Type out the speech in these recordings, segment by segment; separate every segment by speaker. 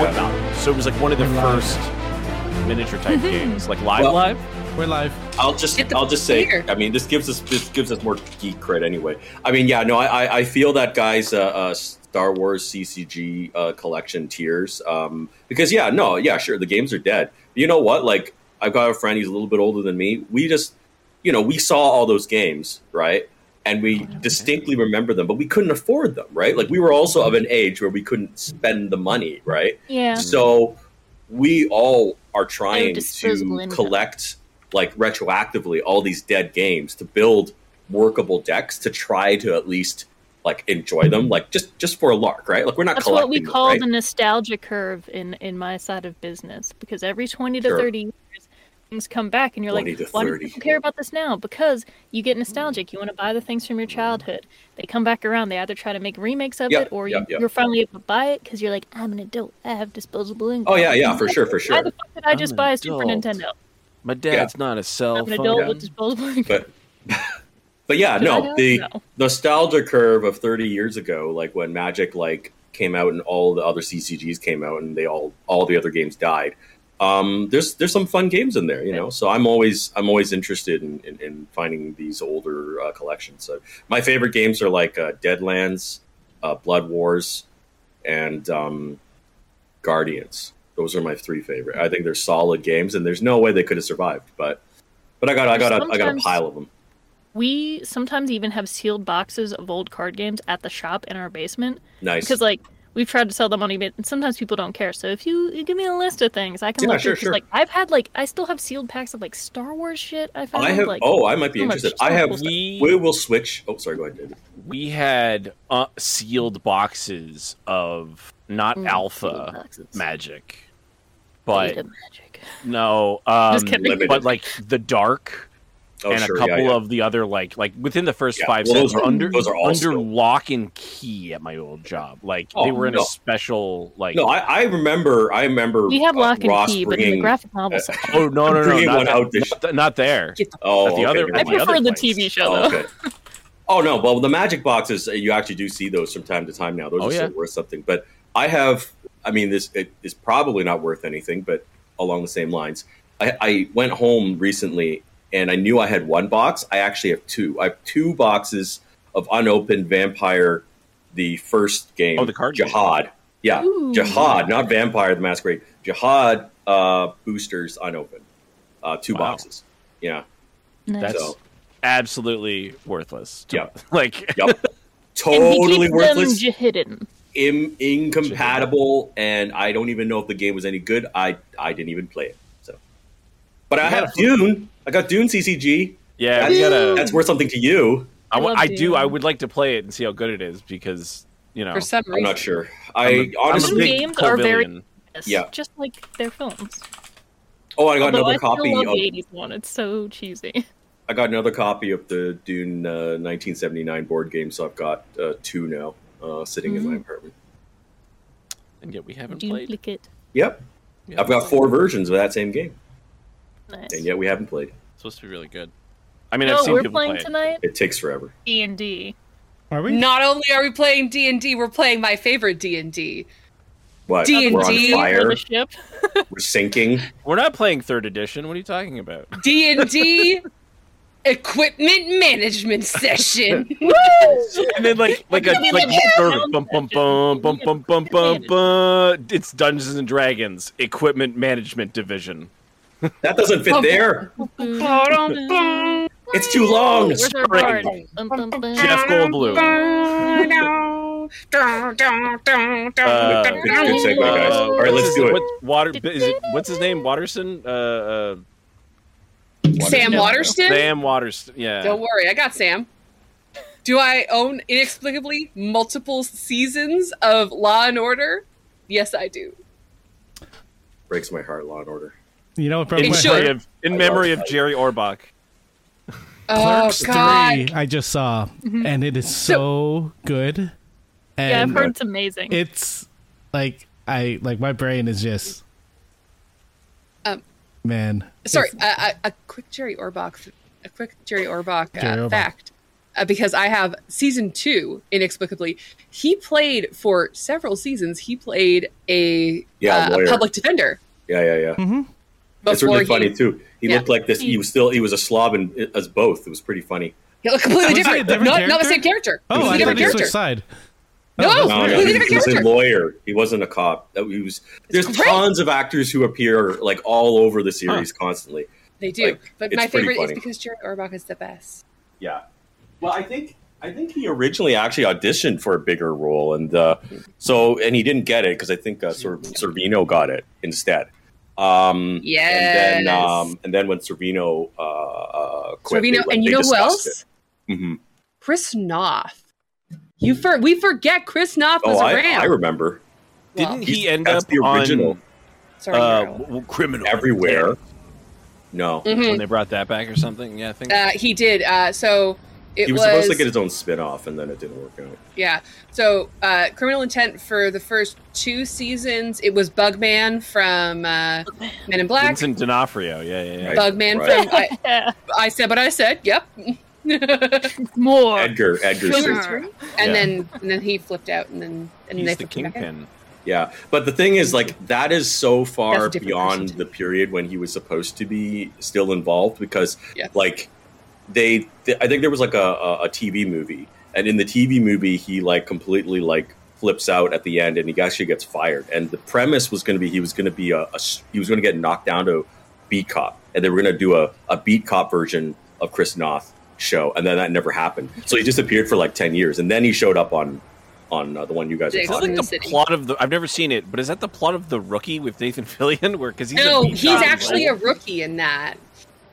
Speaker 1: So it was like one of the first miniature type games, like live
Speaker 2: Well-
Speaker 1: live.
Speaker 3: We're live.
Speaker 2: I'll just
Speaker 4: Get the
Speaker 2: I'll just say
Speaker 4: beer.
Speaker 2: I mean this gives us this gives us more geek cred anyway. I mean yeah no I I, I feel that guy's uh, uh, Star Wars CCG uh, collection tears um, because yeah no yeah sure the games are dead. You know what like I've got a friend he's a little bit older than me. We just you know we saw all those games right and
Speaker 4: Oh,
Speaker 2: we distinctly remember them, but we couldn't afford them right. Like we were also of an age where we couldn't spend the money right.
Speaker 5: Yeah.
Speaker 2: So we all are trying
Speaker 5: disposable
Speaker 2: to
Speaker 5: income.
Speaker 2: collect like retroactively all these dead games to build workable decks to try to at least like enjoy them like just just for a lark right like we're not
Speaker 5: That's
Speaker 2: collecting
Speaker 5: what we
Speaker 2: them,
Speaker 5: call
Speaker 2: right?
Speaker 5: the nostalgia curve in in my side of business because every 20 to
Speaker 2: Sure.
Speaker 5: 30 years things come back and you're
Speaker 2: 20
Speaker 5: like
Speaker 2: to
Speaker 5: why do
Speaker 2: 30.
Speaker 5: people care about this now because you get nostalgic you want to buy the things from your childhood they come back around they either try to make remakes of
Speaker 2: Yeah,
Speaker 5: it or
Speaker 2: yeah,
Speaker 5: you,
Speaker 2: yeah.
Speaker 5: you're finally able to buy it because you're like i'm an adult i have disposable income
Speaker 2: oh yeah yeah for sure for
Speaker 5: why
Speaker 2: sure
Speaker 5: the fuck did i
Speaker 6: I'm
Speaker 5: just
Speaker 6: an
Speaker 5: buy a super
Speaker 6: adult.
Speaker 5: nintendo
Speaker 6: My dad's not a cell
Speaker 5: i'm an
Speaker 6: phone.
Speaker 5: adult with disposable income
Speaker 2: But- but yeah
Speaker 5: Did I
Speaker 2: no
Speaker 5: know?
Speaker 2: the
Speaker 5: No.
Speaker 2: nostalgia curve of 30 years ago like when magic like came out and all the other ccgs came out and they all all the other games died um there's there's some fun games in there you know so i'm always i'm always interested in in, in finding these older uh, collections so my favorite games are like uh, deadlands uh, blood wars and um guardians those are my three favorite i think they're solid games and there's no way they could have survived but but i got i got a, I got a
Speaker 5: Sometimes-
Speaker 2: pile of them
Speaker 5: we sometimes even have sealed boxes of old card games at the shop in our basement
Speaker 2: nice
Speaker 5: because like we've tried to sell them on eBay, and sometimes people don't care. So if you, you give me a list of things, I can
Speaker 2: Yeah,
Speaker 5: look
Speaker 2: sure,
Speaker 5: through, 'cause,
Speaker 2: sure.
Speaker 5: Like I've had like I still have sealed packs of like Star Wars shit. I found
Speaker 2: I have.
Speaker 5: like
Speaker 2: oh, I might be
Speaker 5: so much
Speaker 2: interested.
Speaker 5: stuff
Speaker 2: I have.
Speaker 5: was-
Speaker 2: We
Speaker 6: We
Speaker 2: will switch. Oh, sorry. Go ahead, David.
Speaker 6: we had uh, sealed boxes of not
Speaker 5: Mm, sealed
Speaker 6: alpha
Speaker 5: boxes.
Speaker 6: magic, but
Speaker 5: Beta magic.
Speaker 6: no, um,
Speaker 5: Just kidding.
Speaker 2: Limited.
Speaker 6: but like the dark
Speaker 2: Oh,
Speaker 6: and
Speaker 2: sure.
Speaker 6: a couple
Speaker 2: yeah, yeah.
Speaker 6: of the other like like within the first
Speaker 2: Yeah,
Speaker 6: five
Speaker 2: well,
Speaker 6: sets
Speaker 2: those are-
Speaker 6: under
Speaker 2: those are all
Speaker 6: under
Speaker 2: sealed.
Speaker 6: lock and key at my old job. Like they
Speaker 2: Oh,
Speaker 6: were in
Speaker 2: no.
Speaker 6: a special like.
Speaker 2: No, I, I remember. I remember.
Speaker 5: We have
Speaker 2: uh,
Speaker 5: lock and
Speaker 2: Ross
Speaker 5: key, but in the
Speaker 2: bringing, uh,
Speaker 5: graphic novel section.
Speaker 6: oh no no no
Speaker 2: bringing
Speaker 6: not,
Speaker 2: one
Speaker 6: that-
Speaker 2: out this-
Speaker 6: not, th- not there.
Speaker 2: Oh,
Speaker 6: at the
Speaker 2: okay,
Speaker 6: other-
Speaker 2: never
Speaker 5: I
Speaker 6: at the
Speaker 2: mind.
Speaker 6: other
Speaker 5: prefer the
Speaker 6: place.
Speaker 5: TV show
Speaker 2: Oh,
Speaker 5: though.
Speaker 2: okay. oh no, well the magic boxes uh, you actually do see those from time to time now. Those
Speaker 6: Oh,
Speaker 2: are still
Speaker 6: yeah.
Speaker 2: worth something. But I have. I mean, this it is probably not worth anything, but along the same lines. I, I went home recently and I knew I had one box. I actually have two. I have two boxes of unopened Vampire, the first game.
Speaker 6: Oh, the card game.
Speaker 2: Jihad. Yeah,
Speaker 5: Ooh.
Speaker 2: Jihad, not Vampire the Masquerade. Jihad uh, boosters unopened. Uh, two
Speaker 6: Wow.
Speaker 2: boxes. Yeah.
Speaker 5: Nice.
Speaker 6: That's
Speaker 2: So-
Speaker 6: absolutely worthless. to-
Speaker 2: Yeah.
Speaker 6: like
Speaker 2: Yep.
Speaker 5: And he keeps
Speaker 2: totally
Speaker 5: them
Speaker 2: worthless.
Speaker 5: j- hidden.
Speaker 2: Im- incompatible, and I don't even know if the game was any good. I I didn't even play it. So, but I
Speaker 6: You
Speaker 2: have
Speaker 6: gotta-
Speaker 2: Dune. I got Dune CCG.
Speaker 6: yeah,
Speaker 2: That's-
Speaker 6: we gotta.
Speaker 2: That's worth something to you.
Speaker 6: I, wa-
Speaker 5: love
Speaker 6: I do.
Speaker 5: Dune.
Speaker 6: I would like to play it and see how good it is because you know
Speaker 4: For some
Speaker 2: I'm
Speaker 4: reason,
Speaker 2: not sure. I
Speaker 6: I'm a
Speaker 2: honestly.
Speaker 6: big
Speaker 5: Games are very-
Speaker 6: Colvillian.
Speaker 5: Yes,
Speaker 2: Yeah.
Speaker 5: Just like their films.
Speaker 2: oh, I got
Speaker 5: Although
Speaker 2: another
Speaker 5: I still
Speaker 2: copy
Speaker 5: love
Speaker 2: of.
Speaker 5: the 80s one. It's so cheesy.
Speaker 2: I got another copy of the Dune uh, 1979 board game, so I've got uh, two now uh, sitting in my
Speaker 5: Mhm.
Speaker 2: apartment.
Speaker 6: and yet we haven't played.
Speaker 5: Duplicate.
Speaker 2: Yep,
Speaker 6: Yeah.
Speaker 2: I've got four versions of that same game,
Speaker 5: Nice.
Speaker 2: and yet we haven't played.
Speaker 6: It's supposed to be really good. I mean,
Speaker 5: no,
Speaker 6: I've seen
Speaker 5: we're
Speaker 6: people
Speaker 5: playing
Speaker 6: play it.
Speaker 5: tonight.
Speaker 2: It takes forever.
Speaker 5: D and D.
Speaker 3: Are we?
Speaker 4: Not only are we playing D and D, we're playing my favorite D and D.
Speaker 2: What?
Speaker 4: D&D.
Speaker 2: We're on fire.
Speaker 5: The ship.
Speaker 2: We're sinking.
Speaker 6: We're not playing third edition. What are you talking about?
Speaker 4: D and D equipment management session.
Speaker 6: and then like like a
Speaker 5: We're
Speaker 6: like
Speaker 5: gonna
Speaker 6: bum bum
Speaker 5: be
Speaker 6: bum
Speaker 5: like-
Speaker 6: bum bum bum bum bum. bum. It's Dungeons and Dragons Equipment Management Division.
Speaker 2: That doesn't fit
Speaker 4: Oh.
Speaker 2: there.
Speaker 5: It's
Speaker 2: It's too long.
Speaker 5: Where's our
Speaker 6: Spring.
Speaker 5: bard? Bum, bum, bum.
Speaker 6: Jeff Goldblum. Uh,
Speaker 2: Good- good segue, guys.
Speaker 6: Uh,
Speaker 2: All right,
Speaker 6: what's
Speaker 2: let's
Speaker 6: his-
Speaker 2: do it.
Speaker 6: What, water is it? What's his name? Waterson. Uh, uh,
Speaker 4: Sam Waterston.
Speaker 6: Sam Waterston. Yeah.
Speaker 4: Don't worry, I got Sam. Do I own inexplicably multiple seasons of Law and Order? Yes, I do.
Speaker 2: Breaks my heart. Law and Order.
Speaker 3: You know, from
Speaker 6: in
Speaker 4: It
Speaker 3: what-
Speaker 4: should.
Speaker 6: memory of in memory of Jerry Orbach.
Speaker 4: Oh
Speaker 3: Clerks
Speaker 4: God! Mm-hmm.
Speaker 3: Three, I just saw, and it is so good. And
Speaker 5: Yeah, I've heard it's amazing.
Speaker 3: it's like I like my brain is just
Speaker 4: Um,
Speaker 3: man.
Speaker 4: Sorry, a, a, a quick Jerry Orbach, a quick Jerry Orbach uh,
Speaker 3: Jerry Orbach.
Speaker 4: fact. uh, because I have season two, inexplicably. He played for several seasons, he played a,
Speaker 2: Yeah,
Speaker 4: uh, a
Speaker 2: lawyer.
Speaker 4: public defender.
Speaker 2: Yeah, yeah, yeah. That's
Speaker 4: before
Speaker 2: really
Speaker 4: he-
Speaker 2: funny too. He
Speaker 4: Yeah.
Speaker 2: looked like this. He was still he was a slob and as both. It was pretty funny.
Speaker 4: He looked completely
Speaker 3: Was Oh, he a
Speaker 4: different.
Speaker 3: different
Speaker 4: not, not the
Speaker 3: character?
Speaker 4: same character.
Speaker 3: Oh, I
Speaker 4: completely
Speaker 3: thought
Speaker 4: different
Speaker 3: he
Speaker 4: character.
Speaker 3: switched side.
Speaker 4: No,
Speaker 3: Oh,
Speaker 2: No,
Speaker 3: that's
Speaker 2: no,
Speaker 4: completely
Speaker 2: he,
Speaker 4: different
Speaker 2: Um, he was a
Speaker 4: character.
Speaker 2: lawyer. He wasn't a cop. That- He was. There's
Speaker 4: great.
Speaker 2: tons of actors who appear like all over the series constantly.
Speaker 4: They do.
Speaker 2: Like,
Speaker 4: but
Speaker 2: it's
Speaker 4: my
Speaker 2: pretty
Speaker 4: favorite is
Speaker 2: funny.
Speaker 4: because Jared Orbach is the best.
Speaker 2: Yeah. Well, I think I think he originally actually auditioned for a bigger role, and uh, so and he didn't get it because I think uh, Sor- Servino got it instead. Um, And then, um, and then when Servino uh, uh, quit,
Speaker 4: Servino, and you know who else?
Speaker 2: hmm
Speaker 4: Chris Noth. You for, we forget Chris Noth was
Speaker 2: Oh, I,
Speaker 4: around.
Speaker 2: I remember
Speaker 6: Didn't he
Speaker 2: He's-
Speaker 6: end
Speaker 2: that's
Speaker 6: up
Speaker 2: the original.
Speaker 6: on
Speaker 4: Sorry,
Speaker 6: uh,
Speaker 4: Euro.
Speaker 6: w- criminal
Speaker 2: everywhere. No,
Speaker 4: Mhm.
Speaker 6: when they brought that back or something? Yeah, I think.
Speaker 4: Uh, he did. Uh, so it
Speaker 2: he was,
Speaker 4: was
Speaker 2: supposed to get his own spin off, and then it didn't work out.
Speaker 4: Yeah. So, uh, Criminal Intent for the first two seasons, it was Bugman from uh, Men in Black,
Speaker 6: Vincent D'Onofrio. Yeah, yeah, yeah.
Speaker 2: Right.
Speaker 4: Bugman
Speaker 2: Right.
Speaker 4: from I,
Speaker 5: Yeah.
Speaker 4: I Said What I Said. Yep. Oh.
Speaker 5: More.
Speaker 2: Edgar, Edgar,
Speaker 5: Sure.
Speaker 2: Suits.
Speaker 4: And
Speaker 6: Yeah.
Speaker 4: then and then he flipped out, and then and they
Speaker 6: He's the
Speaker 4: flipped him back in.
Speaker 6: kingpin.
Speaker 2: Yeah, but the thing is, like, that is so
Speaker 4: That's
Speaker 2: far
Speaker 4: a different
Speaker 2: beyond
Speaker 4: person.
Speaker 2: the period when he was supposed to be still involved because,
Speaker 4: Yeah.
Speaker 2: like, they, th- I think there was like a, a, a TV movie, and in the TV movie, he like completely like flips out at the end, and he actually gets fired. And the premise was going to be he was going to be a, a s- he was going to get knocked down to beat cop, and they were going to do a, a beat cop version of Chris Noth show, and then that never happened. So he disappeared for like ten years, and then he showed up on on uh, the one you guys are
Speaker 4: Is
Speaker 6: Is
Speaker 4: that
Speaker 6: that
Speaker 2: talking
Speaker 6: like the
Speaker 4: Exactly. like the City?
Speaker 6: plot of the? I've never seen it, but is that the plot of the rookie with Nathan Fillion? Where because he's a
Speaker 4: no,
Speaker 6: beat
Speaker 4: he's
Speaker 6: cop,
Speaker 4: actually a
Speaker 6: right?
Speaker 4: rookie in that.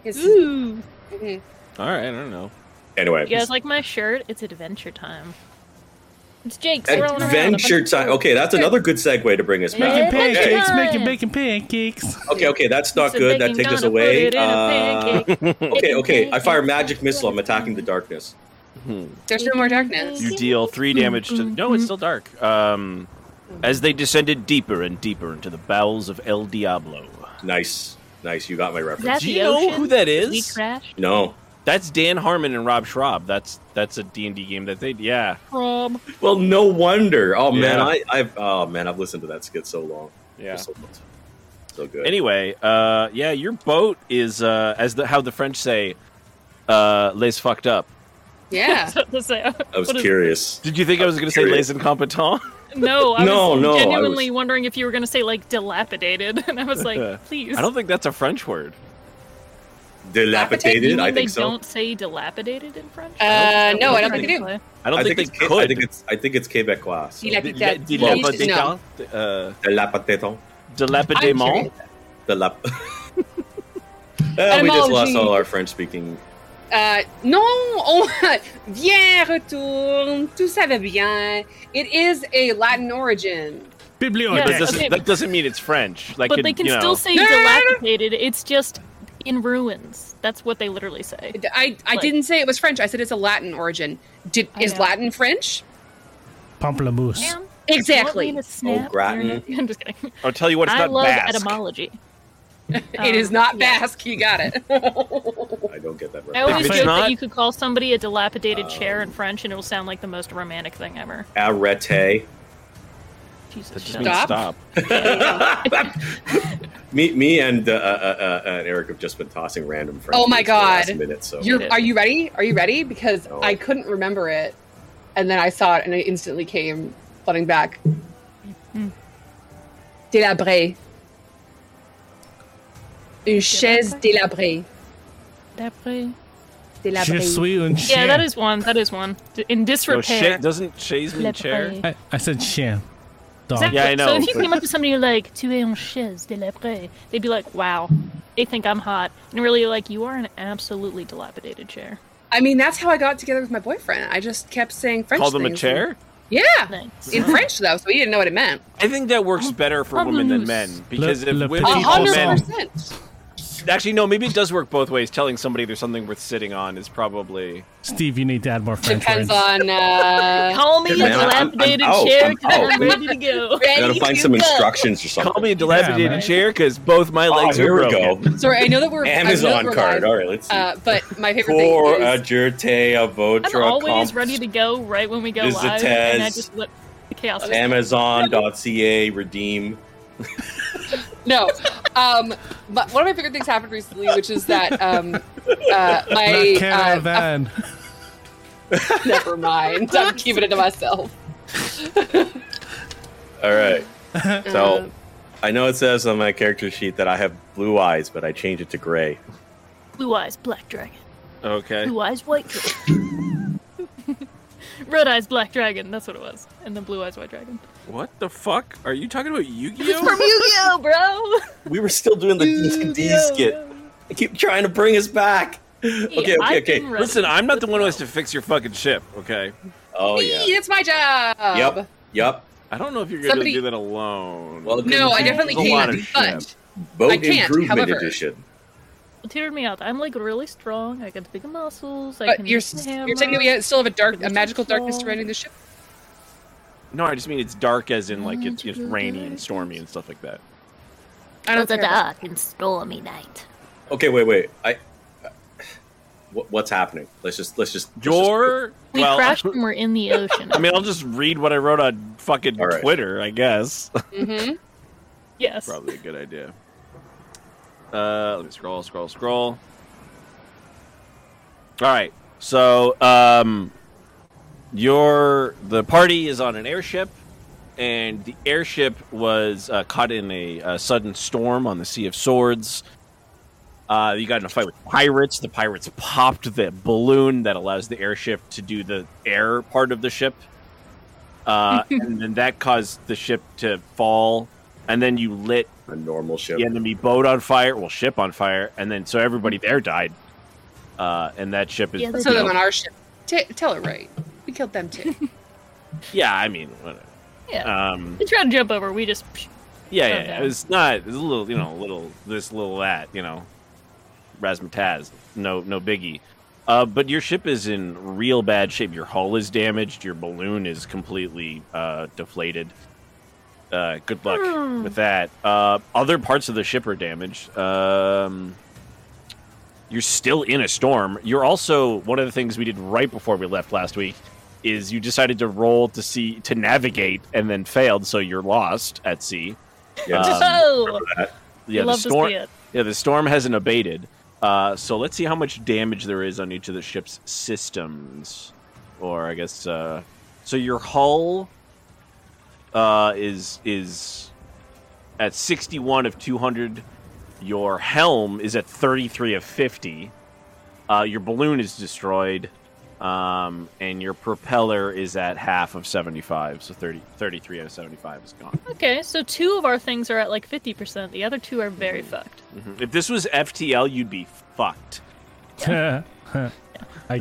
Speaker 4: His-
Speaker 5: Ooh.
Speaker 4: mhm.
Speaker 6: all right. I don't know.
Speaker 2: Anyway,
Speaker 5: You guys like my shirt? It's adventure time. It's Jake's rolling around.
Speaker 2: Adventure time. Okay, that's another good segue to bring us
Speaker 3: Making
Speaker 5: Yeah.
Speaker 2: back. Okay,
Speaker 3: pancakes, making
Speaker 5: Yeah.
Speaker 3: making pancakes.
Speaker 2: okay, okay, that's not good. That takes us away. Uh, okay, okay, I fire magic missile. I'm attacking the darkness.
Speaker 6: Hmm.
Speaker 4: There's no more darkness.
Speaker 6: You deal three damage to.
Speaker 5: Mm-hmm.
Speaker 6: No, it's still dark. Um, as they descended deeper and deeper into the bowels of El Diablo.
Speaker 2: Nice, nice. You got my
Speaker 5: Is
Speaker 2: reference.
Speaker 5: that
Speaker 6: Do
Speaker 5: the
Speaker 6: you know
Speaker 5: ocean?
Speaker 6: who that
Speaker 5: We
Speaker 6: is?
Speaker 5: crashed.
Speaker 2: No.
Speaker 6: That's Dan Harmon and Rob Schraub. That's that's a D and D game that they. Yeah,
Speaker 5: From
Speaker 2: Well, no wonder. Oh man,
Speaker 6: Yeah.
Speaker 2: I, I've oh man, I've listened to that skit so long.
Speaker 6: yeah.
Speaker 2: So, so good.
Speaker 6: Anyway, uh, yeah, your boat is uh, as the how the French say, uh, les fucked up.
Speaker 4: Yeah.
Speaker 2: I was curious.
Speaker 6: Did you think I was going to say les incompetent?
Speaker 5: No, I
Speaker 2: No,
Speaker 5: was
Speaker 2: no, I
Speaker 5: genuinely
Speaker 2: was-
Speaker 5: wondering if you were going to say like dilapidated, and I was like, please.
Speaker 6: I don't think that's a French word.
Speaker 5: Dilapidate?
Speaker 2: Dilapidated.
Speaker 5: You mean
Speaker 2: I think
Speaker 5: they
Speaker 2: so.
Speaker 5: don't say dilapidated in French.
Speaker 4: Uh, no, I don't think they do.
Speaker 6: I don't think,
Speaker 2: it's
Speaker 6: they
Speaker 2: Ca-
Speaker 6: could.
Speaker 2: I think it's I think it's Quebecois. So.
Speaker 4: Dilap-
Speaker 6: Di-
Speaker 4: that-
Speaker 6: di-
Speaker 2: well,
Speaker 6: dilapidant, uh,
Speaker 2: Dilapidated.
Speaker 6: dilapidement.
Speaker 2: Dilap. Well, we just lost
Speaker 4: Etymology.
Speaker 2: all our French-speaking
Speaker 4: Euh, non, on... viens, retourne, tout ça va bien. It is a Latin origin.
Speaker 3: Bibliothèque.
Speaker 6: That
Speaker 5: Yeah.
Speaker 6: doesn't-
Speaker 5: Okay.
Speaker 6: That doesn't mean it's French. Like,
Speaker 5: but
Speaker 6: it-
Speaker 5: they can
Speaker 6: you know,
Speaker 5: still say
Speaker 4: No, no, no, no.
Speaker 5: dilapidated. It's just in ruins. That's what they literally say.
Speaker 4: I, I
Speaker 5: Like-
Speaker 4: didn't say it was French. I said it's a Latin origin. Did,
Speaker 5: I
Speaker 4: is
Speaker 5: know.
Speaker 4: Latin French?
Speaker 3: Pamplemousse.
Speaker 5: Ma'am,
Speaker 4: Exactly.
Speaker 5: You want me to snap your
Speaker 2: gratin.
Speaker 5: neck? I'm just kidding.
Speaker 6: I'll tell you what, it's
Speaker 5: I
Speaker 6: not
Speaker 5: love
Speaker 6: Basque.
Speaker 5: etymology.
Speaker 4: it is
Speaker 5: Um,
Speaker 4: not
Speaker 5: yeah.
Speaker 4: Basque. You got it.
Speaker 2: I don't get that
Speaker 5: I
Speaker 2: reference.
Speaker 5: always
Speaker 6: it's
Speaker 5: joke
Speaker 6: not- Oh.
Speaker 5: that you could call somebody a dilapidated chair in
Speaker 2: Um,
Speaker 5: French, and it will sound like the most romantic thing ever.
Speaker 2: Arete.
Speaker 6: That
Speaker 5: Jesus,
Speaker 6: just
Speaker 5: shut
Speaker 6: means
Speaker 5: up.
Speaker 4: Stop.
Speaker 6: stop.
Speaker 2: Me, me, and uh, uh, uh, uh, and Eric have just been tossing random French.
Speaker 4: Oh my
Speaker 2: words for the last
Speaker 4: God.
Speaker 2: Minute, so
Speaker 4: You're, are you ready? Are you ready? Because
Speaker 2: No.
Speaker 4: I couldn't remember it. And then I saw it and it instantly came flooding back.
Speaker 5: Hmm.
Speaker 4: Délabré. Une chaise délabrée.
Speaker 5: D'après-
Speaker 3: Je
Speaker 4: Délabrée.
Speaker 3: suis un chien.
Speaker 5: Yeah, that is one. That is one. D- In
Speaker 6: No,
Speaker 5: disrepair.
Speaker 6: shit, doesn't chaise mean
Speaker 5: Le
Speaker 6: chair? Oh.
Speaker 5: pré.
Speaker 3: I, I said chien. Dog.
Speaker 5: Exactly.
Speaker 6: Yeah, I know,
Speaker 5: So if you
Speaker 6: but-
Speaker 5: came up to somebody you're like, tu es un chaise de la pré, they'd be like, wow, they think I'm hot. And really, you're like, you are an absolutely dilapidated chair.
Speaker 4: I mean, that's how I got together with my boyfriend. I just kept saying French.
Speaker 6: Call them a
Speaker 4: things.
Speaker 6: chair?
Speaker 4: Yeah.
Speaker 5: Thanks.
Speaker 4: In French, though, so he didn't know what it meant.
Speaker 6: I think that works better for women than men
Speaker 5: Oh, Problems.
Speaker 6: because
Speaker 3: Le-
Speaker 6: if
Speaker 3: le
Speaker 6: women
Speaker 3: petit
Speaker 4: A
Speaker 6: call
Speaker 4: hundred
Speaker 6: men
Speaker 4: percent.
Speaker 6: actually, no, maybe it does work both ways. Telling somebody there's something worth sitting on is probably.
Speaker 3: Steve, you need to add more French
Speaker 4: Depends
Speaker 3: words.
Speaker 4: on. Uh,
Speaker 5: Call me
Speaker 2: Good
Speaker 5: a
Speaker 2: man, I'm- I'm
Speaker 5: dilapidated
Speaker 2: out,
Speaker 5: chair
Speaker 2: I'm
Speaker 5: because I'm
Speaker 2: out.
Speaker 5: ready to go.
Speaker 2: I gotta
Speaker 4: ready
Speaker 2: find
Speaker 4: to
Speaker 2: some
Speaker 4: go.
Speaker 2: instructions or something.
Speaker 6: Call me a dilapidated
Speaker 3: right.
Speaker 6: chair because both my
Speaker 2: Oh,
Speaker 6: legs
Speaker 2: here
Speaker 6: are
Speaker 2: we
Speaker 6: broken.
Speaker 2: go.
Speaker 4: sorry, I know that we're I know that
Speaker 2: Amazon
Speaker 4: we're
Speaker 2: card.
Speaker 4: live,
Speaker 2: All right, let's see.
Speaker 4: Uh, but my favorite
Speaker 2: For
Speaker 4: thing
Speaker 2: a
Speaker 4: is
Speaker 2: jurte, a
Speaker 5: I'm
Speaker 2: votra,
Speaker 5: always
Speaker 2: comp,
Speaker 5: ready to go right when we go
Speaker 2: Is the
Speaker 5: live, and I
Speaker 2: Taz-
Speaker 5: just let the chaos.
Speaker 2: Amazon.ca, redeem.
Speaker 4: no. Um, but one of my favorite things happened recently, which is that um, uh, my uh, a
Speaker 3: Caravan.
Speaker 4: Never mind. I'm keeping it to myself.
Speaker 2: All right.
Speaker 4: Uh,
Speaker 2: So I know it says on my character sheet that I have blue eyes, but I changed it to gray.
Speaker 5: Blue eyes, black dragon.
Speaker 6: Okay.
Speaker 5: Blue eyes, white dragon. Red eyes, black dragon. That's what it was. And then blue eyes, white dragon.
Speaker 6: What the fuck? Are you talking about Yu Gi Oh?
Speaker 5: Yu-Gi-Oh, bro.
Speaker 2: We were still doing the D&D skit. I keep trying to bring us back. Okay, okay,
Speaker 5: I've
Speaker 2: okay.
Speaker 5: been ready.
Speaker 6: Listen, I'm not the one who has to
Speaker 5: Let's
Speaker 6: fix your fucking ship, okay?
Speaker 2: Oh,
Speaker 4: me,
Speaker 2: yeah.
Speaker 4: It's my job.
Speaker 2: Yep, yep.
Speaker 6: I don't know if you're gonna
Speaker 4: Somebody-
Speaker 6: do that alone.
Speaker 2: Well,
Speaker 4: No, I definitely
Speaker 6: There's a lot
Speaker 4: can't.
Speaker 6: of
Speaker 4: But I
Speaker 2: Boat
Speaker 4: can't,
Speaker 2: Improvement
Speaker 4: however.
Speaker 2: Edition.
Speaker 5: go. Tear me out. I'm like really strong. I got big muscles. I
Speaker 4: but
Speaker 5: can
Speaker 4: you're
Speaker 5: use the hammer.
Speaker 4: you're saying that we still have a dark,
Speaker 5: Can we
Speaker 4: a magical
Speaker 5: just go?
Speaker 4: darkness surrounding the ship.
Speaker 6: no, I just mean it's dark as in like it's, it's rainy and stormy and stuff like that.
Speaker 4: I don't
Speaker 7: It's a
Speaker 4: care. about-
Speaker 7: dark and stormy night.
Speaker 2: Okay, wait, wait. I. What, what's happening? Let's just let's just let's just-
Speaker 6: Your
Speaker 5: we
Speaker 6: well,
Speaker 5: crashed and we're in the ocean.
Speaker 6: I mean, I'll just read what I wrote on fucking
Speaker 2: All right.
Speaker 6: Twitter, I guess.
Speaker 4: Mhm.
Speaker 5: yes.
Speaker 6: Probably a good idea. Uh, let me scroll, scroll, scroll. All right. So, um, your the party is on an airship, and the airship was uh, caught in a uh, sudden storm on the Sea of Swords. Uh, you got in a fight with pirates. The pirates popped the balloon that allows the airship to do the air part of the ship, uh, and then that caused the ship to fall. And then you lit
Speaker 2: a normal ship.
Speaker 6: the enemy boat on fire, well, ship on fire, and then so everybody there died. Uh, and that ship is
Speaker 5: Mm-hmm. Yeah,
Speaker 6: yeah,
Speaker 5: they
Speaker 4: So them on our ship. T- tell it right. We killed them too.
Speaker 6: I mean, whatever.
Speaker 5: Yeah.
Speaker 6: Um,
Speaker 5: we tried to jump over. We just
Speaker 6: yeah,
Speaker 5: Oh,
Speaker 6: yeah, yeah.
Speaker 5: no.
Speaker 6: It's not. It's a little, you know, a little this, little that, you know, razzmatazz. No, no biggie. Uh, but your ship is in real bad shape. Your hull is damaged. Your balloon is completely uh, deflated. Uh, good luck
Speaker 5: Hmm.
Speaker 6: with that. Uh, other parts of the ship are damaged. Um, you're still in a storm. You're also one of the things we did right before we left last week is you decided to roll to see to navigate and then failed, so you're lost at sea.
Speaker 2: Yeah,
Speaker 6: Um,
Speaker 5: oh,
Speaker 6: Yeah, the
Speaker 5: love
Speaker 6: storm.
Speaker 5: to see it.
Speaker 6: Yeah, the storm hasn't abated. Uh, so let's see how much damage there is on each of the ship's systems, or I guess. Uh, so your hull uh, is is at sixty one of two hundred. Your helm is at thirty three of fifty. Uh, your balloon is destroyed, um, and your propeller is at half of seventy five. So 30, 33 out of seventy five is gone.
Speaker 5: Okay, so two of our things are at like 50%. The other two are very fucked.
Speaker 6: Mhm. If this was FTL, you'd be fucked.
Speaker 3: I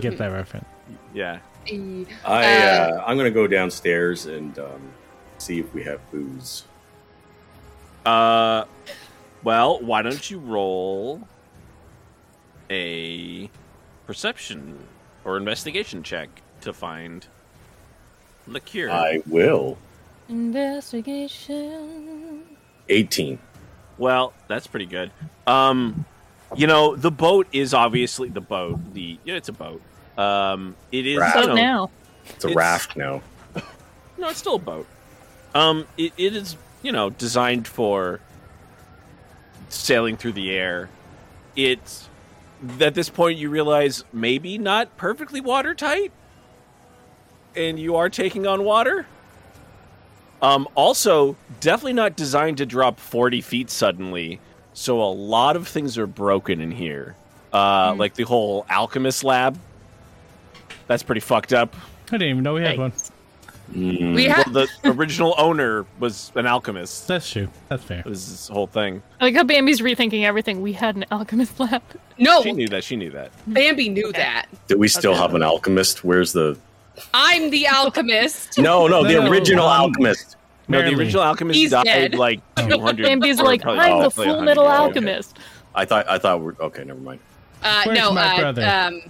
Speaker 3: get that reference.
Speaker 6: Yeah.
Speaker 4: Eh,
Speaker 2: I
Speaker 4: Uh,
Speaker 2: uh, I'm gonna go downstairs and um, see if we have booze.
Speaker 6: Uh, well, why don't you roll a perception or investigation check to find the cure?
Speaker 2: I will.
Speaker 5: Investigation.
Speaker 2: 18.
Speaker 6: Well, that's pretty good. Um, you know, the boat is obviously the boat. The yeah, it's a boat. Um, it is
Speaker 2: Right.
Speaker 6: you
Speaker 5: So
Speaker 6: know,
Speaker 5: now.
Speaker 2: It's a
Speaker 6: It's-
Speaker 2: raft now.
Speaker 6: No, it's still a boat. Um, it, it is, you know, designed for sailing through the air. It's at this point you realize maybe not perfectly watertight, and you are taking on water. Um, also, definitely not designed to drop forty feet suddenly. So a lot of things are broken in here, uh, like the whole alchemist lab. That's pretty fucked up.
Speaker 3: I didn't even know we had one.
Speaker 4: we
Speaker 6: Mm. Well,
Speaker 4: have
Speaker 6: the original owner was an alchemist.
Speaker 3: That's true. That's fair.
Speaker 6: It was this whole thing.
Speaker 5: I like how Bambi's rethinking everything. We had an alchemist lab. Oh.
Speaker 4: no.
Speaker 6: She knew that. She knew that.
Speaker 4: Bambi knew that.
Speaker 2: Do we still
Speaker 5: Okay.
Speaker 2: have an alchemist? Where's the
Speaker 4: I'm the alchemist.
Speaker 2: No, no, Oh, the
Speaker 3: No,
Speaker 2: original
Speaker 3: um,
Speaker 2: alchemist.
Speaker 6: No, the
Speaker 3: Merely.
Speaker 6: original alchemist
Speaker 4: He's
Speaker 6: died
Speaker 4: dead.
Speaker 6: like 200.
Speaker 5: Bambi's
Speaker 6: or
Speaker 5: like,
Speaker 6: probably-
Speaker 5: I'm
Speaker 6: oh,
Speaker 5: the
Speaker 6: probably
Speaker 5: full
Speaker 6: 100
Speaker 5: metal
Speaker 6: years ago.
Speaker 5: alchemist.
Speaker 2: I thought I thought we're okay. Never mind.
Speaker 4: Uh,
Speaker 3: Where's
Speaker 4: no,
Speaker 3: my
Speaker 4: uh,
Speaker 3: brother?
Speaker 4: um,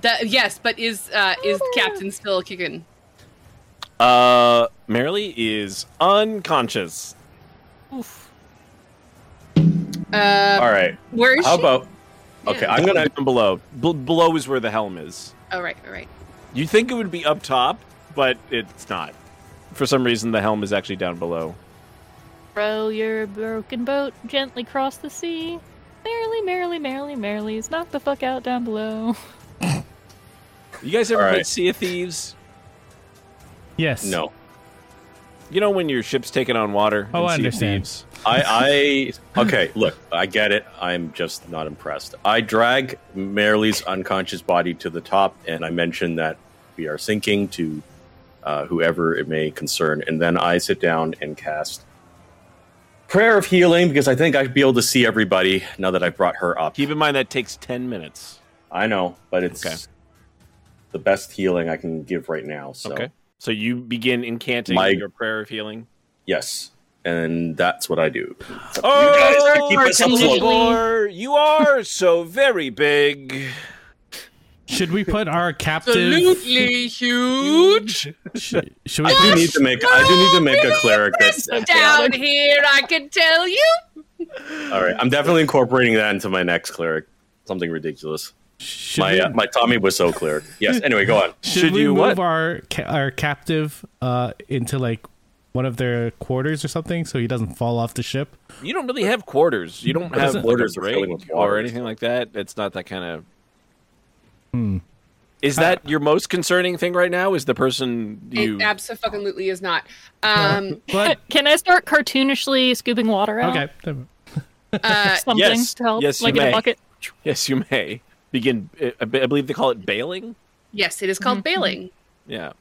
Speaker 4: the, yes, but is uh, is the captain still kicking?
Speaker 6: Uh, Merrily is unconscious.
Speaker 4: Uh,
Speaker 2: All right.
Speaker 4: Where is
Speaker 2: How
Speaker 4: she?
Speaker 2: about? Okay,
Speaker 4: Yeah.
Speaker 2: I'm gonna.
Speaker 6: Down below. B- below is where the helm is.
Speaker 4: All right, all right.
Speaker 6: You think it would be up top, but it's not. For some reason, the helm is actually down below.
Speaker 5: Row your broken boat gently cross the sea. Merrily, merrily, merrily, merrily is knock the fuck out down below.
Speaker 6: You guys ever
Speaker 2: All
Speaker 6: played
Speaker 2: right.
Speaker 6: Sea of Thieves?
Speaker 3: Yes.
Speaker 2: No,
Speaker 6: You know when your ship's taken on water. in
Speaker 3: Oh, I
Speaker 6: Sea of
Speaker 3: understand.
Speaker 6: Thieves?
Speaker 2: I. I okay. Look, I get it. I'm just not impressed. I drag Marilee's unconscious body to the top, and I mention that we are sinking to uh, whoever it may concern, and then I sit down and cast prayer of healing because I think I'd be able to see everybody now that I brought her up.
Speaker 6: Keep in mind that takes ten minutes.
Speaker 2: I know, but it's
Speaker 6: Okay.
Speaker 2: the best healing I can give right now. So
Speaker 6: Okay. So you begin incanting
Speaker 2: My-
Speaker 6: your prayer of healing.
Speaker 2: yes, and that's what I do.
Speaker 6: Oh,
Speaker 2: gotta keep us afloat.
Speaker 6: Dumbledore, you are so very big.
Speaker 3: Should we put our captive?
Speaker 4: Absolutely huge.
Speaker 3: Sh- should we?
Speaker 2: I do need to make. I do need to make a cleric. That,
Speaker 4: Down here, I can tell you.
Speaker 2: all right, I'm definitely incorporating that into my next cleric. Something ridiculous.
Speaker 3: should
Speaker 2: My
Speaker 3: we,
Speaker 2: uh, my Tommy was so cleric. Yes. Anyway, go on.
Speaker 3: should
Speaker 6: should
Speaker 3: we
Speaker 6: you what?
Speaker 3: move our ca- our captive uh, into like one of their quarters or something so he doesn't fall off the ship?
Speaker 6: You don't really have quarters. You don't have
Speaker 2: doesn't- quarters
Speaker 6: like
Speaker 2: are
Speaker 6: a
Speaker 2: filling
Speaker 6: break
Speaker 2: with water.
Speaker 6: or anything like that. It's not that kind of. Is that your most concerning thing right now? Is the person you?
Speaker 4: It absolutely is not. Um,
Speaker 3: But
Speaker 5: Can I start cartoonishly scooping water out?
Speaker 3: okay,
Speaker 4: uh,
Speaker 5: Something
Speaker 6: Yes.
Speaker 5: to help,
Speaker 6: Yes, you
Speaker 5: like in
Speaker 6: may.
Speaker 5: a bucket.
Speaker 6: yes, you may begin. I I believe they call it bailing.
Speaker 4: yes, it is called
Speaker 5: Mm-hmm.
Speaker 4: bailing.
Speaker 6: Yeah.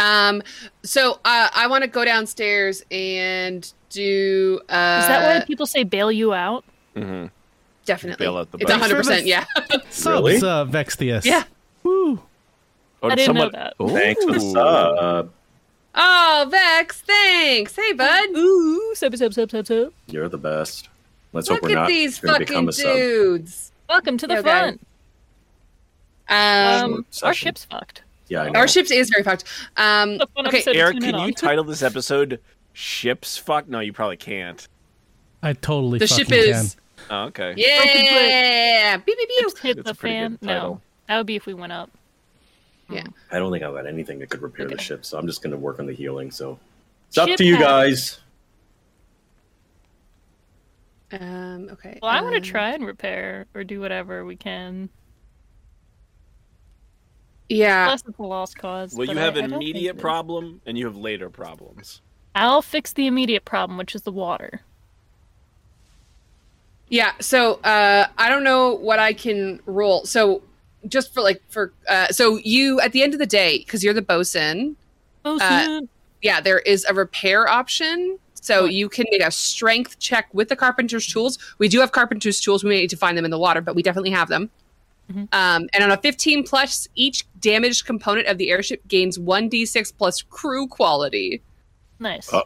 Speaker 4: Um, so uh, I want to go downstairs and do. Uh,
Speaker 5: Is that why people say bail you out?
Speaker 6: hmm
Speaker 4: definitely?
Speaker 6: bail out the
Speaker 4: it's
Speaker 6: boat?
Speaker 4: hundred percent. Yeah,
Speaker 2: Really?
Speaker 3: subs uh, Vextius.
Speaker 4: yeah.
Speaker 3: Woo.
Speaker 6: Or
Speaker 5: I didn't know
Speaker 6: someone-
Speaker 5: that.
Speaker 2: Thanks for the sub.
Speaker 4: Oh, Vex, thanks. Hey, bud.
Speaker 5: Ooh, sub, sub, sub, sub, sub.
Speaker 2: You're the best. Let's
Speaker 4: Look
Speaker 2: hope we're
Speaker 4: at
Speaker 2: not
Speaker 4: these
Speaker 2: gonna
Speaker 4: fucking
Speaker 2: become a sub.
Speaker 4: dudes.
Speaker 5: Welcome to the
Speaker 4: Okay.
Speaker 5: front.
Speaker 4: Um,
Speaker 5: Um, our
Speaker 2: session.
Speaker 5: ship's fucked.
Speaker 2: Yeah, I know.
Speaker 4: our ships is very fucked. Um,
Speaker 5: The fun
Speaker 4: okay,
Speaker 5: episode to
Speaker 6: Eric,
Speaker 5: tune
Speaker 6: can
Speaker 5: in
Speaker 6: you
Speaker 5: on.
Speaker 6: title this episode "Ships Fuck"? No, you probably can't.
Speaker 3: I totally
Speaker 4: the
Speaker 3: fucking
Speaker 4: ship is.
Speaker 3: can.
Speaker 6: Oh, okay.
Speaker 4: Yeah, beep beep beep.
Speaker 5: Just hit
Speaker 6: That's a
Speaker 5: the
Speaker 6: pretty
Speaker 5: fan?
Speaker 6: good title.
Speaker 5: No, that would be if we went up.
Speaker 4: Yeah.
Speaker 2: I don't think I've got anything that could repair the ship, so I'm just going to work on the healing. So it's up
Speaker 5: Ship
Speaker 2: to you
Speaker 5: hack.
Speaker 2: guys.
Speaker 4: Um, okay.
Speaker 5: Well, I want to
Speaker 4: um,
Speaker 5: try and repair or do whatever we can.
Speaker 4: Yeah.
Speaker 5: Plus, it's a lost cause.
Speaker 6: Well, Uh, you
Speaker 5: but I-
Speaker 6: have
Speaker 5: I
Speaker 6: an
Speaker 5: don't think
Speaker 6: immediate
Speaker 5: it is.
Speaker 6: problem, and you have later problems.
Speaker 5: I'll fix the immediate problem, which is the water.
Speaker 4: Yeah. So uh, I don't know what I can roll. So just for like for uh, so you at the end of the day because you're the bosun.
Speaker 5: Oh,
Speaker 4: Uh,
Speaker 5: soon.
Speaker 4: Yeah, there is a repair option. So you can make a strength check with the carpenter's tools. We do have carpenter's tools. We may need to find them in the water, but we definitely have them.
Speaker 5: Mhm.
Speaker 4: Um, and on a 15 plus, each damaged component of the airship gains 1d6 plus crew quality.
Speaker 5: nice.
Speaker 2: uh,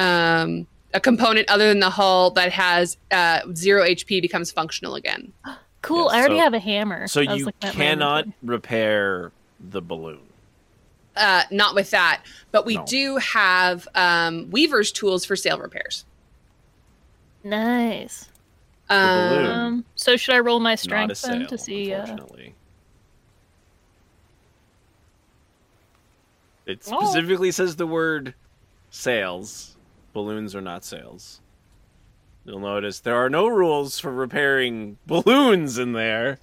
Speaker 4: Um, a component other than the hull that has uh, zero HP becomes functional again.
Speaker 5: cool.
Speaker 6: yeah,
Speaker 5: I already
Speaker 6: so-
Speaker 5: have a hammer.
Speaker 6: So
Speaker 5: I was
Speaker 6: you
Speaker 5: looking at my
Speaker 6: cannot
Speaker 5: inventory.
Speaker 6: repair the balloon.
Speaker 4: uh, not with that, but we
Speaker 6: No.
Speaker 4: do have um, Weaver's tools for sail repairs.
Speaker 5: Nice.
Speaker 6: balloon.
Speaker 4: Um,
Speaker 5: Um. So should I roll my
Speaker 6: Not a
Speaker 5: strength
Speaker 6: sail,
Speaker 5: then to see? Uh,
Speaker 6: unfortunately. It
Speaker 5: Oh.
Speaker 6: specifically says the word sails. Balloons are not sails. You'll notice there are no rules for repairing balloons in there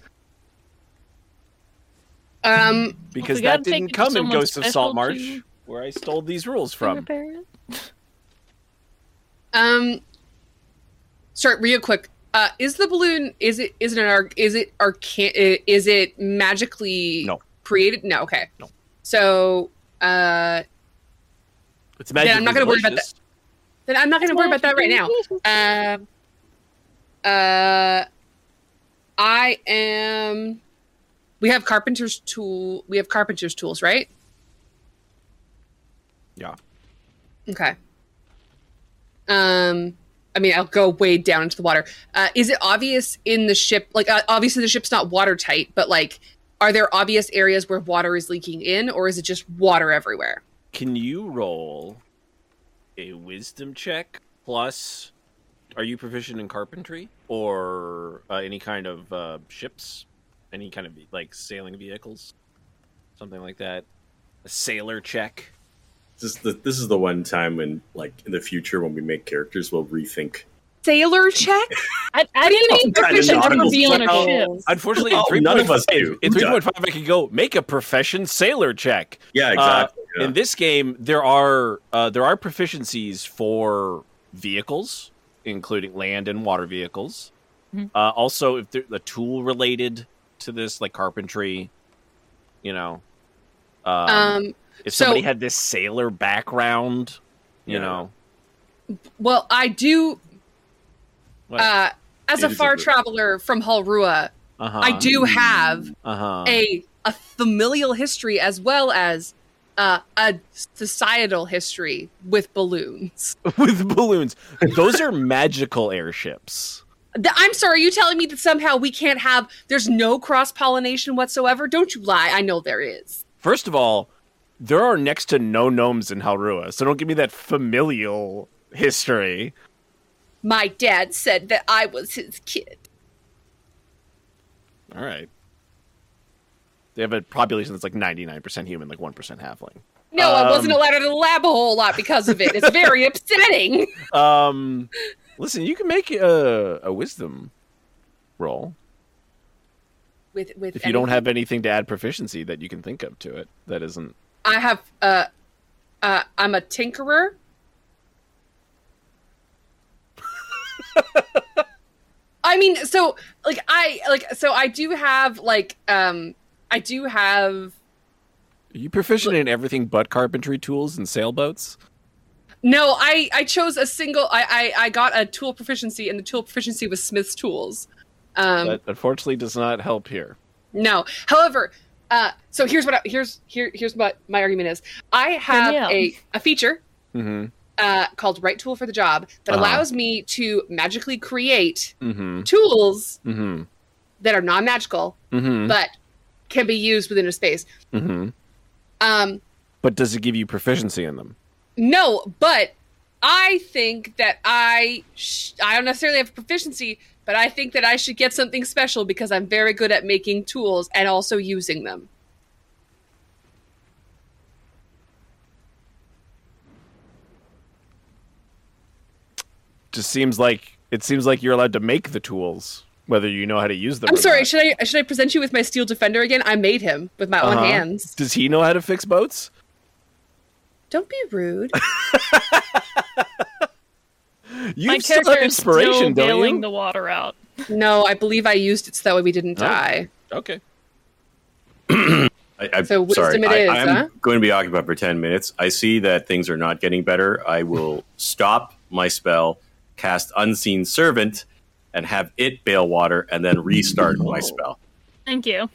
Speaker 4: um,
Speaker 6: because
Speaker 5: we gotta
Speaker 6: that
Speaker 5: take
Speaker 6: didn't
Speaker 5: it to
Speaker 6: come in
Speaker 5: someone
Speaker 6: Ghosts of
Speaker 5: special
Speaker 6: Salt Marsh,
Speaker 5: to-
Speaker 6: where I stole these rules
Speaker 5: to
Speaker 6: from.
Speaker 5: repair it?
Speaker 4: um, start real quick. Uh, is the balloon? Is it? Is it an? Arc, is it arcan? uh, Is it magically
Speaker 6: No.
Speaker 4: created? No. Okay.
Speaker 6: No.
Speaker 4: So uh,
Speaker 6: It's
Speaker 4: I'm
Speaker 6: magic.
Speaker 4: not gonna worry about that. then I'm not going to worry about that right now. Um, uh, I am. We have carpenter's tool. We have carpenter's tools, right?
Speaker 6: Yeah.
Speaker 4: Okay. Um, I mean, I'll go way down into the water. Uh, is it obvious in the ship? Like, uh, obviously the ship's not watertight, but like, are there obvious areas where water is leaking in, or is it just water everywhere?
Speaker 6: Can you roll a wisdom check plus? Are you proficient in carpentry or uh, any kind of uh, ships, any kind of like sailing vehicles, something like that? A sailor check.
Speaker 2: This is the this is the one time when like in the future when we make characters we'll rethink.
Speaker 4: Sailor check.
Speaker 5: I, I
Speaker 4: do you
Speaker 5: didn't
Speaker 4: mean
Speaker 5: think proficient
Speaker 2: proficient
Speaker 5: could be on a
Speaker 6: Well,
Speaker 5: ship.
Speaker 6: Unfortunately, in
Speaker 2: Oh,
Speaker 6: 3.
Speaker 2: none of us
Speaker 6: in-
Speaker 2: do.
Speaker 6: In
Speaker 2: Who
Speaker 6: three point five, I can go make a profession sailor check.
Speaker 2: Yeah,
Speaker 6: Uh,
Speaker 2: exactly. yeah.
Speaker 6: In this game, there are uh, there are proficiencies for vehicles, including land and water vehicles.
Speaker 5: Mhm.
Speaker 4: Mm-hmm.
Speaker 6: Uh, also, if they're the tool related to this, like carpentry, you know, um,
Speaker 4: Um,
Speaker 6: if
Speaker 4: so-
Speaker 6: somebody had this sailor background, you
Speaker 2: Yeah.
Speaker 6: know,
Speaker 4: well, I do.
Speaker 6: What?
Speaker 4: Uh, as
Speaker 2: It Um,
Speaker 4: a
Speaker 2: is a
Speaker 4: far
Speaker 2: good-
Speaker 4: traveler from Halrua,
Speaker 6: uh-huh,
Speaker 4: I do have
Speaker 2: uh.
Speaker 6: uh-huh.
Speaker 4: a a familial history as well as uh, a societal history with balloons.
Speaker 6: with balloons. Those are magical airships.
Speaker 4: Th- I'm sorry, you telling me that somehow we can't have there's no cross pollination whatsoever? Don't you lie. I know there is.
Speaker 6: First of all, there are next to no gnomes in Halrua, so don't give me that familial history.
Speaker 4: My dad said that I was his kid.
Speaker 6: All right. They have a population that's like 99% human, like 1% halfling.
Speaker 4: No, I wasn't
Speaker 6: Um.
Speaker 4: allowed out of the lab a whole lot because of it. It's very upsetting.
Speaker 6: Um, listen, you can make a, a wisdom roll
Speaker 4: With with
Speaker 6: if you don't
Speaker 4: anything.
Speaker 6: have anything to add proficiency that you can think of to it that isn't.
Speaker 4: I have uh uh I'm a tinkerer. I mean, so like I like so I do have like um I do have
Speaker 6: Are you proficient in everything but carpentry tools and sailboats?
Speaker 4: no, I I chose a single I I, I got a tool proficiency and the tool proficiency was Smith's tools. Um
Speaker 6: that unfortunately does not help here.
Speaker 4: no. However, uh so here's what I, here's here here's what my argument is. I have
Speaker 5: Danielle.
Speaker 4: a a feature
Speaker 6: Mm
Speaker 4: uh, called Right Tool for the Job that
Speaker 6: Uh-huh.
Speaker 4: allows me to magically create
Speaker 6: hmm. Mm
Speaker 4: tools
Speaker 6: hmm. Mm
Speaker 4: that are non magical
Speaker 6: hmm. Mm
Speaker 4: but can be used within a space.
Speaker 6: hmm. Mm hmm.
Speaker 4: Um,
Speaker 6: But does it give you proficiency in them?
Speaker 4: no, but I think that I sh- I don't necessarily have proficiency, but I think that I should get something special because I'm very good at making tools and also using them.
Speaker 6: Just seems like it seems like you're allowed to make the tools, whether you know how to use them.
Speaker 4: I'm
Speaker 6: or
Speaker 4: sorry,
Speaker 6: not.
Speaker 4: should I should I present you with my steel defender again? I made him with my own
Speaker 6: Uh-huh.
Speaker 4: hands.
Speaker 6: Does he know how to fix boats?
Speaker 4: Don't be rude.
Speaker 6: You
Speaker 5: My
Speaker 6: still
Speaker 5: character
Speaker 6: have
Speaker 5: is still
Speaker 6: inspiration,
Speaker 5: bailing
Speaker 6: don't you?
Speaker 5: the water out.
Speaker 4: no, I believe I used it so that way we didn't
Speaker 6: Oh.
Speaker 4: die.
Speaker 6: Okay.
Speaker 2: I, I,
Speaker 4: So wisdom
Speaker 2: sorry,
Speaker 4: it
Speaker 2: I,
Speaker 4: is,
Speaker 2: I'm
Speaker 4: huh?
Speaker 2: going to be occupied for 10 minutes. I see that things are not getting better. I will stop my spell, cast Unseen Servant, and have it bail water, and then restart my spell.
Speaker 5: Thank you.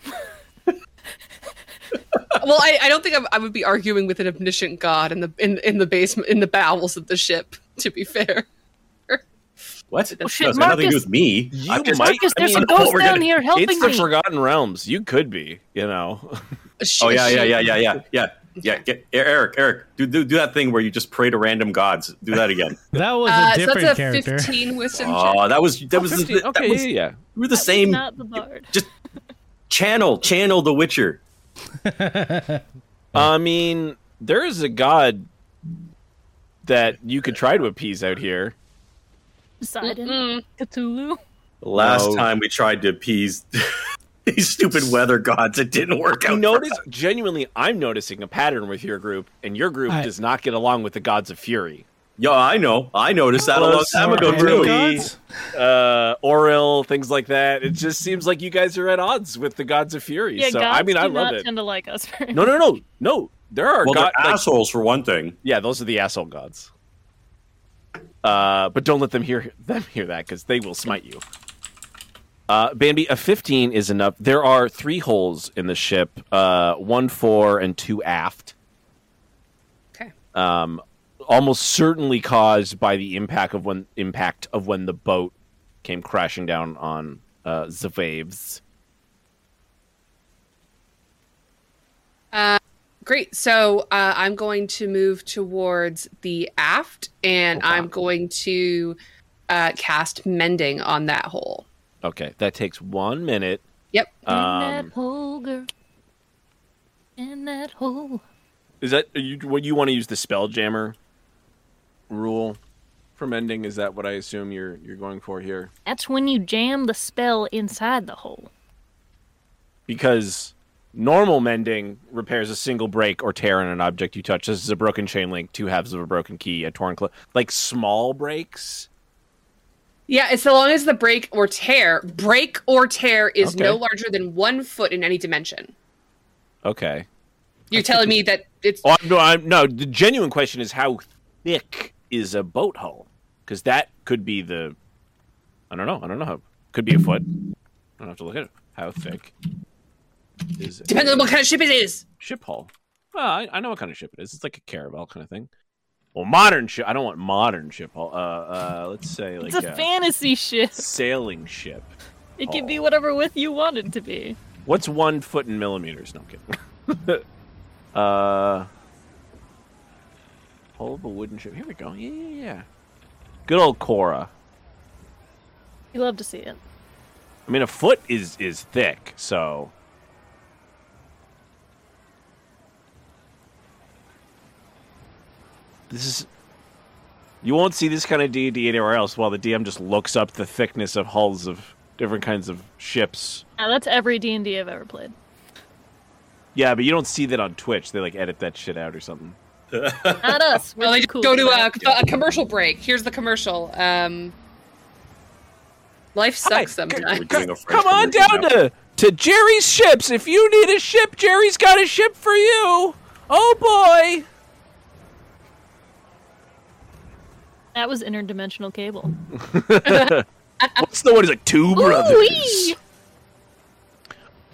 Speaker 4: Well, I, I don't think I, I would be arguing with an omniscient god in the in in the basement in the bowels of the ship. To be fair,
Speaker 2: What?
Speaker 4: Well,
Speaker 5: shit,
Speaker 2: no, it's got nothing to do
Speaker 5: Marcus-
Speaker 2: with me.
Speaker 6: You
Speaker 2: I'm just-
Speaker 6: might-
Speaker 5: Marcus,
Speaker 6: I
Speaker 5: there's
Speaker 6: mean, oh,
Speaker 5: a ghost
Speaker 2: we're
Speaker 5: down
Speaker 2: gonna-
Speaker 5: here helping
Speaker 6: it's the
Speaker 5: me.
Speaker 6: Forgotten Realms. You could be, you know.
Speaker 2: Oh, yeah, yeah, yeah, yeah, yeah, yeah. Yeah, get, E-, Eric, Eric, do, do do that thing where you just pray to random gods. Do that again.
Speaker 3: That was
Speaker 4: Uh,
Speaker 3: a
Speaker 4: so
Speaker 3: different
Speaker 4: that's a
Speaker 3: character.
Speaker 4: fifteen wisdom check.
Speaker 2: Oh, that was that was,
Speaker 6: 15
Speaker 2: that
Speaker 6: okay,
Speaker 2: was
Speaker 6: yeah, yeah.
Speaker 2: we were the same
Speaker 5: Not the bard.
Speaker 2: channel, channel the Witcher.
Speaker 5: Hmm.
Speaker 6: I mean, there is a god that you could try to appease out here.
Speaker 5: Poseidon.
Speaker 4: Mm,
Speaker 5: Cthulhu.
Speaker 2: Last
Speaker 6: No.
Speaker 2: time we tried to appease these stupid weather gods, it didn't work
Speaker 6: You
Speaker 2: out.
Speaker 6: notice genuinely I'm noticing a pattern with your group, and your group
Speaker 3: I-
Speaker 6: does not get along with the gods of fury.
Speaker 2: Yeah, I know. I noticed that a
Speaker 6: Hello,
Speaker 2: long time ago
Speaker 6: Sarah.
Speaker 2: too.
Speaker 6: Hello. uh Oril, things like that. It just seems like you guys are at odds with the gods of fury.
Speaker 5: Yeah,
Speaker 6: so
Speaker 5: gods
Speaker 6: I mean, I
Speaker 5: do
Speaker 6: love
Speaker 5: not
Speaker 6: it.
Speaker 5: tend to like us. very
Speaker 6: No, no, no, no. There are
Speaker 2: Well,
Speaker 6: god,
Speaker 2: they're
Speaker 6: like,
Speaker 2: assholes for one thing.
Speaker 6: yeah, those are the asshole gods. Uh, but don't let them hear them hear that because they will smite you. Uh, Bambi, a fifteen is enough. There are three holes in the ship: uh, one fore and two aft.
Speaker 4: okay.
Speaker 6: Um, almost certainly caused by the impact of when impact of when the boat came crashing down on uh, the waves.
Speaker 4: Great. So uh, I'm going to move towards the aft, and
Speaker 6: Okay.
Speaker 4: I'm going to uh, cast mending on that hole.
Speaker 6: Okay, that takes one minute.
Speaker 4: Yep.
Speaker 5: that
Speaker 6: Um,
Speaker 5: hole, girl. In that hole.
Speaker 6: is that are you? What you want to use the spell jammer rule for mending? Is that what I assume you're you're going for here?
Speaker 5: That's when you jam the spell inside the hole.
Speaker 6: because normal mending repairs a single break or tear in an object you touch. This is a broken chain link, two halves of a broken key, a torn clip, like small breaks.
Speaker 4: yeah. As long as the break or tear, break or tear is no
Speaker 6: Okay.
Speaker 4: larger than one foot in any dimension.
Speaker 6: Okay.
Speaker 4: You're telling me that it's
Speaker 6: Oh, I'm, no, I'm, no, the genuine question is how thick is a boat hull? Because that could be the, I don't know, I don't know how. Could be a foot. I don't have to look at it. How thick is it?
Speaker 4: depends on what kind of ship it is.
Speaker 6: ship hull. Well, I, I know what kind of ship it is. It's like a caravel kind of thing. Well, modern ship. I don't want modern ship hull. Uh, uh, let's say like
Speaker 5: it's a
Speaker 6: uh,
Speaker 5: fantasy ship.
Speaker 6: sailing ship.
Speaker 5: It can
Speaker 6: Oh.
Speaker 5: be whatever width you want it to be.
Speaker 6: What's one foot in millimeters? No I'm kidding. uh, hull of a wooden ship. Here we go. Yeah, yeah, yeah. Good old Cora.
Speaker 5: You love to see it.
Speaker 6: I mean, a foot is is thick, so this is. You won't see this kind of D and D anywhere else. While the DM just looks up the thickness of hulls of different kinds of ships.
Speaker 5: Now, that's every D and D I've ever played.
Speaker 6: Yeah, but you don't see that on Twitch. They like edit that shit out or something.
Speaker 5: Not us. We're
Speaker 4: Well, they
Speaker 5: too
Speaker 4: just
Speaker 5: cool
Speaker 4: go to
Speaker 5: for that.
Speaker 4: a, a commercial break. Here's the commercial. Um, life sucks
Speaker 6: Hi,
Speaker 4: sometimes.
Speaker 2: We're doing a French
Speaker 6: Come on
Speaker 2: conversion
Speaker 6: down
Speaker 2: now.
Speaker 6: to, to Jerry's ships. If you need a ship, Jerry's got a ship for you. Oh boy.
Speaker 5: That was interdimensional cable.
Speaker 6: What's the one? He's like two
Speaker 5: Ooh-wee!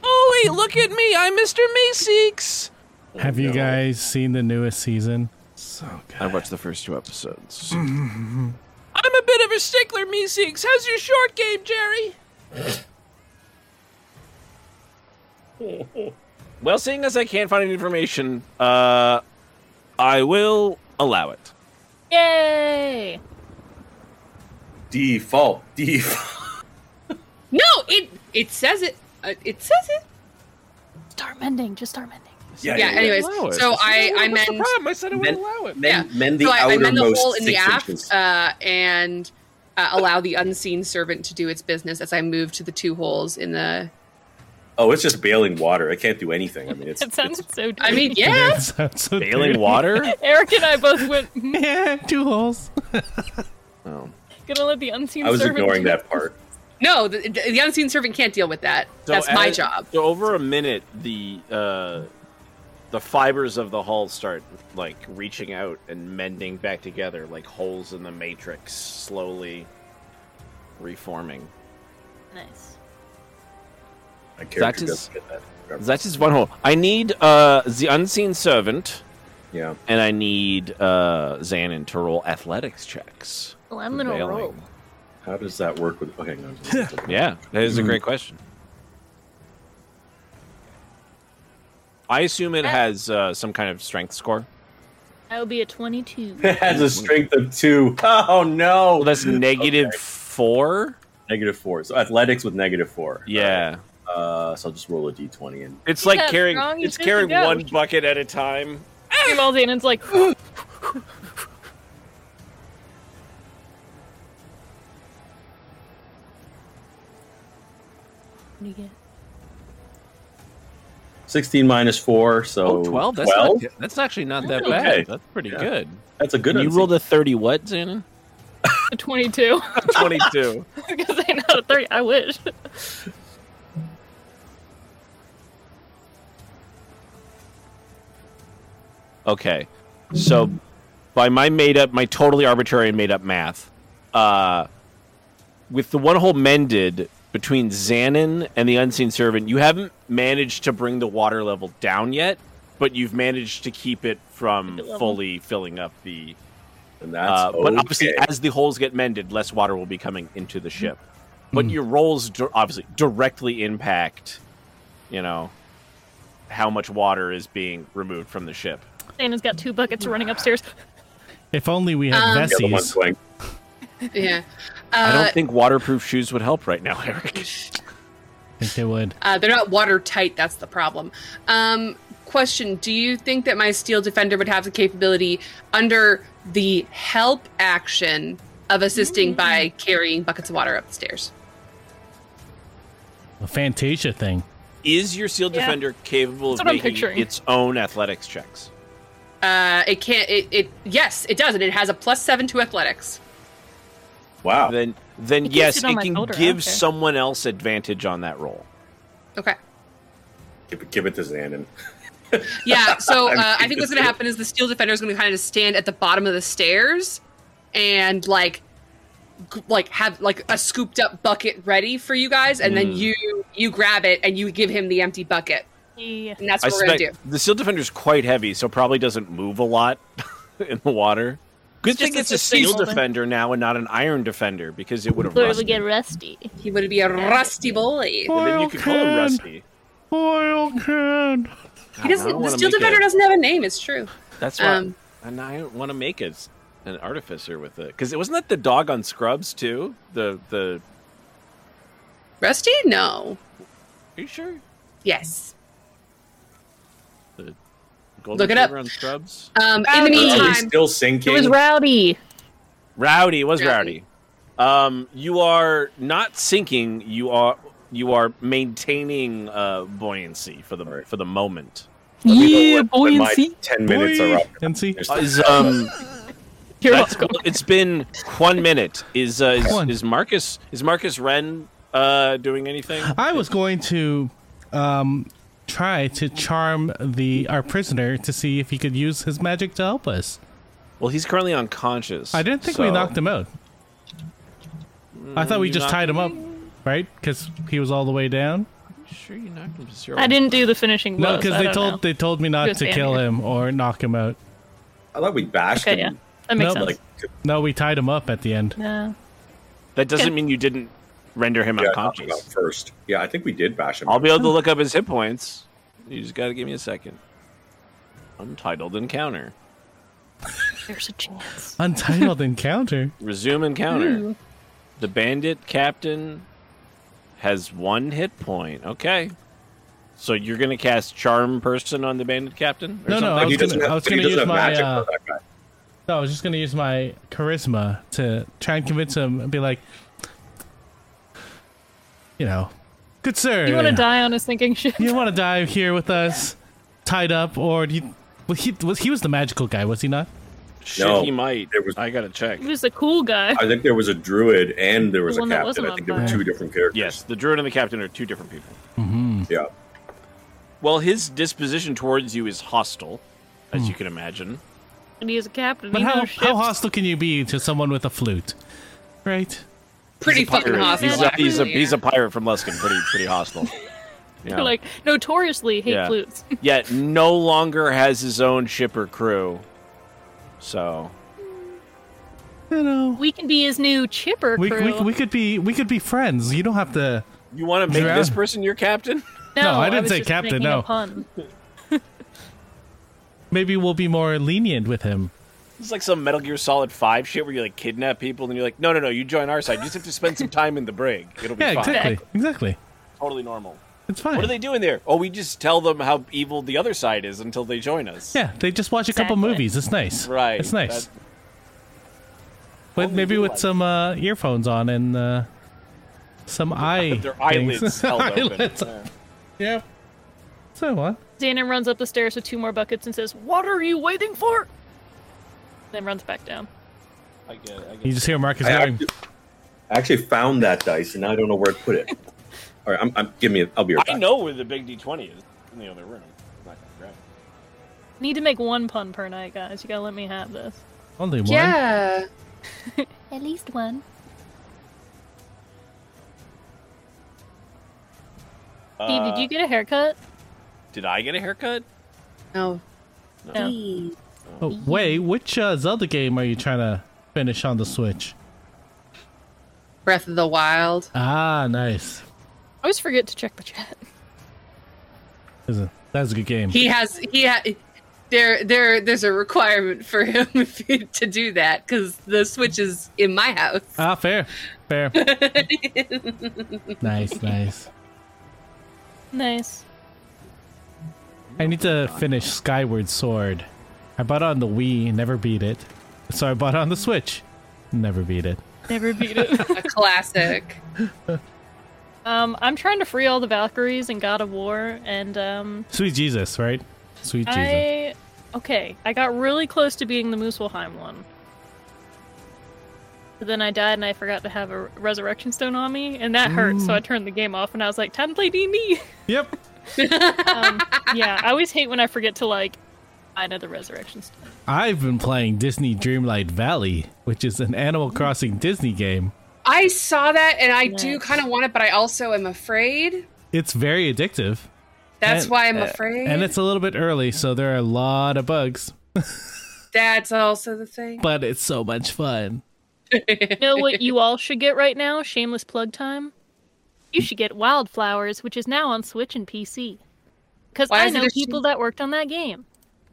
Speaker 6: Oh wait, look at me! I'm Mr. Meeseeks.
Speaker 2: Oh,
Speaker 3: Have you guys seen the newest season? So
Speaker 6: I
Speaker 3: good.
Speaker 6: watched the first two episodes. I'm a bit of a stickler, Meeseeks. How's your short game, Jerry? well, seeing as I can't find any information, uh, I will allow it.
Speaker 5: Yay!
Speaker 2: Default. Default.
Speaker 4: No, it it says it. Uh, it says it.
Speaker 5: Start mending. Just start mending.
Speaker 2: Yeah.
Speaker 4: Yeah. Anyways,
Speaker 6: Allow it.
Speaker 4: so I I
Speaker 6: What's the
Speaker 4: mend.
Speaker 6: problem? I said I would
Speaker 2: Men-
Speaker 6: allow it.
Speaker 4: Yeah.
Speaker 2: Mend, mend the
Speaker 4: so I, I mend the
Speaker 2: outermost
Speaker 4: hole in the
Speaker 2: six
Speaker 4: aft
Speaker 2: inches.
Speaker 4: uh, and uh, allow the unseen servant to do its business as I move to the two holes in the.
Speaker 2: oh, it's just bailing water. I can't do anything. I mean, it's,
Speaker 5: That sounds
Speaker 2: it's-
Speaker 5: so. Dirty.
Speaker 4: I mean, yeah.
Speaker 3: Sounds so
Speaker 6: Bailing
Speaker 3: dirty.
Speaker 6: water?
Speaker 5: Eric and I both went. "Hmm,
Speaker 3: Yeah, two holes.
Speaker 6: Oh.
Speaker 5: Gonna let the unseen.
Speaker 2: I was
Speaker 5: servant
Speaker 2: ignoring
Speaker 5: do
Speaker 2: that part.
Speaker 4: No, the, the unseen servant can't deal with that.
Speaker 6: So
Speaker 4: That's my
Speaker 6: as-
Speaker 4: job.
Speaker 6: So over a minute, the uh, the fibers of the hull start like reaching out and mending back together, like holes in the matrix, slowly reforming.
Speaker 5: Nice.
Speaker 2: My character
Speaker 6: is-
Speaker 2: doesn't get that.
Speaker 6: That is one hole. I need uh, the unseen servant,
Speaker 2: yeah.
Speaker 6: and I need uh, Xanon to roll athletics checks.
Speaker 5: Well, Oh, I'm gonna
Speaker 6: Bailing.
Speaker 5: roll.
Speaker 2: How does that work with? Oh, hang on.
Speaker 6: Yeah, that is a great question. I assume it has uh, some kind of strength score.
Speaker 5: That would be a 22.
Speaker 2: it has a strength of two. Oh no.
Speaker 6: Well, that's negative four.
Speaker 2: Negative four. So athletics with negative four.
Speaker 6: Yeah,
Speaker 2: Uh, so I'll just roll a d20 and
Speaker 6: it's
Speaker 5: like Yeah, carrying- strong, you it's just carrying go. one
Speaker 6: bucket at a time.
Speaker 5: He rolls in and it's like, What do you get?
Speaker 2: 16 minus four. So
Speaker 6: Oh, 12? That's,
Speaker 2: 12?
Speaker 6: Not, that's actually not that
Speaker 5: Okay.
Speaker 6: bad. That's pretty
Speaker 2: Yeah.
Speaker 6: good.
Speaker 2: That's a good.
Speaker 6: you
Speaker 2: unseen-
Speaker 6: rolled a 30 what, Xanon?
Speaker 5: A 22.
Speaker 6: 22.
Speaker 5: Because I not a 30. I wish.
Speaker 6: okay. So by my made up, my totally arbitrary made up math, uh, with the one hole mended between Xanon and the Unseen Servant, you haven't managed to bring the water level down yet, but you've managed to keep it from
Speaker 5: Keep it level.
Speaker 6: fully filling up the
Speaker 2: And that's
Speaker 6: Uh, but obviously,
Speaker 2: okay.
Speaker 6: as the holes get mended, less water will be coming into the ship.
Speaker 2: Hmm.
Speaker 6: But your rolls dir- obviously directly impact, you know, how much water is being removed from the ship.
Speaker 5: Santa's got two buckets running upstairs.
Speaker 3: If only we had
Speaker 2: the other one's
Speaker 3: Vessies.
Speaker 2: going,
Speaker 4: Yeah.
Speaker 6: I
Speaker 4: Uh,
Speaker 6: don't think waterproof shoes would help right now, Eric.
Speaker 3: I think they would.
Speaker 4: uh, they're not watertight. That's the problem. Um, question Do you think that my Steel Defender would have the capability under the help action of assisting
Speaker 2: Mm.
Speaker 4: by carrying buckets of water up the stairs?
Speaker 3: A Fantasia thing.
Speaker 6: Is your sealed
Speaker 5: Yeah.
Speaker 6: defender capable
Speaker 5: That's
Speaker 6: of
Speaker 5: what I'm
Speaker 6: making
Speaker 5: picturing.
Speaker 6: its own athletics checks?
Speaker 4: Uh, it can't. It, it yes, it does, and it has a plus seven to athletics.
Speaker 2: wow.
Speaker 6: Then, then
Speaker 5: It can
Speaker 6: yes,
Speaker 5: sit on
Speaker 6: it
Speaker 5: my
Speaker 6: can
Speaker 5: shoulder, I
Speaker 6: give
Speaker 5: don't care.
Speaker 6: someone else advantage on that roll.
Speaker 4: Okay.
Speaker 2: Give, it- give it to Xanon.
Speaker 4: Yeah, so uh, I think what's going to happen is the steel defender is going to kind of stand at the bottom of the stairs and like g- like have like a scooped up bucket ready for you guys and
Speaker 6: Hmm.
Speaker 4: then you you grab it and you give him the empty bucket.
Speaker 5: Yeah.
Speaker 4: And that's
Speaker 6: I
Speaker 4: what we're going to do.
Speaker 6: suspect the sealed defender is quite heavy, so probably doesn't move a lot in the water. Good
Speaker 5: It's
Speaker 6: thing it's
Speaker 5: just
Speaker 6: a
Speaker 5: a
Speaker 6: steel
Speaker 5: sustainable-
Speaker 6: E defender now and not an iron defender because it would have
Speaker 5: Literally
Speaker 6: rusted.
Speaker 5: get rusty.
Speaker 4: He would be a rusty boy.
Speaker 6: And then you could call him
Speaker 3: Oil can.
Speaker 6: Rusty.
Speaker 3: Oil can.
Speaker 4: He doesn't, the steel E defender
Speaker 6: does.
Speaker 4: doesn't have a name, it's true.
Speaker 6: That's why,
Speaker 4: um,
Speaker 6: and I want to make it an artificer with it because it wasn't that the dog on Scrubs too. The the
Speaker 4: Rusty? No.
Speaker 6: are you sure?
Speaker 4: Yes.
Speaker 6: The golden
Speaker 4: Look it up.
Speaker 6: retriever on Scrubs.
Speaker 4: Um,
Speaker 6: Oh,
Speaker 4: in the
Speaker 5: Rowdy.
Speaker 2: Are we
Speaker 4: meantime,
Speaker 2: still
Speaker 5: It was
Speaker 2: sinking?
Speaker 5: rowdy.
Speaker 6: Rowdy it was
Speaker 4: Rowdy.
Speaker 6: rowdy. Um, you are not sinking. You are you are maintaining uh, buoyancy for the
Speaker 2: Right.
Speaker 6: for the moment.
Speaker 2: Let me know when- when my Ten minutes are up.
Speaker 3: And see,
Speaker 2: There's-
Speaker 6: Is um,
Speaker 5: You're
Speaker 6: that's-
Speaker 5: welcome.
Speaker 6: it's been one minute. Is uh, is,
Speaker 3: One.
Speaker 6: is Marcus is Marcus Wren uh doing anything?
Speaker 3: I was going to um, try to charm the our prisoner to see if he could use his magic to help us.
Speaker 6: Well, he's currently unconscious.
Speaker 3: I didn't think we
Speaker 6: so-
Speaker 3: knocked him out. I thought we
Speaker 6: you
Speaker 3: just
Speaker 6: knocked-
Speaker 3: tied him up, right? Because he was all the way down.
Speaker 6: Sure, you knocked him to zero.
Speaker 5: I didn't do the finishing blow.
Speaker 3: No, because they told they told me not
Speaker 5: Just
Speaker 3: to
Speaker 5: stand
Speaker 3: kill
Speaker 5: here.
Speaker 3: him or knock him out.
Speaker 2: I thought we bashed
Speaker 5: Okay, yeah.
Speaker 2: him.
Speaker 5: That makes
Speaker 3: No,
Speaker 5: sense.
Speaker 2: Like,
Speaker 3: No, we tied him up at the end.
Speaker 5: no.
Speaker 6: That doesn't mean you didn't render him
Speaker 2: yeah, knocked him out
Speaker 6: unconscious.
Speaker 2: first. Yeah, I think we did bash him.
Speaker 6: I'll be able to look up his hit points. You just got to give me a second. Untitled encounter.
Speaker 5: There's a chance.
Speaker 3: Untitled encounter.
Speaker 6: Resume encounter.
Speaker 4: hmm,
Speaker 6: The bandit captain has one hit point. Okay. So you're going to cast charm person on the bandit captain? or
Speaker 3: No, no,
Speaker 6: something?
Speaker 3: I
Speaker 2: He
Speaker 3: was
Speaker 2: doesn't
Speaker 3: gonna- I
Speaker 2: have,
Speaker 3: was
Speaker 2: but he
Speaker 3: gonna
Speaker 2: doesn't
Speaker 3: use
Speaker 2: have
Speaker 3: my,
Speaker 2: magic
Speaker 3: uh,
Speaker 2: for that guy.
Speaker 3: No, I was just gonna use my charisma to try and convince him and be like, you know, good sir,
Speaker 5: You want to die on his thinking ship?
Speaker 3: You want to dive here with us, tied up, or do you? Well, he was he was the magical guy, was he not?
Speaker 6: Shit,
Speaker 2: No,
Speaker 6: he might.
Speaker 2: there was-
Speaker 6: I got to check.
Speaker 5: He was the cool guy.
Speaker 2: I think there was a druid and there was
Speaker 5: The
Speaker 2: a
Speaker 5: one that
Speaker 2: captain.
Speaker 5: wasn't
Speaker 2: I
Speaker 5: on
Speaker 2: think there were
Speaker 5: fire.
Speaker 2: two different characters.
Speaker 6: Yes, the druid and the captain are two different people.
Speaker 2: Yeah.
Speaker 6: Well, his disposition towards you is hostile, as
Speaker 3: Hmm.
Speaker 6: you can imagine.
Speaker 5: And he was a captain.
Speaker 3: But
Speaker 5: he
Speaker 3: how
Speaker 5: knows
Speaker 3: how
Speaker 5: ships.
Speaker 3: hostile can you be to someone with a flute, right?
Speaker 4: pretty fucking hostile.
Speaker 6: He's a, he's a
Speaker 4: actually.
Speaker 6: he's a pirate from Luskin, pretty pretty hostile. Yeah.
Speaker 5: Like notoriously hate
Speaker 6: Yeah.
Speaker 5: flutes.
Speaker 6: Yet no longer has his own ship or crew. So
Speaker 3: You know,
Speaker 5: We can be his new chipper
Speaker 3: we,
Speaker 5: crew.
Speaker 3: we we could be we could be friends. You don't have to.
Speaker 6: you want to make
Speaker 3: Drown.
Speaker 6: this person your captain?
Speaker 5: no,
Speaker 3: No, I didn't
Speaker 5: was
Speaker 3: say
Speaker 5: just
Speaker 3: captain,
Speaker 5: making a
Speaker 3: no.
Speaker 5: pun.
Speaker 3: Maybe we'll be more lenient with him.
Speaker 6: It's like some Metal Gear Solid Five shit where you like kidnap people and you're like, no, no, no, you join our side. You just have to spend some time in the brig. It'll be
Speaker 3: Yeah,
Speaker 6: fine.
Speaker 3: exactly, exactly.
Speaker 6: Totally normal.
Speaker 3: It's fine.
Speaker 6: What are they doing there? Oh, we just tell them how evil the other side is until they join us.
Speaker 3: Yeah, they just watch a couple
Speaker 5: Exactly.
Speaker 3: movies. It's nice.
Speaker 6: Right.
Speaker 3: It's nice.
Speaker 6: That-
Speaker 3: But
Speaker 6: only
Speaker 3: maybe
Speaker 6: do
Speaker 3: with
Speaker 6: like-
Speaker 3: some uh, earphones on and uh, some eye.
Speaker 6: their
Speaker 3: things.
Speaker 6: eyelids held
Speaker 3: Eyelids.
Speaker 6: open. Yeah.
Speaker 3: Yeah. So what?
Speaker 5: Xanon runs up the stairs with two more buckets and says, "What are you waiting for?" Then runs back down.
Speaker 6: I get it. I get
Speaker 3: You
Speaker 6: it.
Speaker 3: just hear Marcus
Speaker 2: I
Speaker 3: going.
Speaker 2: actually, I actually found that dice and now I don't know where to put it. All right, I'm, I'm give me. A, I'll be right
Speaker 6: I
Speaker 2: back.
Speaker 6: know where the big D20 is in the other room. I'm not gonna grab it.
Speaker 5: Need to make one pun per night, guys. You gotta let me have this.
Speaker 3: Only one.
Speaker 4: Yeah.
Speaker 5: At least one. Steve,
Speaker 6: Uh,
Speaker 5: did you get a haircut?
Speaker 6: Did I get a haircut?
Speaker 4: No.
Speaker 5: No.
Speaker 4: Please.
Speaker 6: Oh,
Speaker 3: Oh, wait, which uh, Zelda game are you trying to finish on the Switch?
Speaker 4: Breath of the Wild.
Speaker 3: Ah, nice.
Speaker 5: I always forget to check the chat.
Speaker 3: That's a, that's a good game.
Speaker 4: He has he ha- there there there's a requirement for him if he- to do that because the switch is in my house.
Speaker 3: Ah, fair, fair. nice, nice.
Speaker 5: Nice.
Speaker 3: I need to finish Skyward Sword. I bought it on the Wii, never beat it. So I bought it on the Switch, never beat it.
Speaker 5: Never beat it.
Speaker 4: A classic.
Speaker 5: um, I'm trying to free all the Valkyries in God of War, and um,
Speaker 3: Sweet Jesus, right? Sweet Jesus.
Speaker 5: I okay. I got really close to beating the Muspelheim one, but then I died and I forgot to have a resurrection stone on me, and that hurt. So I turned the game off, and I was like, "Time to play D and D."
Speaker 3: Yep.
Speaker 5: Um, yeah, I always hate when I forget to like find other resurrection stone.
Speaker 3: I've been playing Disney Dreamlight Valley, which is an Animal Crossing Disney game.
Speaker 4: I saw that and I do kind of want it, but I also am afraid.
Speaker 3: It's very addictive,
Speaker 4: That's
Speaker 3: And-
Speaker 4: why I'm afraid.
Speaker 3: and it's a little bit early, so there are a lot of bugs,
Speaker 4: That's also the thing.
Speaker 3: but it's so much fun.
Speaker 5: You know what you all should get right now? Shameless plug time. You should get Wildflowers, which is now on Switch and PC. Because
Speaker 4: Why
Speaker 5: I
Speaker 4: is it
Speaker 5: know
Speaker 4: a sh-
Speaker 5: people that worked on that game.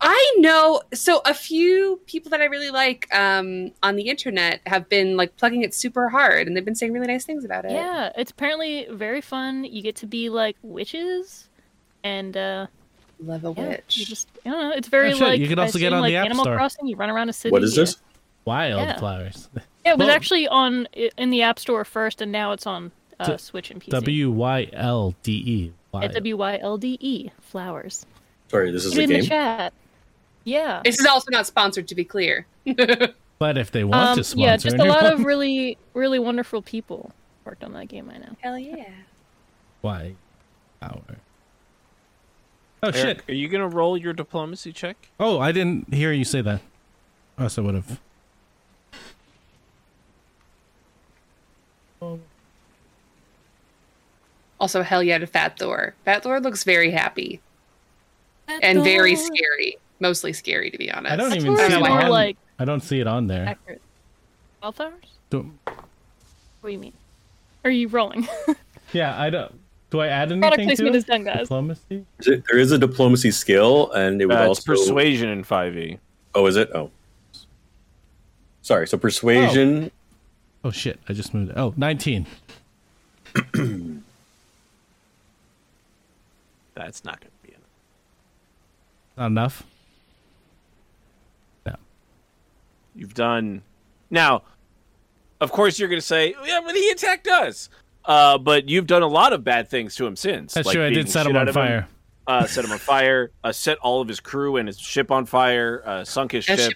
Speaker 4: I know. So a few people that I really like um, on the internet have been like plugging it super hard, and they've been saying really nice things about it.
Speaker 5: Yeah, it's apparently very fun. You get to be like witches, and uh,
Speaker 4: love a
Speaker 5: yeah,
Speaker 4: witch.
Speaker 5: you just I don't know. It's very
Speaker 3: Oh, shit,
Speaker 5: like
Speaker 3: you can
Speaker 5: I
Speaker 3: also get
Speaker 5: assume,
Speaker 3: on
Speaker 5: like
Speaker 3: the App
Speaker 5: Animal
Speaker 3: Store.
Speaker 5: Crossing. You run around a city.
Speaker 2: What is
Speaker 5: yeah.
Speaker 2: this?
Speaker 3: Wildflowers.
Speaker 5: Yeah, it was
Speaker 3: Well-
Speaker 5: actually on in the App Store first, and now it's on uh, Switch and PC.
Speaker 3: W Y L D E.
Speaker 5: at W Y L D E flowers.
Speaker 2: Sorry, this is
Speaker 5: Put
Speaker 2: a
Speaker 5: it in the
Speaker 2: game.
Speaker 5: chat. Yeah.
Speaker 4: This is also not sponsored, to be clear.
Speaker 3: But if they want
Speaker 5: Um,
Speaker 3: to sponsor,
Speaker 5: yeah, just a lot
Speaker 3: anyone-
Speaker 5: of really, really wonderful people worked on that game. I know.
Speaker 4: Hell yeah.
Speaker 3: Why? Hour. Oh
Speaker 6: Eric,
Speaker 3: shit!
Speaker 6: are you gonna roll your diplomacy check?
Speaker 3: Oh, I didn't hear you say that. Oh, Else I would have.
Speaker 4: Also, hell yeah to Fat Thor. Fat Thor looks very happy and very scary. Mostly scary, to be honest.
Speaker 3: I don't
Speaker 5: That's
Speaker 3: even
Speaker 5: where
Speaker 3: see it
Speaker 5: it's more
Speaker 3: on.
Speaker 5: like-
Speaker 3: I don't see it on there.
Speaker 5: accurate. Wildflowers?
Speaker 3: Do,
Speaker 5: What do you mean? Are you rolling?
Speaker 3: yeah, I don't. Do I add anything
Speaker 5: Product
Speaker 3: to
Speaker 5: placement
Speaker 3: it?
Speaker 5: is done, guys.
Speaker 3: Diplomacy.
Speaker 2: Is it- There is a diplomacy skill, and it would
Speaker 6: Uh, it's
Speaker 2: also
Speaker 6: persuasion in five E.
Speaker 2: Oh, is it? Oh, sorry. So persuasion.
Speaker 3: Oh shit! I just moved. It. Oh, 19.
Speaker 6: That's not gonna be it.
Speaker 3: Not enough.
Speaker 6: You've done. Now, of course, you're going to say, "Oh, yeah, but he attacked us. Uh, but you've done a lot of bad things to him since.
Speaker 3: That's
Speaker 6: like
Speaker 3: true. I
Speaker 6: beating
Speaker 3: did set
Speaker 6: the shit
Speaker 3: him
Speaker 6: out
Speaker 3: on
Speaker 6: of
Speaker 3: fire.
Speaker 6: uh, set him on fire. Uh, set all of his crew and his ship on fire. Uh, sunk his
Speaker 4: That
Speaker 6: ship.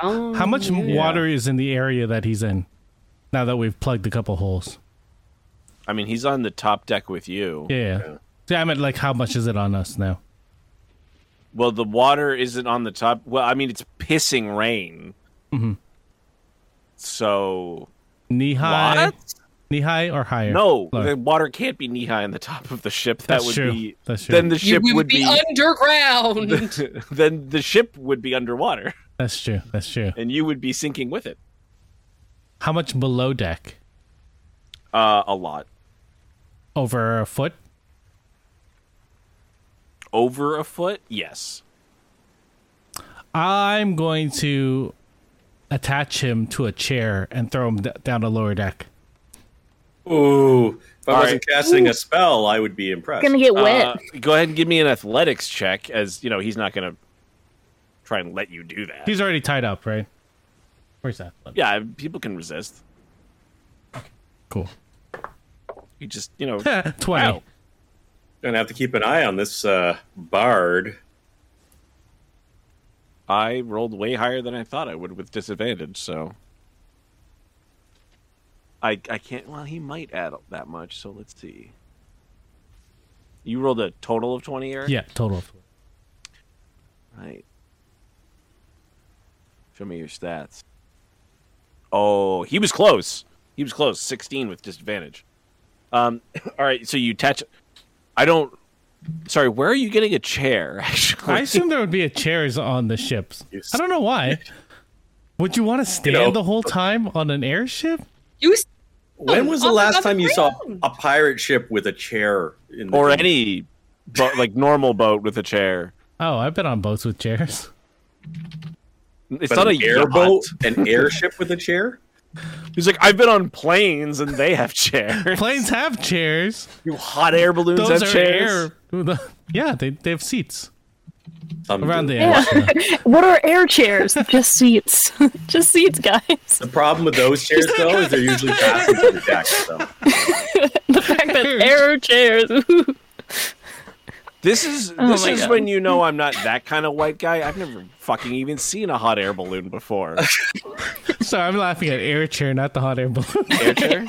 Speaker 4: Oh,
Speaker 3: How much m water is in the area that he's in? Now that we've plugged a couple holes.
Speaker 6: I mean, he's on the top deck with you.
Speaker 3: Yeah. yeah. See, I meant like how much is it on us now?
Speaker 6: Well, the water isn't on the top. Well, I mean, it's pissing rain.
Speaker 3: Mm-hmm.
Speaker 6: So
Speaker 3: Knee high.
Speaker 6: what?
Speaker 3: Knee high or higher?
Speaker 6: No,
Speaker 3: Lower.
Speaker 6: the water can't be knee high on the top of the ship. That
Speaker 3: That's
Speaker 6: would
Speaker 3: true.
Speaker 6: be
Speaker 3: That's true.
Speaker 6: then the
Speaker 4: you
Speaker 6: ship
Speaker 4: would,
Speaker 6: would
Speaker 4: be, underground.
Speaker 6: then the ship would be underwater
Speaker 3: That's true. That's true.
Speaker 6: and you would be sinking with it
Speaker 3: How much below deck?
Speaker 6: uh, a lot
Speaker 3: Over a foot?
Speaker 6: over a foot yes
Speaker 3: I'm going to attach him to a chair and throw him d- down to lower deck.
Speaker 2: Oh. Ooh, if I
Speaker 6: All
Speaker 2: wasn't casting a spell, I would be impressed.
Speaker 5: get
Speaker 6: Uh, go ahead and give me an athletics check as you know he's not gonna try and let you do that
Speaker 3: He's already tied up, right? Where's that?
Speaker 6: yeah people can resist
Speaker 3: Cool.
Speaker 6: you just you know
Speaker 3: 20.
Speaker 6: Ow.
Speaker 2: Gonna have to keep an eye on this uh, bard.
Speaker 6: i rolled way higher than i thought i would with disadvantage so i i can't well he might add that much so let's see you rolled a total of 20 Eric?
Speaker 3: Yeah, total. of 20.
Speaker 6: Right. Show me your stats. Oh, he was close. He was close. Sixteen with disadvantage. Um. All right. So you attach. I don't Sorry, where are you getting a chair? Actually,
Speaker 3: I assume there would be a chairs on the ships.
Speaker 2: Yes.
Speaker 3: I don't know why. Would you want to stand
Speaker 2: know-
Speaker 3: the whole time on an airship?
Speaker 4: You s-
Speaker 5: Oh,
Speaker 2: When was the
Speaker 4: on the
Speaker 2: last time you saw
Speaker 4: ground.
Speaker 2: a pirate ship with a chair in the
Speaker 6: or
Speaker 2: deep?
Speaker 6: any boat, like normal boat with a chair.
Speaker 3: Oh, I've been on boats with chairs.
Speaker 6: It's
Speaker 2: But
Speaker 6: not
Speaker 2: an
Speaker 6: a
Speaker 2: airboat,
Speaker 6: airboat.
Speaker 2: an airship with a chair.
Speaker 6: He's like, I've been on planes and they have chairs.
Speaker 3: Planes have chairs.
Speaker 6: you hot air balloons have
Speaker 3: Those are
Speaker 6: chairs.
Speaker 3: air. Yeah, they, they have seats
Speaker 2: Some
Speaker 3: around
Speaker 2: do.
Speaker 3: the airship.
Speaker 7: What are air chairs? Just seats. Just seats, guys.
Speaker 2: The problem with those chairs, though, is they're usually fastened to the deck. So.
Speaker 7: The fact that air chairs. Ooh.
Speaker 6: This is
Speaker 7: Oh
Speaker 6: this
Speaker 7: my
Speaker 6: is
Speaker 7: God.
Speaker 6: when you know I'm not that kind of white guy. I've never fucking even seen a hot air balloon before.
Speaker 3: Sorry, I'm laughing at air chair, not the hot air balloon.
Speaker 6: Air chair?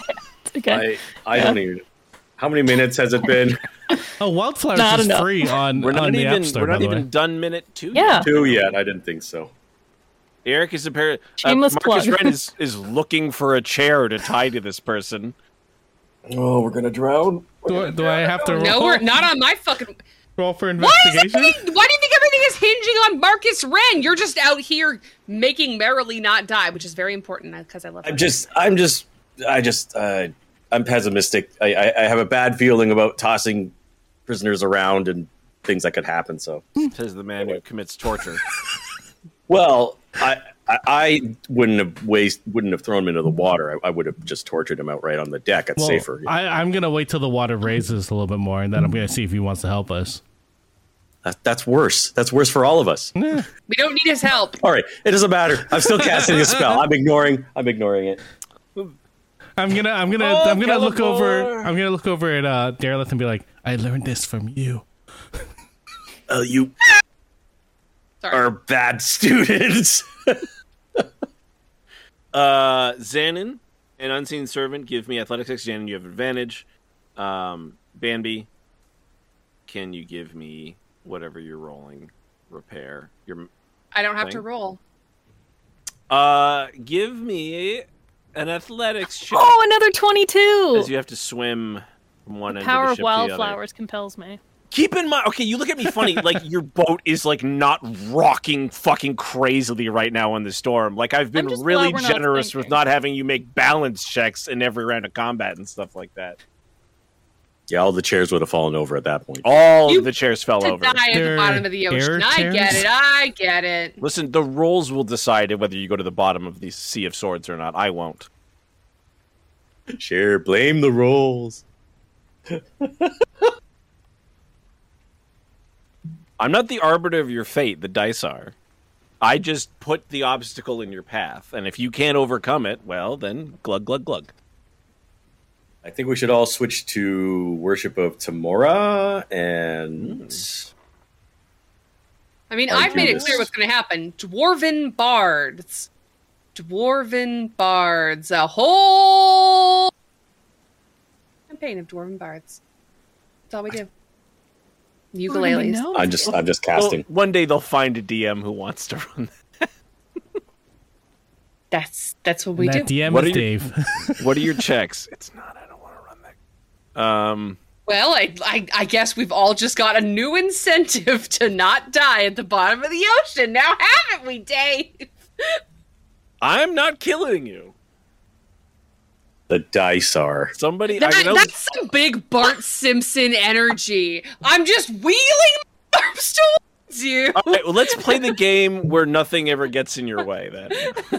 Speaker 7: Okay.
Speaker 2: I, I don't even. How many minutes has it been?
Speaker 3: Oh, Wildflowers
Speaker 7: Not
Speaker 3: is
Speaker 7: enough.
Speaker 3: free on,
Speaker 6: We're
Speaker 3: on
Speaker 6: not
Speaker 3: the
Speaker 6: even
Speaker 3: App Store,
Speaker 6: we're
Speaker 3: by
Speaker 6: not
Speaker 3: the
Speaker 6: even
Speaker 3: way.
Speaker 6: done minute two.
Speaker 7: yeah.
Speaker 2: Two yet? I didn't think so.
Speaker 6: Eric is apparently
Speaker 7: Shameless
Speaker 6: Marcus
Speaker 7: plug.
Speaker 6: Wren is is looking for a chair to tie to this person.
Speaker 2: Oh, we're gonna drown.
Speaker 3: Do, do I have to roll,
Speaker 4: no, we're not on my fucking.
Speaker 3: roll for
Speaker 4: Why is
Speaker 3: investigation?
Speaker 4: everything- Why do you think everything is hinging on Marcus Wren? You're just out here making Merrily not die, which is very important because I love.
Speaker 2: I'm
Speaker 4: her.
Speaker 2: just. I'm just. I just. Uh, I'm pessimistic. I, I, I have a bad feeling about tossing prisoners around and things that could happen. So,
Speaker 6: Says the man who commits torture.
Speaker 2: well, I. I- I wouldn't have waste, wouldn't have thrown him into the water. I, I would have just tortured him outright on the deck. It's
Speaker 3: Well,
Speaker 2: safer.
Speaker 3: I, I'm gonna wait till the water raises a little bit more, and then I'm gonna see if he wants to help us.
Speaker 2: That- that's worse. That's worse for all of us.
Speaker 4: we don't need his help.
Speaker 2: All right, it doesn't matter. I'm still casting a spell. I'm ignoring. I'm ignoring it.
Speaker 3: I'm gonna, I'm gonna,
Speaker 6: Oh,
Speaker 3: I'm gonna look over.
Speaker 6: Gallimore.
Speaker 3: I'm gonna look over at uh, Derelith and be like, "I learned this from you."
Speaker 2: Uh, you
Speaker 4: Sorry.
Speaker 2: are bad students.
Speaker 6: Uh Xanon, an unseen servant, give me athletics. Xanon, you have advantage. Um Bambi, can you give me whatever you're rolling? Repair your
Speaker 4: I don't have to
Speaker 6: thing.
Speaker 4: roll.
Speaker 6: Uh, give me an athletics check.
Speaker 7: Oh, another
Speaker 6: Because
Speaker 7: 22.
Speaker 6: you have to swim from one end
Speaker 5: Power
Speaker 6: of the ship
Speaker 5: of
Speaker 6: to the other.
Speaker 5: wildflowers compels me.
Speaker 6: Keep in mind, okay, you look at me funny. like your boat is like not rocking fucking crazily right now in the storm. Like I've been
Speaker 5: I'm just
Speaker 6: really
Speaker 5: glad we're not
Speaker 6: generous with
Speaker 5: sinking.
Speaker 6: not having you make balance checks in every round of combat and stuff like that.
Speaker 2: Yeah, all the chairs would have fallen over at that point.
Speaker 6: All
Speaker 4: You
Speaker 6: of the chairs fell
Speaker 4: To
Speaker 6: over.
Speaker 4: die at
Speaker 3: There
Speaker 4: the
Speaker 3: are
Speaker 4: bottom of the
Speaker 3: air
Speaker 4: ocean. I get
Speaker 3: chairs?
Speaker 4: it. I get it.
Speaker 6: Listen, the rules will decide whether you go to the bottom of the sea of swords or not. I won't.
Speaker 2: Sure, blame the rolls.
Speaker 6: I'm not the arbiter of your fate, the dice are. I just put the obstacle in your path, and if you can't overcome it, well, then glug, glug, glug.
Speaker 2: I think we should all switch to worship of Tamora and
Speaker 4: I mean,
Speaker 2: I
Speaker 4: I've made it
Speaker 2: guess.
Speaker 4: clear what's going to happen. Dwarven bards, dwarven bards, a whole campaign of dwarven bards. That's all we do. Ukuleles.
Speaker 2: I'm just I'm just casting.
Speaker 6: Well, one day they'll find a DM who wants to run
Speaker 4: That's that's what we
Speaker 3: And
Speaker 4: do.
Speaker 3: that DM
Speaker 6: What
Speaker 3: is
Speaker 6: are your-
Speaker 3: Dave.
Speaker 6: that. What are your checks? It's not, I don't want to run that. Um,
Speaker 4: well, I, I I guess we've all just got a new incentive to not die at the bottom of the ocean. Now haven't we, Dave?
Speaker 6: I'm not killing you.
Speaker 2: The dice are.
Speaker 6: Somebody,
Speaker 4: That-
Speaker 6: I know.
Speaker 4: that's some big Bart Simpson energy. I'm just wheeling my arms towards you.
Speaker 6: All right, well, let's play the game where nothing ever gets in your way. Then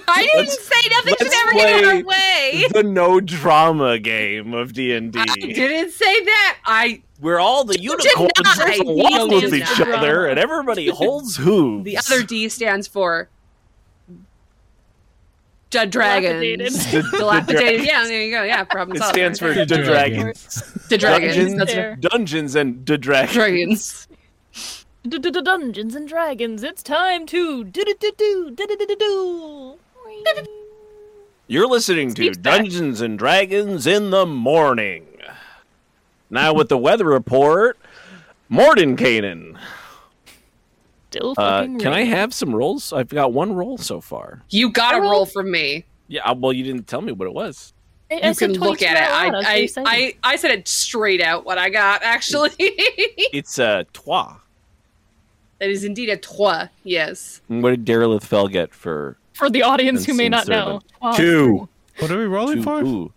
Speaker 4: I didn't say nothing should
Speaker 6: let's
Speaker 4: ever get in our
Speaker 6: play-
Speaker 4: way.
Speaker 6: the no drama game of D and
Speaker 4: I
Speaker 6: D.
Speaker 4: didn't say that. I
Speaker 6: We're all the unicorns
Speaker 4: deny
Speaker 6: walk
Speaker 4: the
Speaker 6: with each
Speaker 5: drama.
Speaker 6: other, and everybody holds hooves.
Speaker 4: the other D stands for the
Speaker 5: Dilapidated.
Speaker 4: dragons.
Speaker 6: The- the
Speaker 4: Dilapidated. Yeah, there you go. Yeah, problem
Speaker 6: It
Speaker 4: solved.
Speaker 6: stands for the
Speaker 3: Dungeons.
Speaker 6: dragons,
Speaker 4: the dragons.
Speaker 6: Dungeons.
Speaker 4: That's
Speaker 5: There.
Speaker 4: right.
Speaker 6: dungeons, and the dragons.
Speaker 4: Dragons.
Speaker 5: Dungeons and Dragons. It's time to do do do do do do do do.
Speaker 6: You're listening to
Speaker 5: Sleep stack.
Speaker 6: Dungeons and Dragons in the morning. Now with the weather report, Morden Kanan.
Speaker 5: Still
Speaker 6: Uh,
Speaker 5: fucking.
Speaker 6: can I
Speaker 5: raining.
Speaker 6: have some rolls? I've got one roll so far.
Speaker 4: You got a roll from me.
Speaker 6: Yeah, uh, well, you didn't tell me what it was.
Speaker 5: I,
Speaker 4: you can look at it. I, I, I, I said it straight out what I got, actually. that
Speaker 6: It's uh, a trois.
Speaker 4: is indeed a trois, yes.
Speaker 6: What did Derelith Fell get for
Speaker 5: for the audience who may
Speaker 6: Unseen
Speaker 5: not know. Wow.
Speaker 2: Two.
Speaker 3: What are we rolling
Speaker 6: two?
Speaker 3: for?
Speaker 6: Ooh.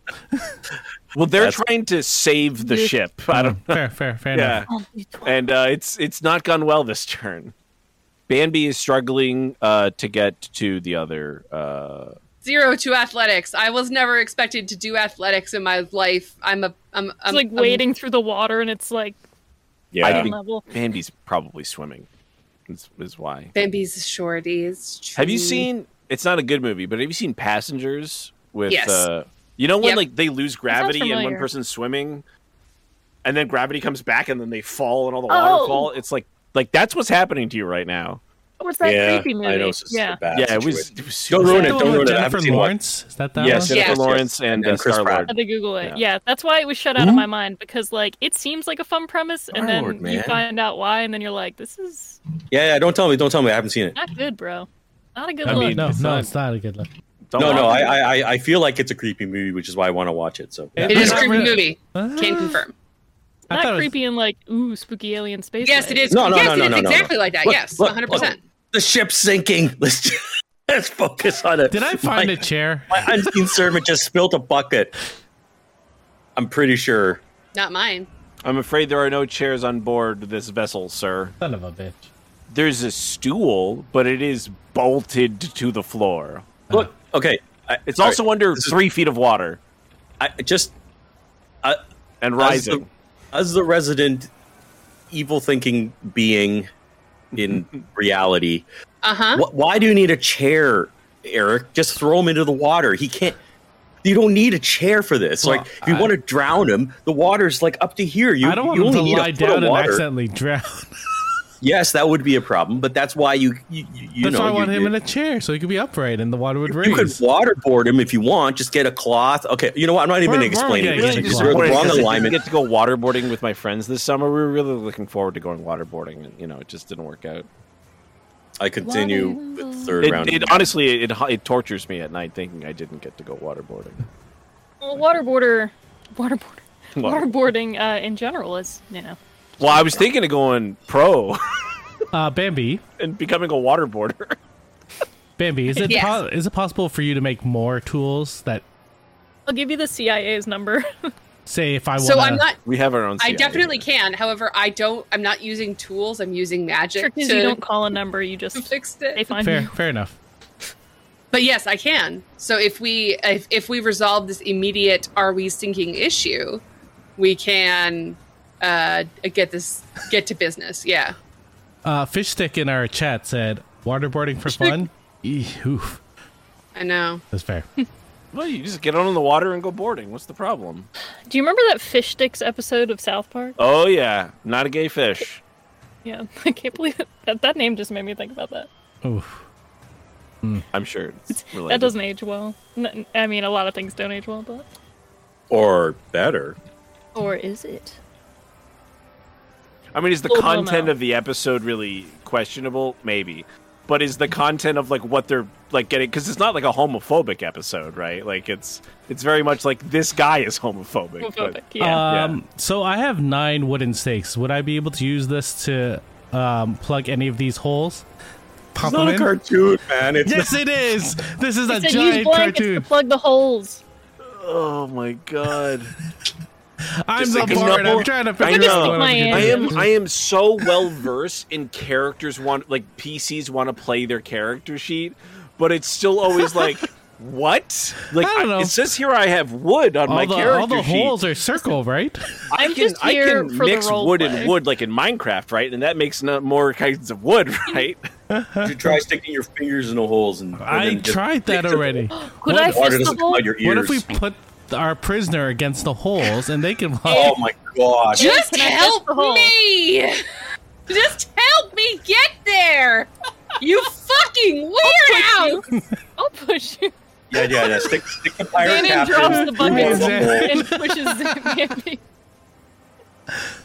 Speaker 6: well, they're
Speaker 2: That's-
Speaker 6: trying to save the
Speaker 5: Yeah.
Speaker 6: ship. I don't.
Speaker 3: fair, fair, fair
Speaker 6: Yeah,
Speaker 3: enough.
Speaker 6: and uh, it's it's not gone well this turn. Bambi is struggling uh, to get to the other. Uh,
Speaker 4: Zero to athletics. I was never expected to do athletics in my life. I'm a, I'm,
Speaker 5: It's
Speaker 4: I'm
Speaker 5: like
Speaker 4: I'm-
Speaker 5: wading through the water, and it's like
Speaker 2: Yeah.
Speaker 6: I think
Speaker 5: level.
Speaker 6: Bambi's probably swimming. Is, is why.
Speaker 4: Bambi's short is.
Speaker 6: Have you
Speaker 4: true.
Speaker 6: seen? It's not a good movie, but have you seen Passengers with?
Speaker 4: Yes.
Speaker 6: Uh, you know when
Speaker 4: Yep.
Speaker 6: like they lose
Speaker 5: sounds
Speaker 6: gravity and one
Speaker 5: familiar.
Speaker 6: person's swimming, and then gravity comes back and then they fall and all the waterfall.
Speaker 5: Oh.
Speaker 6: It's like like that's what's happening to you right now.
Speaker 5: What's that
Speaker 2: yeah,
Speaker 5: creepy movie?
Speaker 2: I know. It's just
Speaker 5: yeah.
Speaker 2: a bad
Speaker 6: yeah, it was.
Speaker 2: situation.
Speaker 6: It was
Speaker 2: Don't
Speaker 3: Is
Speaker 2: ruin it,
Speaker 3: that the
Speaker 2: don't
Speaker 3: one
Speaker 2: ruin
Speaker 3: with
Speaker 2: it, I haven't
Speaker 3: Jennifer
Speaker 2: seen one.
Speaker 3: Lawrence? Is that that
Speaker 6: Yes,
Speaker 3: one?
Speaker 4: Yeah.
Speaker 6: Jennifer
Speaker 2: Yes, yes.
Speaker 6: Lawrence and,
Speaker 2: And
Speaker 6: uh,
Speaker 2: Chris
Speaker 6: Star Lord.
Speaker 5: I had to Google it.
Speaker 6: Yeah.
Speaker 5: Yeah. that's why it was shut out
Speaker 3: Hmm?
Speaker 5: of my mind because like it seems like a fun premise, and then
Speaker 2: Star-Lord,
Speaker 5: you
Speaker 2: man.
Speaker 5: find out why, and then you're like, "This is
Speaker 2: Yeah, yeah. Don't tell me. Don't tell me. I haven't seen it.
Speaker 5: not good, bro. Not a good
Speaker 3: I
Speaker 5: look."
Speaker 3: mean, no,
Speaker 6: it's
Speaker 3: no,
Speaker 6: not-
Speaker 3: it's not a good look.
Speaker 2: No, no. I, I, I- I feel like it's a creepy movie, which is why I want to watch it. So
Speaker 4: It is a creepy
Speaker 3: Really?
Speaker 4: movie.
Speaker 3: Ah,
Speaker 4: Can confirm.
Speaker 3: I
Speaker 5: not
Speaker 3: thought it was-
Speaker 5: creepy and like ooh, spooky alien space.
Speaker 4: Yes, it
Speaker 5: life.
Speaker 4: is.
Speaker 2: No, no,
Speaker 4: yes,
Speaker 2: no,
Speaker 4: it
Speaker 2: no,
Speaker 4: is
Speaker 2: no, no.
Speaker 4: exactly like that.
Speaker 2: Look,
Speaker 4: yes,
Speaker 2: look,
Speaker 4: 100%.
Speaker 2: the ship's sinking. Let's just, let's focus on it.
Speaker 3: Did I find
Speaker 2: my,
Speaker 3: a chair?
Speaker 2: My unseen servant just spilled a bucket. I'm pretty sure.
Speaker 4: Not mine.
Speaker 6: I'm afraid there are no chairs on board this vessel, sir.
Speaker 3: Son of a bitch.
Speaker 6: There's a stool, but it is bolted to the floor.
Speaker 2: Look,
Speaker 3: Uh-huh.
Speaker 2: okay. I,
Speaker 6: It's
Speaker 2: all
Speaker 6: also under
Speaker 2: This is-
Speaker 6: three feet of water
Speaker 2: right. I just
Speaker 6: and
Speaker 2: as the,
Speaker 6: rising.
Speaker 2: as the resident evil thinking being in reality.
Speaker 4: Uh huh.
Speaker 2: Wh- why do you need a chair, Eric? Just throw him into the water. He can't. You don't need a chair for this.
Speaker 3: Well,
Speaker 2: like, if you
Speaker 3: I-
Speaker 2: want to drown him, the water's like up to here. You
Speaker 3: I don't want
Speaker 2: you
Speaker 3: him
Speaker 2: only
Speaker 3: to
Speaker 2: need a
Speaker 3: lie
Speaker 2: foot of
Speaker 3: down and
Speaker 2: water.
Speaker 3: accidentally drown.
Speaker 2: Yes, that would be a problem, but that's why you you, you, you
Speaker 3: That's
Speaker 2: know
Speaker 3: why I want
Speaker 2: you,
Speaker 3: him
Speaker 2: you,
Speaker 3: in a chair so he could be upright and the water would raise.
Speaker 2: you could waterboard him if you want. Just get a cloth. Okay, you know what? I'm not even
Speaker 3: Where- where
Speaker 2: gonna
Speaker 3: are we
Speaker 2: explain
Speaker 3: getting
Speaker 2: it.
Speaker 3: this
Speaker 2: Because
Speaker 3: cloth?
Speaker 2: You're
Speaker 3: Where
Speaker 2: the
Speaker 3: is
Speaker 2: wrong
Speaker 6: Because I didn't
Speaker 2: alignment.
Speaker 6: get to go waterboarding with my friends this summer. We were really looking forward to going waterboarding, and you know, it just didn't work out.
Speaker 2: I continue with third round.
Speaker 6: It, it honestly, it, it tortures me at night thinking I didn't get to go waterboarding.
Speaker 5: Well, waterboarder, waterboard,
Speaker 6: Water-
Speaker 5: waterboarding uh, in general is you know.
Speaker 6: Well, I was thinking of going pro
Speaker 3: Uh, Bambi,
Speaker 6: and becoming a waterboarder.
Speaker 3: Bambi, is it
Speaker 4: Yes.
Speaker 3: po- is it possible for you to make more tools that
Speaker 5: I'll give you the CIA's number.
Speaker 3: say if I want?
Speaker 4: So
Speaker 2: uh,
Speaker 4: I'm not.
Speaker 6: We have our own.
Speaker 4: I
Speaker 6: CIA
Speaker 4: definitely
Speaker 6: here.
Speaker 4: can. However, I don't. I'm not using tools. I'm using magic
Speaker 5: Trick is
Speaker 4: to
Speaker 5: you don't call a number, you just
Speaker 4: fix
Speaker 5: they
Speaker 4: it.
Speaker 5: find
Speaker 3: fair.
Speaker 5: you.
Speaker 3: Fair enough.
Speaker 4: But yes, I can. So if we if, if we resolve this immediate are we sinking issue, we can uh get this get to business. Yeah.
Speaker 3: Uh, Fish stick in our chat said waterboarding for fun. Eeh, oof.
Speaker 4: I know.
Speaker 3: That's fair.
Speaker 6: Well, you just get on the water and go boarding. What's the problem?
Speaker 5: Do you remember that fish sticks episode of South Park?
Speaker 6: Oh yeah, not a gay fish.
Speaker 5: Yeah, I can't believe it. that that name just made me think about that.
Speaker 3: oof.
Speaker 6: I'm sure it's related.
Speaker 5: That doesn't age well. N- I mean, a lot of things don't age well, but
Speaker 2: or better.
Speaker 5: or is it?
Speaker 6: I mean, is the
Speaker 5: Full blown
Speaker 6: content
Speaker 5: out.
Speaker 6: of the episode really questionable? Maybe, but is the content of like what they're like getting? Because it's not like a homophobic episode, right? Like it's it's very much like this guy is homophobic. but-
Speaker 5: Homophobic, yeah.
Speaker 3: Um, So I have nine wooden stakes. Would I be able to use this to um, plug any of these holes? Pop
Speaker 2: It's not
Speaker 3: them
Speaker 2: a
Speaker 3: in?
Speaker 2: cartoon, man. It's
Speaker 3: Yes, it is. This is
Speaker 5: It's
Speaker 3: a
Speaker 5: a use
Speaker 3: giant
Speaker 5: blankets to
Speaker 3: cartoon.
Speaker 5: plug the holes.
Speaker 6: oh my god.
Speaker 3: I'm
Speaker 6: Just
Speaker 3: the
Speaker 6: like a
Speaker 3: bard.
Speaker 6: novel-
Speaker 3: I'm trying to
Speaker 6: I
Speaker 3: figure
Speaker 6: know.
Speaker 3: out what
Speaker 5: My
Speaker 3: I'm gonna
Speaker 6: I
Speaker 5: hand.
Speaker 3: do.
Speaker 6: am I am so well versed in characters want like PCs want to play their character sheet, but it's still always like what? Like
Speaker 3: I don't know.
Speaker 6: it says here I have wood on
Speaker 3: All
Speaker 6: my
Speaker 3: the,
Speaker 6: character
Speaker 3: all the
Speaker 6: sheet.
Speaker 3: holes are circle, right?
Speaker 6: I
Speaker 5: I'm
Speaker 6: can
Speaker 5: just
Speaker 6: I
Speaker 5: here
Speaker 6: can
Speaker 5: for the
Speaker 6: mix
Speaker 5: role
Speaker 6: wood
Speaker 5: play.
Speaker 6: and wood like in Minecraft, right? And that makes no, more kinds of wood, right?
Speaker 2: You try sticking your fingers in the holes and. and
Speaker 3: I
Speaker 2: then just
Speaker 3: tried that
Speaker 2: stick to the-
Speaker 3: already.
Speaker 5: Could
Speaker 3: What
Speaker 5: I
Speaker 3: if-
Speaker 2: Water
Speaker 5: fist the
Speaker 2: doesn't come
Speaker 5: hole?
Speaker 2: out your ears.
Speaker 3: What if we put our prisoner against the holes and they can?
Speaker 2: Oh my god!
Speaker 4: Just
Speaker 5: can I
Speaker 4: help
Speaker 5: fix the hole?
Speaker 4: me. Just help me get there. You fucking weirdo.
Speaker 5: I'll push you.
Speaker 2: Yeah, yeah, yeah. Stick, stick the pirate
Speaker 5: Zanin
Speaker 2: captain.
Speaker 5: drops the bucket
Speaker 3: Who wants it?
Speaker 5: and pushes Zambi.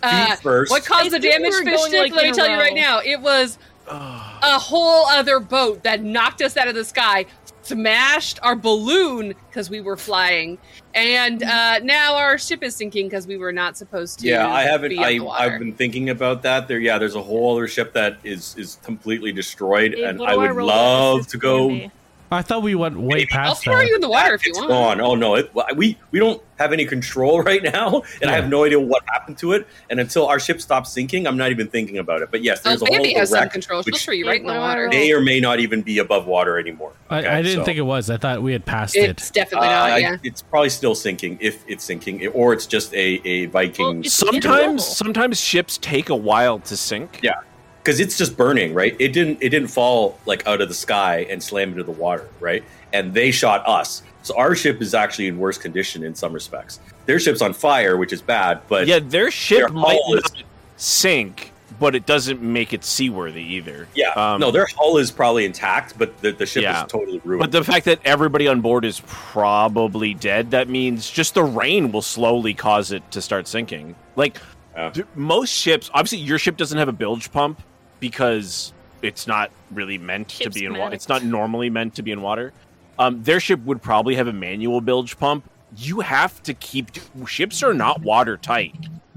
Speaker 4: Uh,
Speaker 2: Feet first.
Speaker 4: What caused
Speaker 5: I
Speaker 4: the
Speaker 5: think
Speaker 4: damage,
Speaker 5: we were
Speaker 4: fish
Speaker 5: going,
Speaker 4: stick?
Speaker 5: like,
Speaker 4: Let
Speaker 5: in
Speaker 4: me
Speaker 5: a
Speaker 4: tell you
Speaker 5: row.
Speaker 4: right now, it was a whole other boat that knocked us out of the sky. smashed our balloon because we were flying, and
Speaker 5: Mm.
Speaker 4: uh, now our ship is sinking because we were not supposed to.
Speaker 2: Yeah, I haven't.
Speaker 4: be in
Speaker 2: I,
Speaker 4: the water.
Speaker 2: I've been thinking about that. There, yeah, there's a whole other ship that is is completely destroyed,
Speaker 5: Dave,
Speaker 2: and
Speaker 5: what
Speaker 2: I
Speaker 5: do
Speaker 2: would
Speaker 5: roll
Speaker 2: love
Speaker 5: assist
Speaker 2: to go.
Speaker 5: be?
Speaker 3: I thought we went way
Speaker 4: I'll
Speaker 3: past
Speaker 4: throw you
Speaker 3: that.
Speaker 4: in the water if you
Speaker 2: It's
Speaker 4: want.
Speaker 2: gone. Oh no, it, we we don't have any control right now, and I
Speaker 3: Yeah.
Speaker 2: have no idea what happened to it. And until our ship stops sinking, I'm not even thinking about it. But yes,
Speaker 4: Oh,
Speaker 2: there's a
Speaker 4: baby
Speaker 2: whole
Speaker 4: has
Speaker 2: other
Speaker 4: some
Speaker 2: wreck
Speaker 4: control. She'll
Speaker 2: which-
Speaker 4: throw you right in the
Speaker 5: Wait,
Speaker 4: water.
Speaker 5: where
Speaker 2: may or may not even be above water anymore. Okay,
Speaker 3: I, I didn't
Speaker 2: so,
Speaker 3: think it was. I thought we had passed it.
Speaker 4: It's definitely
Speaker 2: uh, I-
Speaker 4: not. Yeah.
Speaker 2: It's probably still sinking if it's sinking, or it's just a a Viking
Speaker 5: it's-
Speaker 6: Sometimes,
Speaker 5: Yeah.
Speaker 6: sometimes ships take a while to sink.
Speaker 2: Yeah. because it's just burning, right? It didn't it didn't fall like out of the sky and slam into the water, right? And they shot us. So our ship is actually in worse condition in some respects. Their ship's on fire, which is bad, but
Speaker 6: yeah, their ship
Speaker 2: Their
Speaker 6: might
Speaker 2: hull is-
Speaker 6: not sink, but it doesn't make it seaworthy either.
Speaker 2: yeah,
Speaker 6: Um,
Speaker 2: no, their hull is probably intact, but the, the ship
Speaker 6: Yeah.
Speaker 2: is totally ruined.
Speaker 6: But the fact that everybody on board is probably dead, that means just the rain will slowly cause it to start sinking. Like
Speaker 2: Yeah.
Speaker 6: th- most ships, obviously your ship doesn't have a bilge pump because it's not really meant
Speaker 5: Ship's
Speaker 6: to be in
Speaker 5: matic.
Speaker 6: water. It's not normally meant to be in water. Um, their ship would probably have a manual bilge pump. You have to keep ships are not watertight.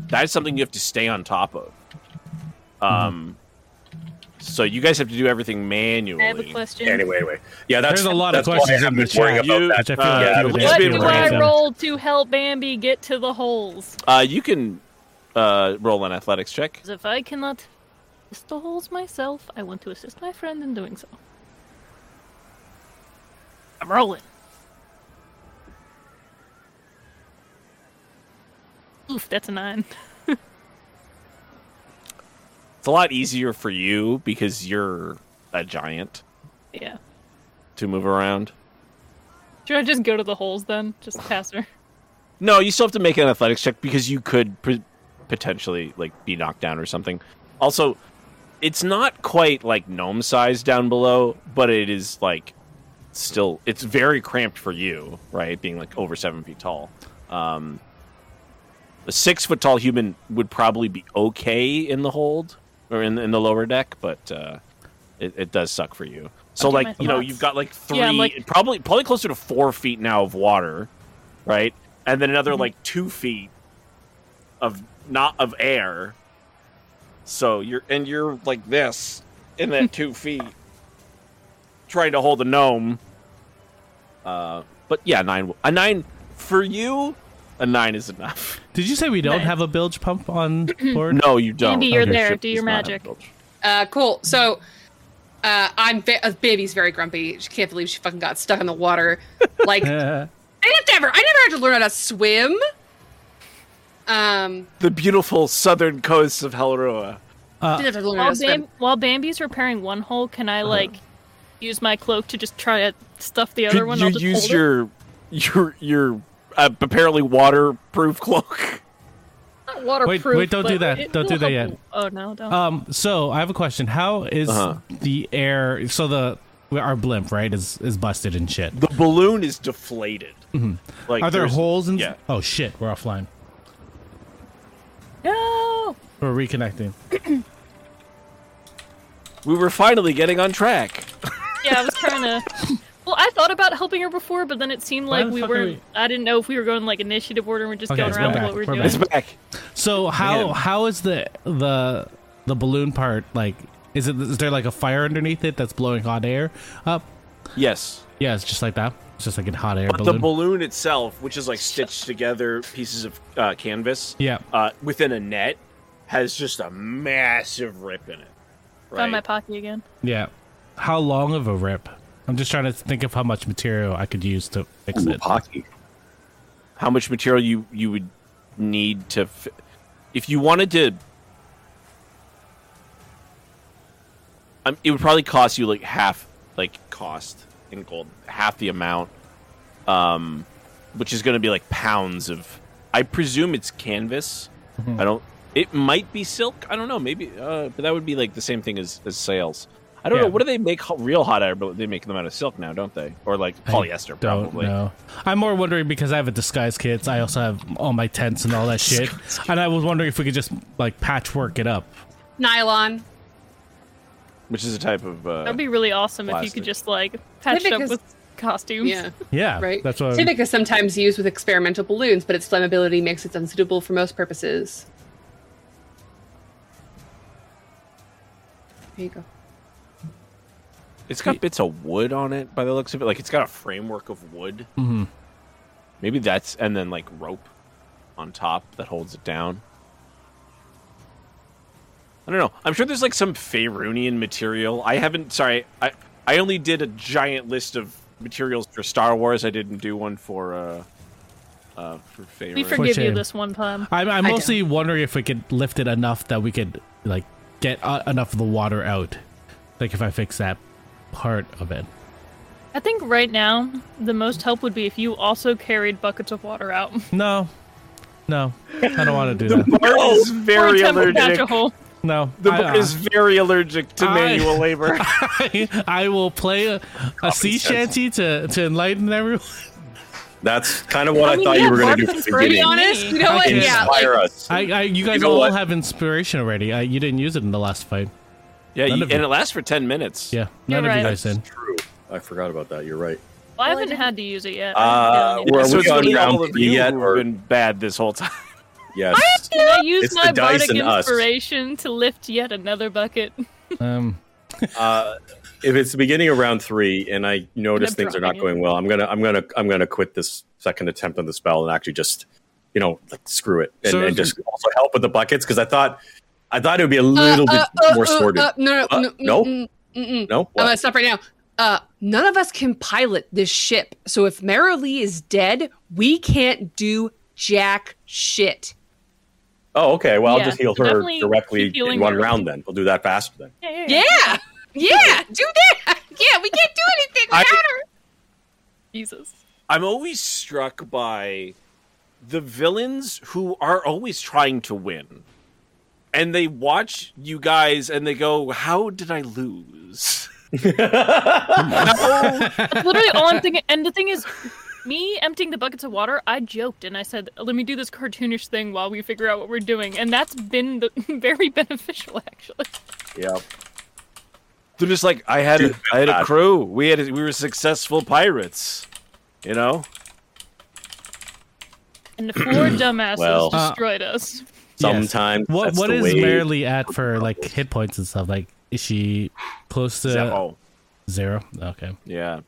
Speaker 6: That is something you have to stay on top of. Um, so you guys have to do everything manually.
Speaker 5: I have a question.
Speaker 2: anyway, anyway, yeah, that's
Speaker 3: There's a lot of
Speaker 2: that's why I
Speaker 3: questions in
Speaker 2: haven't
Speaker 3: the
Speaker 2: been worrying
Speaker 3: chat.
Speaker 2: about
Speaker 6: You-
Speaker 2: that.
Speaker 3: Which I feel
Speaker 6: Uh,
Speaker 3: like
Speaker 6: yeah,
Speaker 3: you would
Speaker 6: It's
Speaker 5: What
Speaker 6: been
Speaker 5: do
Speaker 6: random.
Speaker 5: I roll to help Bambi get to the holes?
Speaker 6: Uh, you can uh, roll an athletics check.
Speaker 5: 'Cause if I cannot assist the holes myself, I want to assist my friend in doing so. I'm rolling. Oof, that's a nine.
Speaker 6: It's a lot easier for you because you're a giant
Speaker 5: Yeah.
Speaker 6: to move around.
Speaker 5: Should I just go to the holes then? Just pass her.
Speaker 6: No, you still have to make an athletics check because you could pre- potentially like be knocked down or something. Also, it's not quite like gnome size down below, but it is like still it's very cramped for you, right? Being like over seven feet tall. Um, a six foot tall human would probably be okay in the hold or in, in the lower deck, but uh, it, it does suck for you. So
Speaker 5: I'll do
Speaker 6: like
Speaker 5: my
Speaker 6: you know
Speaker 5: thoughts.
Speaker 6: you've got like three,
Speaker 5: Yeah, I'm like-
Speaker 6: probably probably closer to four feet now of water right? And then
Speaker 5: Mm-hmm.
Speaker 6: another like two feet of not of air. So you're and you're like this in that two feet, trying to hold a gnome. Uh, but yeah, nine a nine for you. A nine is enough.
Speaker 3: Did you say we don't have a bilge pump on board?
Speaker 6: No, you don't.
Speaker 5: Andy, you're
Speaker 6: Your
Speaker 5: there.
Speaker 6: ship
Speaker 5: Do
Speaker 6: does
Speaker 5: your
Speaker 6: not have
Speaker 5: magic.
Speaker 6: bilge.
Speaker 4: Uh, cool. So, uh, I'm ba- uh, baby's very grumpy. She can't believe she fucking got stuck in the water. Like, I
Speaker 3: Uh,
Speaker 4: have to ever. I never had to learn how to swim. Um,
Speaker 6: The beautiful southern coasts of Helrua.
Speaker 3: Uh,
Speaker 4: didn't have to learn how
Speaker 5: While,
Speaker 4: to swim.
Speaker 5: Bam- while Bambi's repairing one hole, can I like use my cloak to just try to stuff the other
Speaker 6: Could
Speaker 5: one?
Speaker 6: you
Speaker 5: I'll just
Speaker 6: use
Speaker 5: hold
Speaker 6: your, your your uh, apparently waterproof cloak?
Speaker 5: it? waterproof.
Speaker 3: wait, don't do
Speaker 5: but
Speaker 3: that.
Speaker 5: it
Speaker 3: Don't do
Speaker 5: will
Speaker 3: that
Speaker 5: help
Speaker 3: yet.
Speaker 5: a- Oh no, don't.
Speaker 3: um. So I have a question. How is
Speaker 6: Uh-huh.
Speaker 3: the air? So the our blimp right is is busted and shit.
Speaker 6: the balloon is deflated. Like,
Speaker 3: Mm-hmm. Are there
Speaker 6: there's-
Speaker 3: holes in?
Speaker 6: Yeah.
Speaker 3: Oh shit! We're offline.
Speaker 5: no.
Speaker 3: We're reconnecting.
Speaker 6: We were finally getting on track.
Speaker 5: Yeah, I was trying to. Well, I thought about helping her before, but then it seemed
Speaker 3: Why
Speaker 5: like
Speaker 3: the
Speaker 5: we
Speaker 3: fuck are
Speaker 5: were.
Speaker 3: we-
Speaker 5: I didn't know if we were going like initiative order and we're just
Speaker 3: Okay,
Speaker 5: going
Speaker 3: it's
Speaker 5: around
Speaker 3: back,
Speaker 5: with what we're
Speaker 3: we're
Speaker 5: doing.
Speaker 3: back.
Speaker 6: It's back.
Speaker 3: So how
Speaker 6: Man.
Speaker 3: how is the the the balloon part like? Is it is there like a fire underneath it that's blowing hot air up?
Speaker 6: Yes.
Speaker 3: Yeah, it's just like that. It's just like a hot air
Speaker 6: But
Speaker 3: balloon.
Speaker 6: the balloon itself, which is like stitched together pieces of uh, canvas
Speaker 3: yeah.
Speaker 6: uh, within a net, has just a massive rip in it.
Speaker 5: Found my
Speaker 6: Right?
Speaker 5: pocket again.
Speaker 3: Yeah. How long of a rip? I'm just trying to think of how much material I could use to fix
Speaker 2: Ooh,
Speaker 3: it.
Speaker 2: hockey.
Speaker 6: How much material you, you would need to. F- if you wanted to. Um, it would probably cost you like half, like cost in gold, half the amount. um, which is going to be like pounds of. I presume it's canvas.
Speaker 3: Mm-hmm.
Speaker 6: I don't. It might be silk. I don't know. Maybe, uh, but that would be like the same thing as, as sails. I don't
Speaker 3: Yeah.
Speaker 6: know. What do they make ho- real hot air? But they make them out of silk now, don't they? Or like
Speaker 3: I
Speaker 6: polyester,
Speaker 3: don't
Speaker 6: probably.
Speaker 3: know. I'm more wondering because I have a disguise kit. I also have all my tents and all that shit. And I was wondering if we could just like patchwork it up.
Speaker 4: Nylon.
Speaker 6: Which is a type uh, of. Uh,
Speaker 5: That'd be really awesome if you
Speaker 6: plastic.
Speaker 5: could just like patch it up
Speaker 4: because-
Speaker 5: with costumes.
Speaker 4: Yeah.
Speaker 3: Yeah,
Speaker 4: Right.
Speaker 3: That's what.
Speaker 4: Civic is sometimes used with experimental balloons, but its flammability makes it unsuitable for most purposes. There you go.
Speaker 6: It's got bits of wood on it by the looks of it. Like it's got a framework of wood. Mm-hmm. Maybe that's and then like rope on top that holds it down. I don't know. I'm sure there's like some Faerunian material. I haven't. Sorry, I I only did a giant list of materials for Star Wars. I didn't do one for uh uh for Faerun.
Speaker 5: We forgive you
Speaker 3: shame.
Speaker 5: this one time.
Speaker 3: I'm, I'm
Speaker 4: I
Speaker 3: mostly wondering if we could lift it enough that we could like get uh, enough of the water out. Like if I fix that part of it.
Speaker 5: I think right now the most help would be if you also carried buckets of water out.
Speaker 3: No, no, I don't want to do that.
Speaker 6: Bart is
Speaker 5: Or
Speaker 6: very
Speaker 5: attempt to patch
Speaker 6: allergic.
Speaker 5: a hole.
Speaker 3: No,
Speaker 6: The
Speaker 3: I,
Speaker 6: Bart is very allergic to
Speaker 3: I-
Speaker 6: manual labor.
Speaker 3: I, I will play a, a sea
Speaker 2: sense.
Speaker 3: shanty to to enlighten everyone.
Speaker 2: That's kind of what I,
Speaker 5: mean,
Speaker 2: thought
Speaker 5: yeah,
Speaker 2: you were going to
Speaker 5: Bart's
Speaker 2: do from the
Speaker 5: inspiration.
Speaker 4: To be
Speaker 2: beginning.
Speaker 4: honest, you know what?
Speaker 3: can't
Speaker 4: Yeah, like,
Speaker 2: Inspire us.
Speaker 3: I, I you guys
Speaker 2: know
Speaker 3: all
Speaker 2: what?
Speaker 3: have inspiration already. I, you didn't use it in the last fight.
Speaker 6: yeah,
Speaker 3: None
Speaker 6: you-
Speaker 3: of
Speaker 6: and
Speaker 3: you.
Speaker 6: it lasts for ten minutes.
Speaker 3: Yeah,
Speaker 5: You're
Speaker 3: none of
Speaker 5: right.
Speaker 3: you guys did.
Speaker 2: True. I forgot about that. You're right.
Speaker 5: Well, I
Speaker 7: Well, I
Speaker 5: haven't
Speaker 7: didn't-
Speaker 5: had to use it yet.
Speaker 2: Uh,
Speaker 5: Yeah.
Speaker 2: we're- Or are
Speaker 6: so
Speaker 2: we
Speaker 6: it's
Speaker 2: on
Speaker 6: really
Speaker 2: round
Speaker 6: all of
Speaker 2: three
Speaker 6: you
Speaker 2: yet,
Speaker 6: who've
Speaker 2: or-
Speaker 6: been bad this whole time.
Speaker 2: Yes.
Speaker 5: Can I use
Speaker 2: It's the
Speaker 5: my
Speaker 2: dice
Speaker 5: bardic
Speaker 2: and us.
Speaker 5: inspiration to lift yet another bucket?
Speaker 3: Um,
Speaker 2: Uh, if it's the beginning of round three and I notice
Speaker 5: Gonna
Speaker 2: things are
Speaker 5: drop
Speaker 2: not
Speaker 5: it.
Speaker 2: going well, I'm gonna I'm gonna I'm gonna quit this second attempt on the spell and actually just you know like screw it and,
Speaker 3: So-
Speaker 2: and just also help with the buckets because I thought I thought it would be a little
Speaker 4: uh,
Speaker 2: bit
Speaker 4: uh,
Speaker 2: more
Speaker 4: uh,
Speaker 2: sorted.
Speaker 4: uh, no,
Speaker 2: Uh,
Speaker 4: no,
Speaker 2: no?
Speaker 4: no, mm, mm, mm, mm.
Speaker 2: no,
Speaker 4: I'm
Speaker 2: What?
Speaker 4: gonna stop right now. Uh, none of us can pilot this ship, so if Marilee is dead, we can't do jack shit.
Speaker 2: oh okay. Well,
Speaker 5: Yeah,
Speaker 2: I'll just heal
Speaker 5: so
Speaker 2: her
Speaker 5: definitely
Speaker 2: directly
Speaker 5: keep healing
Speaker 2: in one
Speaker 5: her.
Speaker 2: round. Then we'll do that faster. Then
Speaker 4: Yeah, yeah, do that. Yeah, we can't do anything
Speaker 6: I-
Speaker 4: without her.
Speaker 5: Jesus.
Speaker 6: I'm always struck by the villains who are always trying to win. And they watch you guys and they go, How did I lose?
Speaker 5: That's literally all I'm thinking. And the thing is, me emptying the buckets of water, I joked and I said, let me do this cartoonish thing while we figure out what we're doing. And that's been the, very beneficial, actually.
Speaker 2: yeah.
Speaker 6: They're just like, I had a,
Speaker 2: Dude,
Speaker 6: I had a
Speaker 2: bad.
Speaker 6: crew. We had a, we were successful pirates. You know?
Speaker 5: And the four dumbasses
Speaker 2: Well.
Speaker 5: destroyed us.
Speaker 2: Sometimes
Speaker 3: What
Speaker 2: that's
Speaker 3: what
Speaker 2: the
Speaker 3: is
Speaker 2: way-
Speaker 3: Marilee at for like hit points and stuff? Like is she close to
Speaker 6: oh,
Speaker 3: zero? Okay.
Speaker 6: yeah.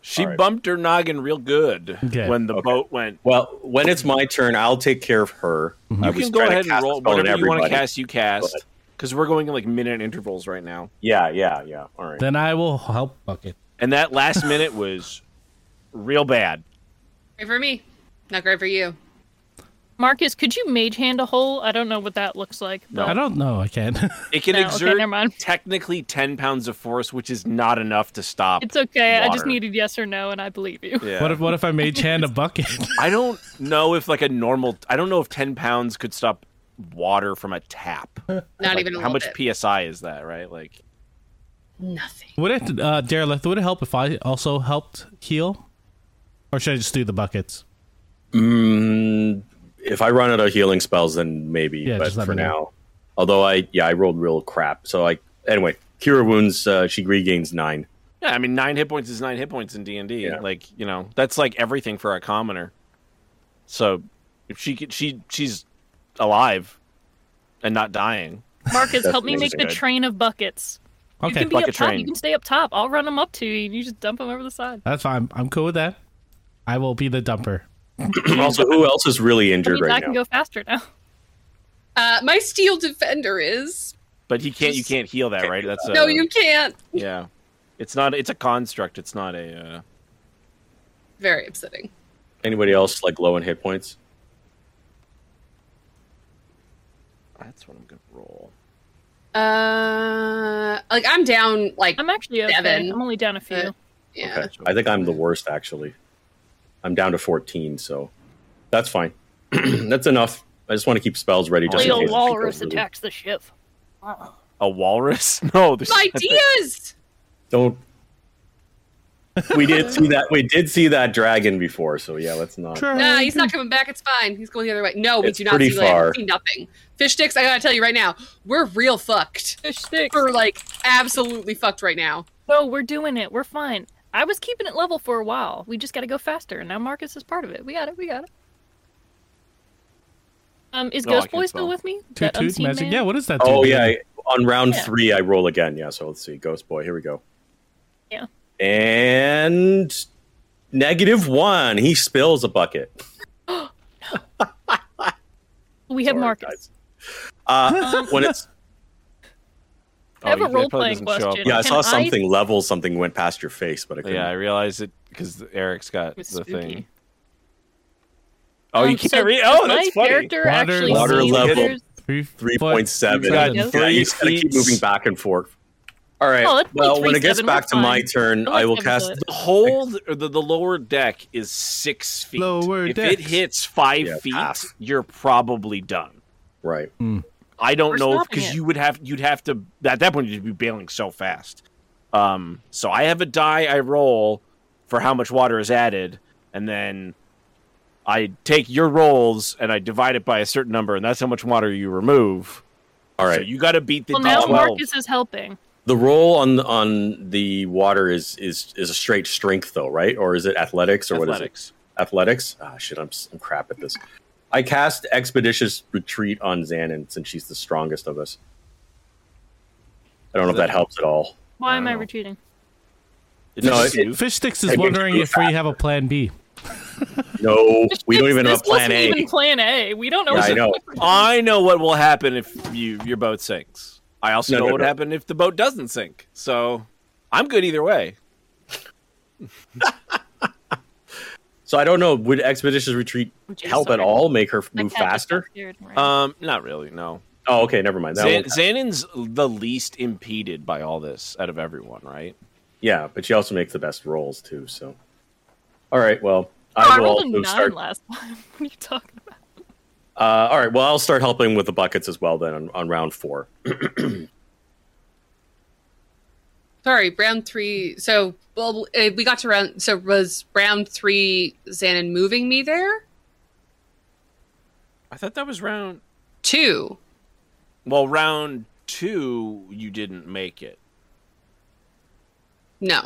Speaker 6: She
Speaker 2: All right.
Speaker 6: bumped her noggin real good
Speaker 3: Okay.
Speaker 6: when the
Speaker 2: Okay.
Speaker 6: boat went.
Speaker 2: Well, when it's my turn, I'll take care of her.
Speaker 3: Mm-hmm.
Speaker 2: I
Speaker 6: You
Speaker 2: was
Speaker 6: can go
Speaker 2: trying to
Speaker 6: ahead and
Speaker 2: cast a
Speaker 6: roll
Speaker 2: spell on
Speaker 6: whatever you want to
Speaker 2: everybody.
Speaker 6: cast. You cast
Speaker 2: ahead.
Speaker 6: because we're going in like minute intervals right now.
Speaker 2: Yeah, yeah, yeah. All right.
Speaker 3: Then I will help bucket.
Speaker 6: And that last minute was real bad.
Speaker 4: Great for me, not great for you.
Speaker 5: Marcus, could you mage hand a hole? I don't know what that looks like. But
Speaker 3: I don't know. I can't.
Speaker 6: It can
Speaker 5: No, okay,
Speaker 6: exert
Speaker 5: never mind.
Speaker 6: technically 10 pounds of force, which is not enough to stop.
Speaker 5: It's okay. I just
Speaker 6: water.
Speaker 5: needed yes or no, and I believe you.
Speaker 6: Yeah.
Speaker 3: What if what if I made Chan a bucket?
Speaker 6: I don't know if like a normal. I don't know if 10 pounds could stop water from a tap.
Speaker 4: Not
Speaker 6: Like,
Speaker 4: even a
Speaker 6: how
Speaker 4: little
Speaker 6: much
Speaker 4: bit.
Speaker 6: psi is that, right? Like
Speaker 4: Nothing.
Speaker 3: would it, uh, Derelith? Would it help if I also helped heal, or should I just do the buckets?
Speaker 2: Mm, if I run out of healing spells, then maybe.
Speaker 3: Yeah,
Speaker 2: but
Speaker 3: just let
Speaker 2: for
Speaker 3: me know.
Speaker 2: now, although I yeah I rolled real crap. So I anyway, cure wounds. Uh, she regains nine.
Speaker 6: Yeah, I mean 9 hit points is 9 hit points in D&D.
Speaker 2: Yeah.
Speaker 6: Like, you know, that's like everything for a commoner. So, if she could, she she's alive and not dying.
Speaker 5: Marcus,
Speaker 2: That's
Speaker 5: help me make the
Speaker 6: good.
Speaker 5: train of buckets. You
Speaker 3: Okay,
Speaker 5: can be
Speaker 6: Bucket
Speaker 5: up top.
Speaker 6: train.
Speaker 5: You can stay up top. I'll run them up to you, and you just dump them over the side.
Speaker 3: that's fine. I'm cool with that. I will be the dumper.
Speaker 2: also, who else is really
Speaker 5: That
Speaker 2: injured
Speaker 5: means I
Speaker 2: right
Speaker 5: can
Speaker 2: now?
Speaker 5: go faster now.
Speaker 4: Uh, my steel defender is.
Speaker 6: But he can't you
Speaker 4: Just-
Speaker 6: can't heal that, right? That's a,
Speaker 4: no, you can't.
Speaker 6: Yeah. It's not it's a construct. It's not a uh,
Speaker 4: Very upsetting.
Speaker 2: Anybody else like low in hit points?
Speaker 6: that's what I'm going to roll.
Speaker 4: Uh, like I'm down. Like
Speaker 5: I'm actually okay.
Speaker 4: Seven.
Speaker 5: I'm only down a few.
Speaker 4: Uh, yeah.
Speaker 2: Okay. I think I'm the worst actually. I'm down to fourteen, so that's fine. that's enough. I just want to keep spells ready just in
Speaker 5: Little
Speaker 2: case. she
Speaker 5: walrus
Speaker 2: goes really-
Speaker 5: attacks the ship.
Speaker 6: A walrus? No, there's
Speaker 4: Ideas.
Speaker 2: Don't. We did see that. We did see that dragon before, so yeah, let's not.
Speaker 4: Nah,
Speaker 5: Ah,
Speaker 4: he's not coming back. It's fine. He's going the other way. No, we
Speaker 2: It's
Speaker 4: do not
Speaker 2: pretty
Speaker 4: see land.
Speaker 2: far.
Speaker 4: We see nothing. Fish sticks. I gotta tell you right now, we're real fucked.
Speaker 5: Fish sticks.
Speaker 4: We're like absolutely fucked right now.
Speaker 5: No, we're doing it. We're fine. I was keeping it level for a while. We just got to go faster, and now Marcus is part of it. We got it. We got it. Um, is
Speaker 6: Oh, I
Speaker 5: Ghost
Speaker 6: can
Speaker 5: Boy
Speaker 6: spell.
Speaker 5: still with me?
Speaker 3: Toot
Speaker 5: That
Speaker 3: toot
Speaker 5: unseen
Speaker 3: magic.
Speaker 5: man?
Speaker 3: Yeah, what is that?
Speaker 2: Oh
Speaker 3: toot?
Speaker 2: yeah, I- on round
Speaker 5: Yeah.
Speaker 2: three I roll again. Yeah, so let's see, Ghost Boy. Here we go.
Speaker 5: Yeah.
Speaker 2: And negative one. He spills a bucket.
Speaker 5: we have
Speaker 2: Sorry,
Speaker 5: Marcus.
Speaker 2: guys. Uh, when it's
Speaker 5: I have
Speaker 6: Oh,
Speaker 5: a
Speaker 6: you- that probably
Speaker 5: role playing
Speaker 6: doesn't show up.
Speaker 5: question.
Speaker 2: yeah, I
Speaker 5: Can
Speaker 2: saw something level something went past your face, but I couldn't.
Speaker 6: Yeah, I realized it because Eric's got the
Speaker 5: was
Speaker 6: thing.
Speaker 5: spooky.
Speaker 6: Oh, you
Speaker 5: Um,
Speaker 6: can't
Speaker 5: so
Speaker 6: read.
Speaker 5: does
Speaker 6: Oh, that's
Speaker 5: my
Speaker 6: funny.
Speaker 5: character
Speaker 3: Water
Speaker 2: level.
Speaker 5: actually see
Speaker 2: Water
Speaker 5: that
Speaker 2: level.
Speaker 5: there's-
Speaker 3: Three
Speaker 2: Three point seven.
Speaker 5: Got
Speaker 2: Yeah,
Speaker 6: three
Speaker 2: you just gotta keep
Speaker 6: feet.
Speaker 2: moving back and forth. All right.
Speaker 5: Oh, that's
Speaker 2: well, when it
Speaker 5: 0.37,
Speaker 2: gets back to
Speaker 5: we're
Speaker 2: my
Speaker 5: fine.
Speaker 2: turn,
Speaker 5: No
Speaker 2: I
Speaker 5: one's
Speaker 2: will
Speaker 5: gonna
Speaker 2: cast.
Speaker 5: do it.
Speaker 6: The hold or the, the lower deck is six feet.
Speaker 3: Lower
Speaker 6: if
Speaker 3: deck.
Speaker 6: it hits five
Speaker 2: Yeah,
Speaker 6: feet,
Speaker 2: half.
Speaker 6: you're probably done.
Speaker 2: Right.
Speaker 6: I don't
Speaker 5: We're
Speaker 6: know
Speaker 5: stopping
Speaker 6: because
Speaker 5: it.
Speaker 6: you would have you'd have to at that point you'd be bailing so fast. Um, so I have a die I roll for how much water is added, and then I take your rolls and I divide it by a certain number, and that's how much water you remove.
Speaker 2: All
Speaker 6: So
Speaker 2: right.
Speaker 6: you got to beat the
Speaker 5: Well, now
Speaker 6: twelve.
Speaker 5: Marcus is helping.
Speaker 2: the roll on on the water is is is a straight strength though, right? Or is it athletics or what is it?
Speaker 6: athletics.
Speaker 2: athletics. Ah, shit, I'm, s- I'm crap at this. I cast Expeditious Retreat on Xanon since she's the strongest of us. I don't know if that helps at all.
Speaker 5: Why am I
Speaker 6: Wow.
Speaker 5: retreating?
Speaker 6: It
Speaker 2: No,
Speaker 6: just-
Speaker 2: it-
Speaker 3: Fish sticks is
Speaker 2: Hey,
Speaker 3: wondering
Speaker 2: you-
Speaker 3: if we have a plan B.
Speaker 2: No, we don't even
Speaker 5: this
Speaker 2: have a plan
Speaker 5: wasn't
Speaker 2: A.
Speaker 5: Even plan A. We don't know.
Speaker 2: Yeah, I
Speaker 5: what-
Speaker 2: know.
Speaker 6: I know what will happen if you your boat sinks. I also
Speaker 2: No,
Speaker 6: know
Speaker 2: no,
Speaker 6: what would
Speaker 2: no.
Speaker 6: happen if the boat doesn't sink. So I'm good either way.
Speaker 2: So I don't know. Would Expeditious Retreat
Speaker 5: Which is
Speaker 2: help at
Speaker 5: sorry.
Speaker 2: all? Make her
Speaker 5: My
Speaker 2: move
Speaker 5: cat just
Speaker 2: faster?
Speaker 5: disappeared, right?
Speaker 6: Um, not really. No.
Speaker 2: Oh, okay, never mind. That
Speaker 6: Xan-
Speaker 2: won't-
Speaker 6: Xanon's the least impeded by all this out of everyone, right?
Speaker 2: yeah, but she also makes the best rolls too. So, all right. Well,
Speaker 5: Oh,
Speaker 2: I will
Speaker 5: rolled
Speaker 2: also
Speaker 5: a nine
Speaker 2: start.
Speaker 5: last time. What are you talking about?
Speaker 2: Uh, all right. Well, I'll start helping with the buckets as well then on, on round four.
Speaker 4: Sorry, round three. So, well, uh, we got to round. So, was round three Xanon moving me there?
Speaker 6: I thought that was round.
Speaker 4: Two.
Speaker 6: Well, round two, you didn't make it.
Speaker 4: No.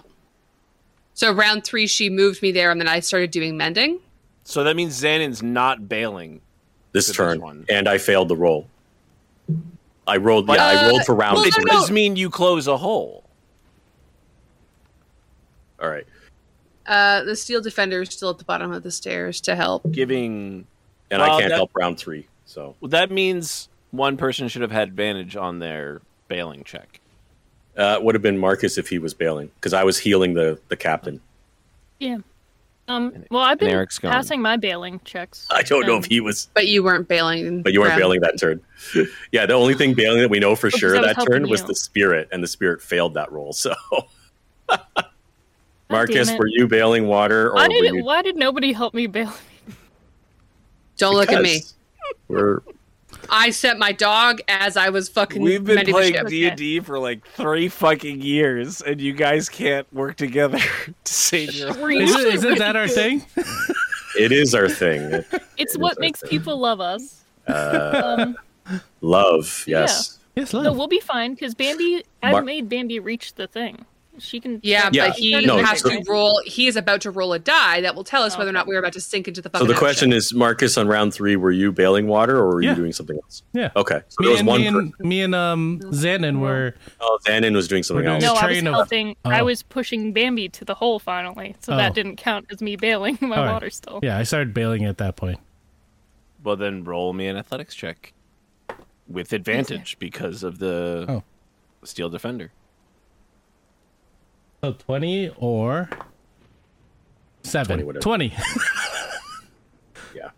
Speaker 4: So, round three, she moved me there, and then I started doing mending.
Speaker 6: So that means Xanon's not bailing.
Speaker 2: this
Speaker 6: to this
Speaker 2: turn,
Speaker 6: one.
Speaker 2: and I failed the roll. I rolled. Yeah, I
Speaker 4: Uh,
Speaker 2: rolled for round
Speaker 4: well,
Speaker 2: three.
Speaker 4: no,
Speaker 6: It does mean you close a hole.
Speaker 2: All right,
Speaker 4: Uh, the steel defender is still at the bottom of the stairs to help.
Speaker 6: Giving
Speaker 2: and
Speaker 6: Well,
Speaker 2: I can't
Speaker 6: that-
Speaker 2: help round three. So
Speaker 6: well, that means one person should have had advantage on their bailing check.
Speaker 2: uh, it would have been Marcus if he was bailing because I was healing the the captain.
Speaker 5: Yeah. Um. Well, I've been
Speaker 6: Eric's gone.
Speaker 5: passing my bailing checks.
Speaker 2: I don't know
Speaker 5: Um,
Speaker 2: if he was,
Speaker 4: But you weren't bailing.
Speaker 2: but you weren't
Speaker 4: round-
Speaker 2: bailing that turn. yeah, the only thing bailing that we know for
Speaker 5: Because
Speaker 2: sure
Speaker 5: I was
Speaker 2: that
Speaker 5: helping
Speaker 2: turn was
Speaker 5: you.
Speaker 2: the spirit, and the spirit failed that roll. So
Speaker 5: God
Speaker 2: Marcus,
Speaker 5: damn it.
Speaker 2: were you bailing water or
Speaker 5: Why
Speaker 2: were
Speaker 5: did
Speaker 2: you?
Speaker 5: Why did nobody help me bail?
Speaker 4: Don't look at me.
Speaker 2: Because We're
Speaker 4: I set my dog as I was fucking.
Speaker 6: We've been
Speaker 4: mending the
Speaker 6: playing
Speaker 4: ship.
Speaker 6: D and D for like three fucking years, and you guys can't work together to save your.
Speaker 5: We're
Speaker 3: Is
Speaker 5: usually
Speaker 3: not that our thing?
Speaker 2: it is our thing.
Speaker 5: It's
Speaker 2: It is
Speaker 5: what
Speaker 2: our
Speaker 5: makes
Speaker 2: thing.
Speaker 5: people love us.
Speaker 2: uh,
Speaker 5: um,
Speaker 2: Love, yes.
Speaker 3: Yes,
Speaker 5: no,
Speaker 3: love.
Speaker 5: we'll be fine because Bambi.
Speaker 2: Mar-
Speaker 5: I've made Bambi reach the thing. She can.
Speaker 4: Yeah,
Speaker 2: Yeah,
Speaker 4: but he
Speaker 2: no,
Speaker 4: has
Speaker 2: so-
Speaker 4: to roll. He is about to roll a die that will tell us whether or not we're about to sink into the fucking.
Speaker 2: So the question is, Marcus, on round three, were you bailing water or were
Speaker 3: Yeah.
Speaker 2: you doing something else?
Speaker 3: Yeah.
Speaker 2: Okay, so there
Speaker 3: Me
Speaker 2: was
Speaker 3: and,
Speaker 2: one.
Speaker 3: me,
Speaker 2: person.
Speaker 3: and, me and um Xanon were
Speaker 2: oh, Zanin was doing something
Speaker 3: We're
Speaker 2: else.
Speaker 3: doing
Speaker 5: No, I was
Speaker 3: Train of-
Speaker 5: helping. I
Speaker 3: Oh.
Speaker 5: was pushing Bambi to the hole finally, so
Speaker 3: Oh.
Speaker 5: that didn't count as me bailing my
Speaker 3: All right.
Speaker 5: water still.
Speaker 3: yeah. I started bailing at that point.
Speaker 6: Well, then roll me an athletics check with advantage because of the
Speaker 3: Oh.
Speaker 6: steel defender.
Speaker 3: So twenty or seven.
Speaker 2: 20, whatever.
Speaker 3: Twenty.
Speaker 2: Yeah.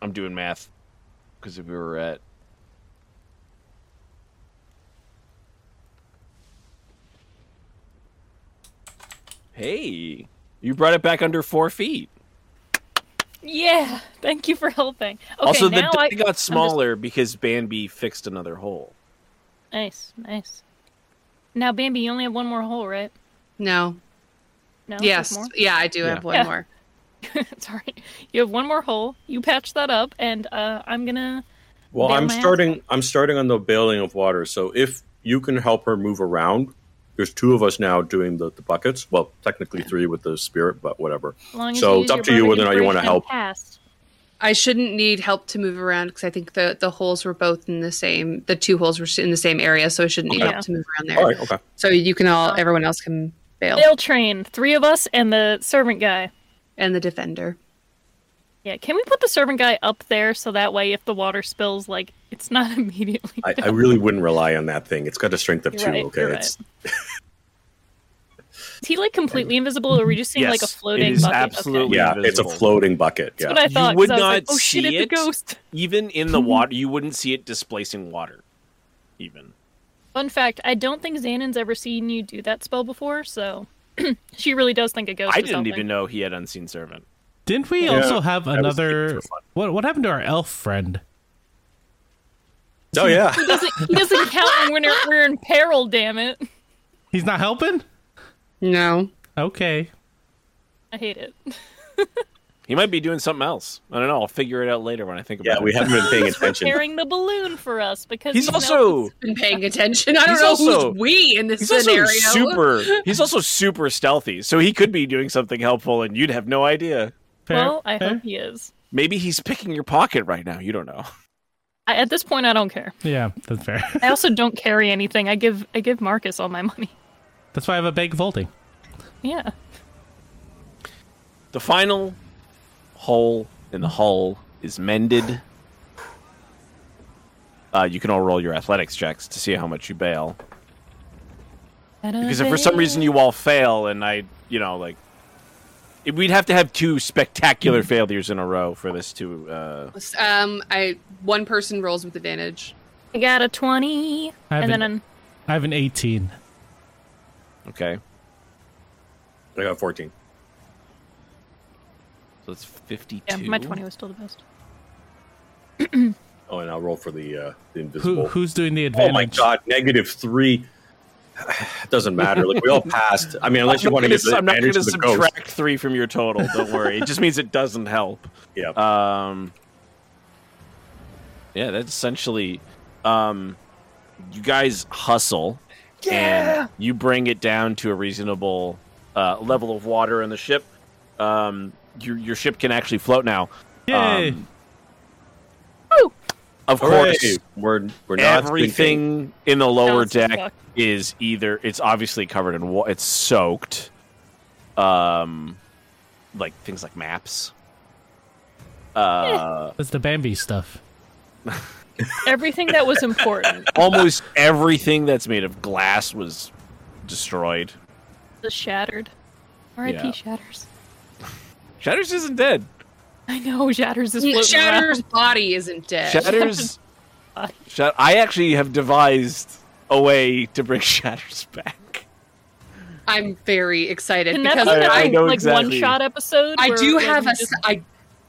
Speaker 6: I'm doing math because if we were at Hey, you brought it back under four feet.
Speaker 5: Yeah, Thank you for helping. Okay,
Speaker 6: also, the
Speaker 5: now I
Speaker 6: deck got smaller because Banby fixed another hole.
Speaker 5: Nice, nice. Now, Bambi, you only have one more hole, right?
Speaker 4: No.
Speaker 5: No. Oh, there's
Speaker 4: Yes.
Speaker 5: more?
Speaker 4: Yeah, I do have one
Speaker 5: Yeah.
Speaker 4: more.
Speaker 5: Sorry. You have one more hole. You patch that up, and uh, I'm gonna.
Speaker 2: Well,
Speaker 5: Bail
Speaker 2: I'm
Speaker 5: my ass
Speaker 2: starting. I'm starting on the bailing of water. So if you can help her move around, there's two of us now doing the, the buckets. Well, technically three with the spirit, but whatever.
Speaker 5: as long as
Speaker 2: So
Speaker 5: you
Speaker 2: it's
Speaker 5: use
Speaker 2: up
Speaker 5: your
Speaker 2: to you
Speaker 5: bardic
Speaker 2: whether or not you wanna
Speaker 5: inspiration
Speaker 2: help.
Speaker 5: Cast.
Speaker 4: I shouldn't need help to move around because I think the the holes were both in the same. The two holes were in the same area, so I shouldn't need
Speaker 5: Okay. Oh.
Speaker 4: help to move around there.
Speaker 2: All right. Okay.
Speaker 4: So you can all, everyone else can bail,
Speaker 5: Bail train. Three of us and the servant guy.
Speaker 4: and the defender.
Speaker 5: Yeah. Can we put the servant guy up there so that way, if the water spills, like it's not immediately.
Speaker 2: I, I really wouldn't rely on that thing. It's got a strength of
Speaker 5: You're
Speaker 2: two.
Speaker 5: right,
Speaker 2: okay.
Speaker 5: you're
Speaker 2: It's,
Speaker 5: Is he like completely invisible, or are we just seeing
Speaker 6: Yes,
Speaker 5: like a floating?
Speaker 6: it is
Speaker 5: bucket? Okay.
Speaker 6: absolutely-
Speaker 2: yeah. It's a
Speaker 6: Invisible.
Speaker 2: floating bucket.
Speaker 5: That's
Speaker 2: Yeah.
Speaker 5: what I
Speaker 6: You
Speaker 5: thought. 'cause
Speaker 6: would
Speaker 5: I was like,
Speaker 6: not
Speaker 5: oh shit!
Speaker 6: see
Speaker 5: It's a
Speaker 6: it.
Speaker 5: ghost.
Speaker 6: Even in the water, you wouldn't see it displacing water. Even
Speaker 5: Fun fact: I don't think Xanon's ever seen you do that spell before, so she really does think a ghost.
Speaker 6: I
Speaker 5: is out
Speaker 6: didn't
Speaker 5: there.
Speaker 6: even know he had unseen servant.
Speaker 3: Didn't we also have
Speaker 2: was
Speaker 3: another?
Speaker 2: for fun.
Speaker 3: What what happened to our elf friend?
Speaker 2: Oh yeah.
Speaker 5: He doesn't, he doesn't count when we're, we're in peril. Damn it!
Speaker 3: He's not helping.
Speaker 4: No,
Speaker 3: Okay.
Speaker 5: I hate it.
Speaker 6: He might be doing something else. I don't know. I'll figure it out later when I think about
Speaker 2: Yeah.
Speaker 6: it.
Speaker 2: We haven't been paying attention.
Speaker 5: Repairing the balloon for us because
Speaker 6: He's
Speaker 5: now-
Speaker 6: also
Speaker 4: been paying attention. I don't
Speaker 6: He's
Speaker 4: know
Speaker 6: also-
Speaker 4: who's we in this
Speaker 6: he's
Speaker 4: scenario.
Speaker 6: also super. He's also super stealthy, so he could be doing something helpful, and you'd have no idea.
Speaker 3: Fair,
Speaker 5: well. I
Speaker 3: fair.
Speaker 5: hope he is.
Speaker 6: Maybe he's picking your pocket right now. You don't know.
Speaker 5: I, at this point, I don't care.
Speaker 3: Yeah, that's fair.
Speaker 5: I also don't carry anything. I give I give Marcus all my money.
Speaker 3: That's why I have a big vaulting.
Speaker 5: Yeah.
Speaker 6: The final hole in the hull is mended. Uh, you can all roll your athletics checks to see how much you bail. Because if for some reason you all fail, and I, you know, like, it, we'd have to have two
Speaker 5: Mm.
Speaker 6: spectacular failures in a row for this to. Uh,
Speaker 4: Um, I one person rolls with advantage.
Speaker 5: I got a twenty,
Speaker 3: I
Speaker 5: and then
Speaker 3: haven't-
Speaker 5: an,
Speaker 3: I have an eighteen.
Speaker 6: okay,
Speaker 2: I got fourteen.
Speaker 6: so it's
Speaker 5: yeah,
Speaker 6: fifty-two.
Speaker 5: my twenty was still the best.
Speaker 2: Oh, and I'll roll for the uh, the invisible.
Speaker 3: Who who's doing the
Speaker 2: oh
Speaker 3: advantage?
Speaker 2: my god, negative three. It doesn't matter. Like we all passed. I mean, unless you
Speaker 6: I'm not
Speaker 2: want
Speaker 6: gonna,
Speaker 2: to get the
Speaker 6: I'm not
Speaker 2: advantage
Speaker 6: gonna
Speaker 2: of the ghost.
Speaker 6: subtract three from your total. Don't worry. it just means it doesn't help.
Speaker 2: Yeah.
Speaker 6: Um, yeah, that's essentially. Um, you guys hustle, and you bring it down to a reasonable uh, level of water in the ship. Um, your your ship can actually float now.
Speaker 3: Yay!
Speaker 6: um, Of
Speaker 2: Hooray.
Speaker 6: course,
Speaker 2: we're we're not thinking-
Speaker 6: everything in the lower
Speaker 5: Sounds like
Speaker 6: deck
Speaker 5: fuck.
Speaker 6: is either it's obviously covered in wa- it's soaked, um, like things like maps. Uh,
Speaker 3: that's the Bambi stuff.
Speaker 5: Everything that was important.
Speaker 6: almost everything that's made of glass was destroyed.
Speaker 5: The shattered. R.I.P.
Speaker 6: Yeah.
Speaker 5: Shatters.
Speaker 6: Shatters isn't dead.
Speaker 5: I know Shatters is floating
Speaker 4: Shatter's body isn't dead.
Speaker 6: Shatters. Shat- I actually have devised a way to bring Shatters back.
Speaker 4: I'm very excited
Speaker 5: around. Can that
Speaker 4: because
Speaker 5: be that
Speaker 6: I
Speaker 4: I,
Speaker 6: know
Speaker 5: like
Speaker 6: exactly.
Speaker 5: one shot episode?
Speaker 4: I
Speaker 5: where,
Speaker 4: do
Speaker 5: like,
Speaker 4: have
Speaker 5: we
Speaker 4: a
Speaker 5: just
Speaker 4: s- I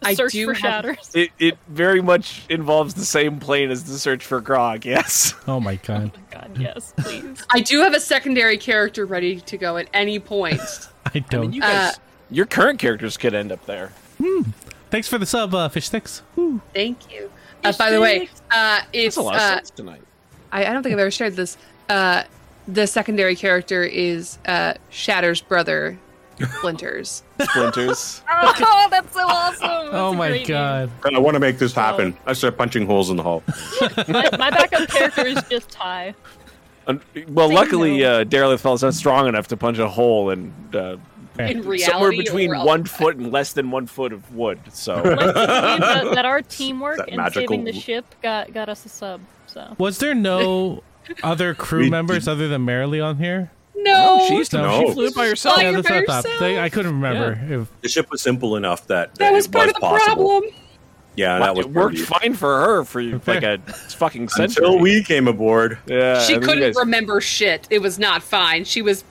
Speaker 4: I
Speaker 5: search
Speaker 4: do
Speaker 5: for
Speaker 4: have-
Speaker 5: Shatters?
Speaker 6: It, it very much involves the same plane as the search for Grog. Yes.
Speaker 3: Oh my god.
Speaker 5: Oh my God, yes, please.
Speaker 4: I do have a secondary character ready to go at any point.
Speaker 3: I don't.
Speaker 6: you
Speaker 4: guys-
Speaker 6: your current characters could end up there.
Speaker 3: Thanks for the sub, uh, fish sticks.
Speaker 4: Thank you. Uh, by the way, uh,
Speaker 6: That's
Speaker 4: it's
Speaker 6: a lot of
Speaker 4: uh,
Speaker 6: sense tonight.
Speaker 4: I, I don't think I've ever shared this. Uh, the secondary character is uh, Shatter's brother, Splinters.
Speaker 6: Splinters.
Speaker 5: oh, that's so awesome! That's
Speaker 3: Oh
Speaker 5: a
Speaker 3: my
Speaker 5: great
Speaker 3: god.
Speaker 2: I want to make this happen. I start punching holes in the hull.
Speaker 5: name. My, my backup character is just Ty.
Speaker 6: Un- well,
Speaker 5: Say
Speaker 6: luckily,
Speaker 5: no.
Speaker 6: uh, Derelith fell's not strong enough to punch a hole and uh,
Speaker 4: In reality,
Speaker 6: somewhere between
Speaker 4: or else-
Speaker 6: one foot and less than one foot of wood. So
Speaker 5: Let's believe that, that our teamwork
Speaker 2: That
Speaker 5: and
Speaker 2: magical-
Speaker 5: saving the ship got got us a sub. So
Speaker 3: Was there no other crew
Speaker 2: We-
Speaker 3: members other than Marilee on here?
Speaker 4: No,
Speaker 6: she used to
Speaker 3: No.
Speaker 6: she flew it by herself.
Speaker 4: By
Speaker 3: yeah, that's what I thought.
Speaker 4: yourself?
Speaker 3: They- I couldn't remember. If,
Speaker 2: The ship was simple enough that,
Speaker 4: that
Speaker 2: it
Speaker 4: was part of the
Speaker 2: possible.
Speaker 4: problem.
Speaker 2: Yeah, that was
Speaker 6: it worked
Speaker 2: pretty-
Speaker 6: fine for her for like a fucking century.
Speaker 2: until we came aboard.
Speaker 6: yeah,
Speaker 4: she
Speaker 6: and then Uh, you
Speaker 4: couldn't
Speaker 6: guys-
Speaker 4: remember shit. It was not fine. She was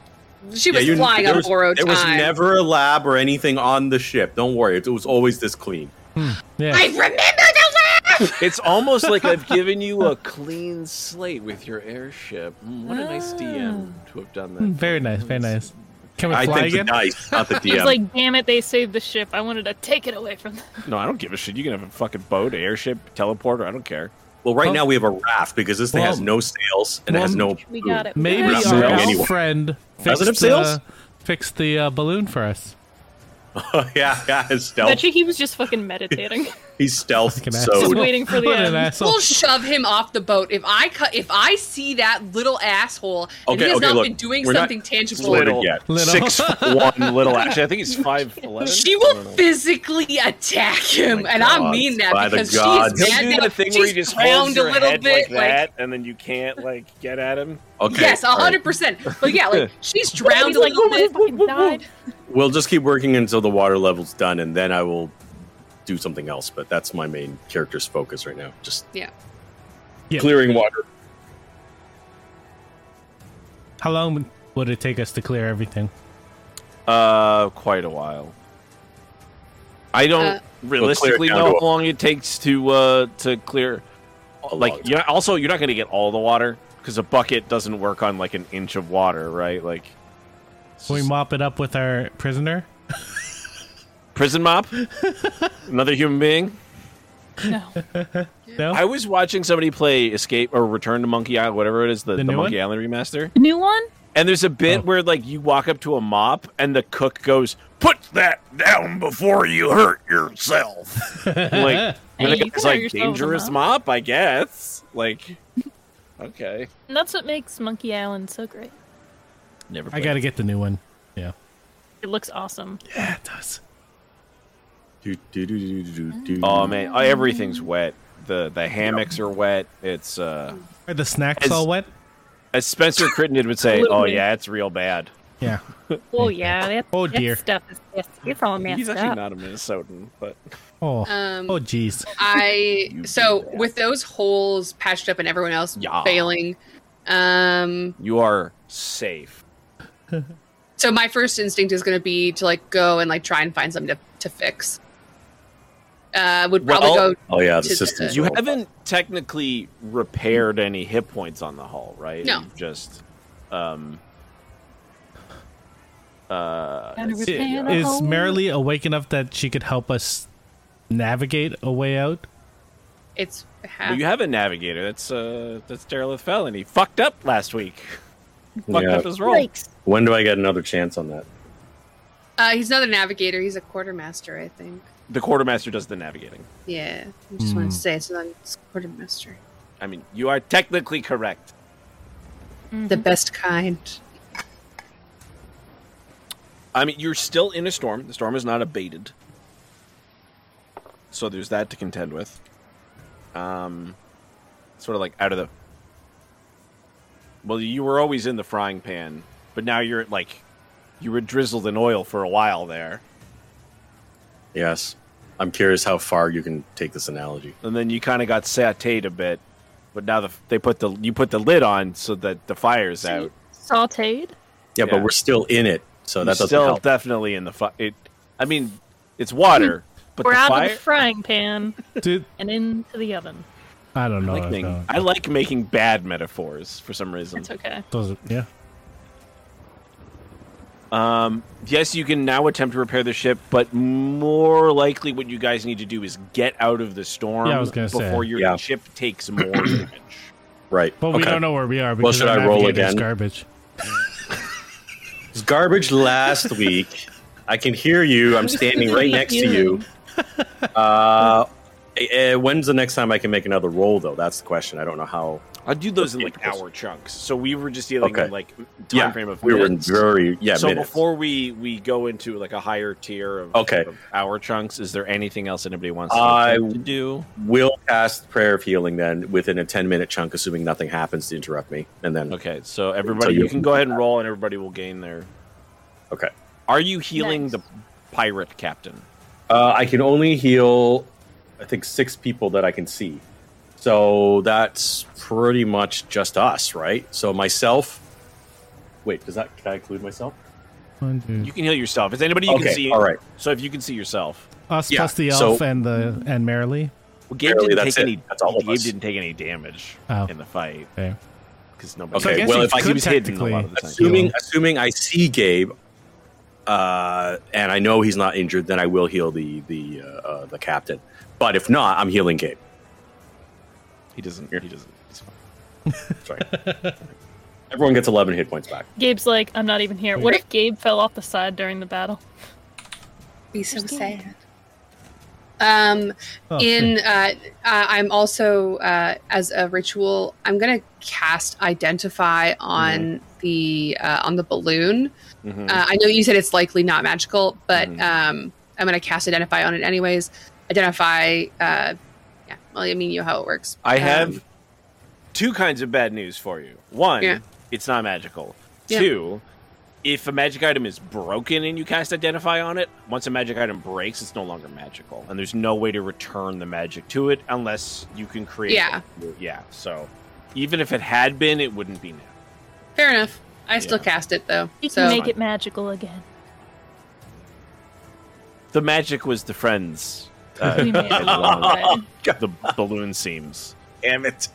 Speaker 4: she
Speaker 2: Yeah,
Speaker 4: was
Speaker 2: you-
Speaker 4: flying
Speaker 2: there
Speaker 4: on
Speaker 2: was-
Speaker 4: borrowed
Speaker 2: There
Speaker 4: time.
Speaker 2: was never a lab or anything on the ship. Don't worry, it was always this clean.
Speaker 3: yeah.
Speaker 4: I remember the laugh.
Speaker 6: It's almost like I've given you a clean slate with your airship. Mm, What a nice DM to have done that.
Speaker 3: Very nice, very nice. Can we
Speaker 2: I
Speaker 3: fly
Speaker 2: think
Speaker 3: again?
Speaker 2: the dice, not the DM.
Speaker 5: He's like, damn it, they saved the ship. I wanted to take it away from them.
Speaker 8: No, I don't give a shit. You can have a fucking boat, airship, teleporter. I don't care.
Speaker 2: well, right
Speaker 3: Well-
Speaker 2: now we have a raft because this thing has
Speaker 3: Well-
Speaker 2: no sails and it has
Speaker 3: well,
Speaker 2: no.
Speaker 5: We got it.
Speaker 3: Maybe
Speaker 2: We're not
Speaker 3: our
Speaker 2: sailing
Speaker 3: elf
Speaker 2: anywhere.
Speaker 3: friend
Speaker 2: Does it have
Speaker 3: fixed the, uh,
Speaker 2: sails?
Speaker 3: fixed the uh, balloon for us.
Speaker 2: yeah, yeah, it's stealth.
Speaker 5: Bet you he was just fucking meditating,
Speaker 2: He's stealth.
Speaker 3: Fucking
Speaker 5: just
Speaker 3: asshole.
Speaker 2: So
Speaker 5: waiting for the
Speaker 3: What an
Speaker 5: end.
Speaker 3: asshole.
Speaker 4: We'll shove him off the boat if I cut if I see that little asshole and
Speaker 2: Okay,
Speaker 4: he has
Speaker 2: okay,
Speaker 4: not
Speaker 2: look,
Speaker 4: been doing
Speaker 2: we're not
Speaker 4: something tangible.
Speaker 2: little, yet.
Speaker 3: Little.
Speaker 8: six foot one little. Actually, I think he's five eleven.
Speaker 4: She will physically attack him,
Speaker 2: my
Speaker 4: and I
Speaker 2: God.
Speaker 4: mean that
Speaker 2: By the
Speaker 4: because
Speaker 2: gods.
Speaker 4: she's
Speaker 8: He'll
Speaker 4: mad
Speaker 8: do
Speaker 4: now.
Speaker 8: the thing
Speaker 4: she's
Speaker 8: where he just holds
Speaker 4: ground
Speaker 8: your
Speaker 4: a little
Speaker 8: head
Speaker 4: bit,
Speaker 8: like that, and then you can't like get at him.
Speaker 2: Okay.
Speaker 4: yes,
Speaker 2: all right. "Oh,
Speaker 4: hundred percent. But yeah, like she's drowned
Speaker 5: He's
Speaker 4: a
Speaker 5: like,
Speaker 4: little bit.
Speaker 5: fucking died.
Speaker 2: We'll just keep working until the water level's done, and then I will do something else. But that's my main character's focus right now. Just
Speaker 4: Yeah.
Speaker 3: Yeah.
Speaker 2: clearing water.
Speaker 3: How long would it take us to clear everything?
Speaker 8: Uh, quite a while. I don't
Speaker 4: Uh,
Speaker 8: realistically
Speaker 2: We'll clear it down
Speaker 8: know
Speaker 2: to
Speaker 8: how long it takes to uh to clear.
Speaker 2: A long
Speaker 8: Like, you're, also, you're not going to get all the water because a bucket doesn't work on like an inch of water, right? Like,
Speaker 3: Can we mop it up with our prisoner?
Speaker 8: prison mop, another human being.
Speaker 5: No.
Speaker 3: No?
Speaker 8: I was watching somebody play Escape or Return to Monkey Island, whatever it is, the,
Speaker 3: The
Speaker 8: the,
Speaker 3: new
Speaker 8: Monkey Island remaster.
Speaker 5: The new one?
Speaker 8: And there's a bit
Speaker 3: Oh.
Speaker 8: where like you walk up to a mop and the cook goes, "Put that down before you hurt yourself." like
Speaker 5: Hey, you can
Speaker 8: it's
Speaker 5: hurt
Speaker 8: like
Speaker 5: yourself with a
Speaker 8: dangerous mop. I guess. Like, okay,
Speaker 5: And that's what makes Monkey Island so great.
Speaker 8: never.
Speaker 3: I gotta get the new one. Yeah.
Speaker 5: It looks awesome.
Speaker 3: Yeah, it does.
Speaker 2: Do, do, do, do, do, do, do.
Speaker 8: Oh man, oh, everything's wet. The the hammocks are wet. It's uh,
Speaker 3: Are the snacks
Speaker 8: Is-
Speaker 3: all wet?
Speaker 8: as Spencer Crittenden would say,
Speaker 5: Little
Speaker 8: "Oh
Speaker 5: man.
Speaker 8: yeah, it's real bad."
Speaker 3: Yeah.
Speaker 5: Oh yeah, that,
Speaker 3: Oh,
Speaker 5: that
Speaker 3: dear.
Speaker 5: stuff is just, it's all messed
Speaker 8: He's actually
Speaker 5: up.
Speaker 8: not a Minnesotan, but
Speaker 3: Oh.
Speaker 4: Um,
Speaker 3: oh, jeez.
Speaker 4: I so with those holes patched up and everyone else
Speaker 8: Yeah.
Speaker 4: failing. Um.
Speaker 8: you are safe.
Speaker 4: So my first instinct is going to be to like go and like try and find something to to fix. Uh, would probably
Speaker 8: Well,
Speaker 4: go.
Speaker 2: Oh yeah, the
Speaker 4: To the-
Speaker 2: system's
Speaker 8: You
Speaker 2: all-
Speaker 8: haven't technically repaired any hit points on the hull, right?
Speaker 4: No.
Speaker 8: You've just um uh
Speaker 5: Gotta
Speaker 8: let's see.
Speaker 5: repair the
Speaker 3: Is
Speaker 5: hole.
Speaker 3: Merrily awake enough that she could help us navigate a way out?
Speaker 4: It's half.
Speaker 8: Well, you have a navigator. That's uh that's derelict felony. Fucked up last week. Fucked
Speaker 2: Yeah.
Speaker 8: up his role.
Speaker 5: Yikes.
Speaker 2: When do I get another chance on that?
Speaker 4: uh, he's not a navigator. He's a quartermaster, I think.
Speaker 8: The quartermaster does the navigating.
Speaker 4: Yeah, I just want to
Speaker 8: Hmm.
Speaker 4: say it's not it's quartermaster.
Speaker 8: I mean, you are technically correct.
Speaker 4: The best kind.
Speaker 8: I mean, you're still in a storm. The storm is not abated. So there's that to contend with. Um, sort of like out of the. Well, you were always in the frying pan, but now you're like, you were drizzled in oil for a while there,
Speaker 2: Yes, I'm curious how far you can take this analogy.
Speaker 8: and then you kind of got sautéed a bit, but now the, they put the you put the lid on so that the fire's out.
Speaker 5: Sauteed?
Speaker 2: Yeah, but
Speaker 8: Yeah.
Speaker 2: we're still in it, so
Speaker 8: You're
Speaker 2: that doesn't
Speaker 8: still
Speaker 2: help.
Speaker 8: definitely in the fire. It, I mean, it's water, but
Speaker 5: Hmm. We're
Speaker 8: the
Speaker 5: out
Speaker 8: fire.
Speaker 5: of the frying pan
Speaker 3: Dude,
Speaker 5: and into the oven.
Speaker 3: I don't know.
Speaker 8: I like,
Speaker 3: I
Speaker 8: making,
Speaker 3: don't-
Speaker 8: I like making bad metaphors for some reason.
Speaker 5: That's okay.
Speaker 3: doesn't- yeah.
Speaker 8: Um, yes, you can now attempt to repair the ship, but more likely what you guys need to do is get out of the storm
Speaker 3: Yeah, I was gonna say.
Speaker 8: before your
Speaker 2: Yeah.
Speaker 8: ship takes more damage.
Speaker 2: Right.
Speaker 3: But we
Speaker 2: okay.
Speaker 3: don't know where we are because
Speaker 2: should
Speaker 3: our
Speaker 2: I roll
Speaker 3: navigator's
Speaker 2: again?
Speaker 3: garbage.
Speaker 2: It's garbage last week. I can hear you. I'm standing right next to you. Uh, eh, when's the next time I can make another roll, though? That's the question. I don't know how.
Speaker 8: I do those in like
Speaker 2: Intervals.
Speaker 8: hour chunks. So we were just dealing
Speaker 2: Okay.
Speaker 8: in like time
Speaker 2: yeah,
Speaker 8: frame of
Speaker 2: we were in
Speaker 8: minutes.
Speaker 2: very yeah
Speaker 8: so
Speaker 2: minutes.
Speaker 8: before we we go into like a higher tier of,
Speaker 2: Okay.
Speaker 8: of hour chunks, is there anything else anybody wants to,
Speaker 2: I-
Speaker 8: attempt to do?
Speaker 2: we'll cast prayer of healing then within a 10 minute chunk, assuming nothing happens to interrupt me, and then okay.
Speaker 8: Okay, so everybody,
Speaker 2: you
Speaker 8: you can
Speaker 2: can
Speaker 8: go
Speaker 2: do
Speaker 8: ahead and roll, and everybody will gain their. Are you healing
Speaker 5: Nice.
Speaker 8: the pirate captain?
Speaker 2: Uh, I can only heal, I think six people that I can see. So that's pretty much just us, right? So myself. Wait, does that can I include myself?
Speaker 3: One, two.
Speaker 8: You can heal yourself. Is anybody you
Speaker 2: Okay,
Speaker 8: can see?
Speaker 2: all right.
Speaker 8: So if you can see yourself,
Speaker 3: Us
Speaker 2: yeah,
Speaker 3: plus the
Speaker 2: so-
Speaker 3: elf and the and Merrily.
Speaker 8: well, Gabe
Speaker 2: Barely,
Speaker 8: didn't
Speaker 2: that's
Speaker 8: take
Speaker 2: it.
Speaker 8: any.
Speaker 2: That's all of
Speaker 8: Gabe
Speaker 2: us.
Speaker 8: didn't take any damage
Speaker 3: Oh.
Speaker 8: in the fight
Speaker 3: Okay.
Speaker 8: because nobody.
Speaker 2: Okay, So I guess well, you if I-
Speaker 3: could
Speaker 8: he was hidden a lot
Speaker 3: technically-
Speaker 8: of the time.
Speaker 2: Assuming assuming I see Gabe, uh, and I know he's not injured, then I will heal the the uh, uh, the captain. But if not, I'm healing Gabe.
Speaker 6: He doesn't. He doesn't. He's fine.
Speaker 2: Sorry. Everyone gets 11 hit points back.
Speaker 5: Gabe's like, I'm not even here. What if Gabe fell off the side during the battle?
Speaker 4: Be so sad. Um,
Speaker 3: Oh,
Speaker 8: Oh,
Speaker 4: in uh, uh, I'm also uh, as a ritual, I'm gonna cast identify on the uh, on the balloon.
Speaker 6: Mhm.
Speaker 4: Uh, I know you said it's likely not magical, but
Speaker 6: Mm-hmm.
Speaker 4: um, I'm gonna cast identify on it anyways. Identify, uh, yeah. Well, I mean, you know how it works.
Speaker 6: I
Speaker 4: Um,
Speaker 6: have two kinds of bad news for you. One,
Speaker 4: Yeah.
Speaker 6: it's not magical.
Speaker 4: Yeah.
Speaker 6: Two, if a magic item is broken and you cast identify on it, once a magic item breaks, it's no longer magical, and there's no way to return the magic to it unless you can create.
Speaker 4: Yeah.
Speaker 6: yeah. So, even if it had been, it wouldn't be now.
Speaker 4: fair enough. I still
Speaker 6: Yeah.
Speaker 4: cast it though.
Speaker 5: You
Speaker 4: so
Speaker 5: can make it magical again.
Speaker 6: The magic was the friends.
Speaker 5: We
Speaker 6: Uh,
Speaker 5: made it.
Speaker 6: along
Speaker 5: Right.
Speaker 6: the balloon seams.
Speaker 2: Damn it.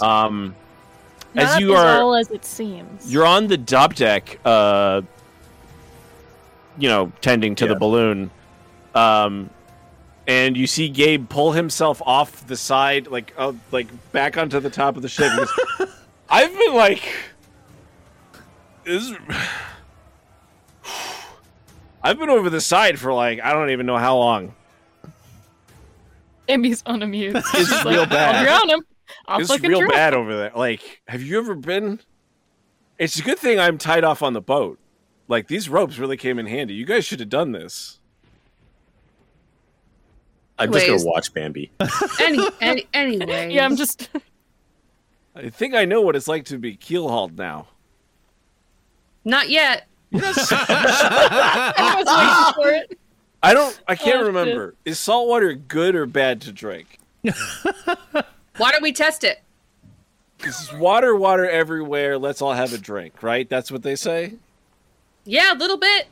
Speaker 6: Um,
Speaker 5: Not
Speaker 6: as you
Speaker 5: as
Speaker 6: are
Speaker 5: all as it seems.
Speaker 6: You're on the dop deck, uh, you know, tending to the
Speaker 2: Yeah.
Speaker 6: balloon, um, and you see Gabe pull himself off the side, like, uh, like back onto the top of the ship. He goes, I've been like, this. I've been over the side for like I don't even know how long.
Speaker 5: Amy's unamused.
Speaker 6: It's
Speaker 5: She's
Speaker 6: real
Speaker 5: like,
Speaker 6: bad.
Speaker 5: I'll drown him. I'll
Speaker 6: It's
Speaker 5: fucking
Speaker 6: real
Speaker 5: drown
Speaker 6: bad over there. Like, have you ever been? It's a good thing I'm tied off on the boat. Like these ropes really came in handy. You guys should have done this.
Speaker 2: I'm just going
Speaker 4: Anyways.
Speaker 2: to watch Bambi.
Speaker 4: any, any anyway.
Speaker 5: Yeah, I'm just.
Speaker 6: I think I know what it's like to be keel hauled now.
Speaker 4: not yet.
Speaker 5: I was waiting for it.
Speaker 6: I don't. I
Speaker 5: Oh,
Speaker 6: can't
Speaker 5: shit.
Speaker 6: remember. Is salt water good or bad to drink?
Speaker 4: Why don't we test it?
Speaker 6: This is water, water everywhere. Let's all have a drink, right? That's what they say.
Speaker 4: Yeah, a little bit.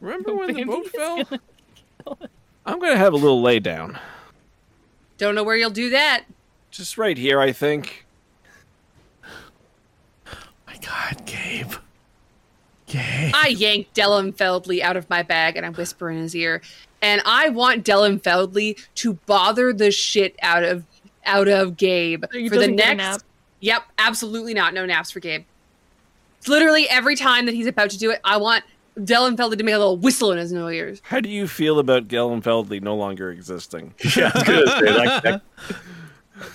Speaker 6: Remember when the
Speaker 5: Bambi
Speaker 6: boat
Speaker 5: is
Speaker 6: fell? I'm gonna have a little lay down,
Speaker 4: Don't know where you'll do that.
Speaker 6: just right here. I think.
Speaker 3: My God, Gabe. Gabe.
Speaker 4: I yank Dellenfeldly out of my bag and I whisper in his ear, and I want Dellenfeldly to bother the shit out of out of Gabe
Speaker 5: So he
Speaker 4: for the
Speaker 5: doesn't get a
Speaker 4: next.
Speaker 5: nap.
Speaker 4: Yep, absolutely not. No naps for Gabe. It's literally every time that he's about to do it, I want Dellenfeldly to make a little whistle in his no ears.
Speaker 6: How do you feel about Gellenfeldly no longer existing?
Speaker 2: yeah, I was going to say that. that,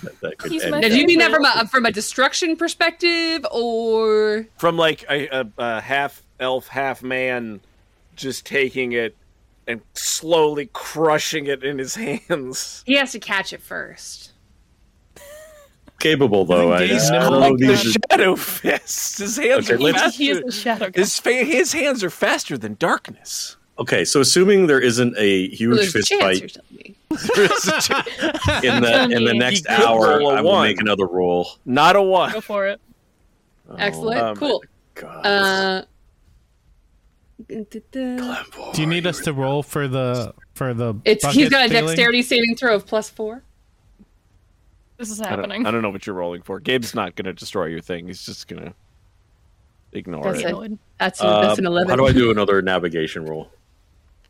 Speaker 2: that, that could
Speaker 5: He's
Speaker 2: end.
Speaker 5: my
Speaker 4: Now, do you mean that from
Speaker 5: favorite.
Speaker 4: a from a destruction perspective, or
Speaker 6: from like a, a, a half elf, half man, just taking it and slowly crushing it in his hands.
Speaker 4: he has to catch it first?
Speaker 2: capable, though. I,
Speaker 6: He's
Speaker 2: I don't
Speaker 6: like
Speaker 2: know
Speaker 6: the
Speaker 2: these
Speaker 6: shadow fist. His hands
Speaker 2: Okay,
Speaker 6: are
Speaker 2: let's-
Speaker 5: He is
Speaker 6: faster.
Speaker 5: the shadow guy.
Speaker 6: His, fa- his hands are faster than darkness.
Speaker 2: Okay, so assuming there isn't a huge
Speaker 4: There's a
Speaker 2: fist
Speaker 4: chance
Speaker 2: fight
Speaker 4: or something.
Speaker 2: in the in the
Speaker 5: He
Speaker 2: next
Speaker 6: could
Speaker 2: hour,
Speaker 6: roll a
Speaker 2: I will
Speaker 6: one.
Speaker 2: make another roll.
Speaker 6: Not a one.
Speaker 5: Go for it.
Speaker 4: Excellent,
Speaker 6: um,
Speaker 4: cool.
Speaker 2: Oh God,
Speaker 4: Uh, da-da.
Speaker 2: Lambo.
Speaker 3: Do you need us to roll for the for the?
Speaker 4: It's
Speaker 3: bucket
Speaker 4: he's got a
Speaker 3: stealing?
Speaker 4: dexterity saving throw of plus four.
Speaker 5: This is
Speaker 6: I don't,
Speaker 5: happening.
Speaker 6: I don't know what you're rolling for. Gabe's not going to destroy your thing. He's just going to ignore
Speaker 4: That's
Speaker 6: it.
Speaker 4: it.
Speaker 5: Annoyed.
Speaker 4: That's,
Speaker 2: Uh,
Speaker 4: that's an eleven.
Speaker 2: How do I do another navigation roll?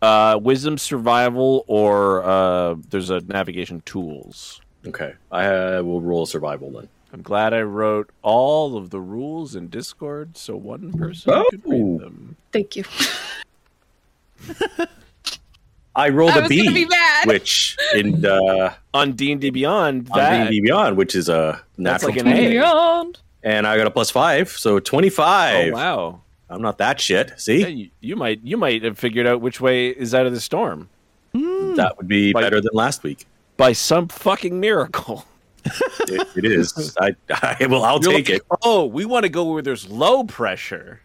Speaker 6: Uh, wisdom, survival, or uh, there's a navigation tools.
Speaker 2: Okay, I uh, will roll survival then.
Speaker 6: I'm glad I wrote all of the rules in Discord so one person could
Speaker 2: Oh.
Speaker 6: read them.
Speaker 4: Thank you.
Speaker 2: I rolled
Speaker 4: I
Speaker 2: a
Speaker 4: was
Speaker 2: B,
Speaker 4: gonna be mad.
Speaker 2: which in uh,
Speaker 6: On D&D Beyond, that
Speaker 2: on D&D Beyond, which is a
Speaker 6: That's
Speaker 2: natural,
Speaker 6: like an
Speaker 2: twenty.
Speaker 6: A.
Speaker 5: Beyond.
Speaker 2: and I got a plus five, so twenty-five.
Speaker 6: oh wow,
Speaker 2: I'm not that shit.
Speaker 6: yeah,
Speaker 2: See,
Speaker 6: you, you might you might have figured out which way is out of the storm Hmm.
Speaker 2: that would be
Speaker 6: Like-
Speaker 2: better than last week.
Speaker 6: by some fucking miracle.
Speaker 2: It, it is. I, I well, I'll
Speaker 6: You're
Speaker 2: take
Speaker 6: like,
Speaker 2: it.
Speaker 6: Oh, we want to go where there's low pressure.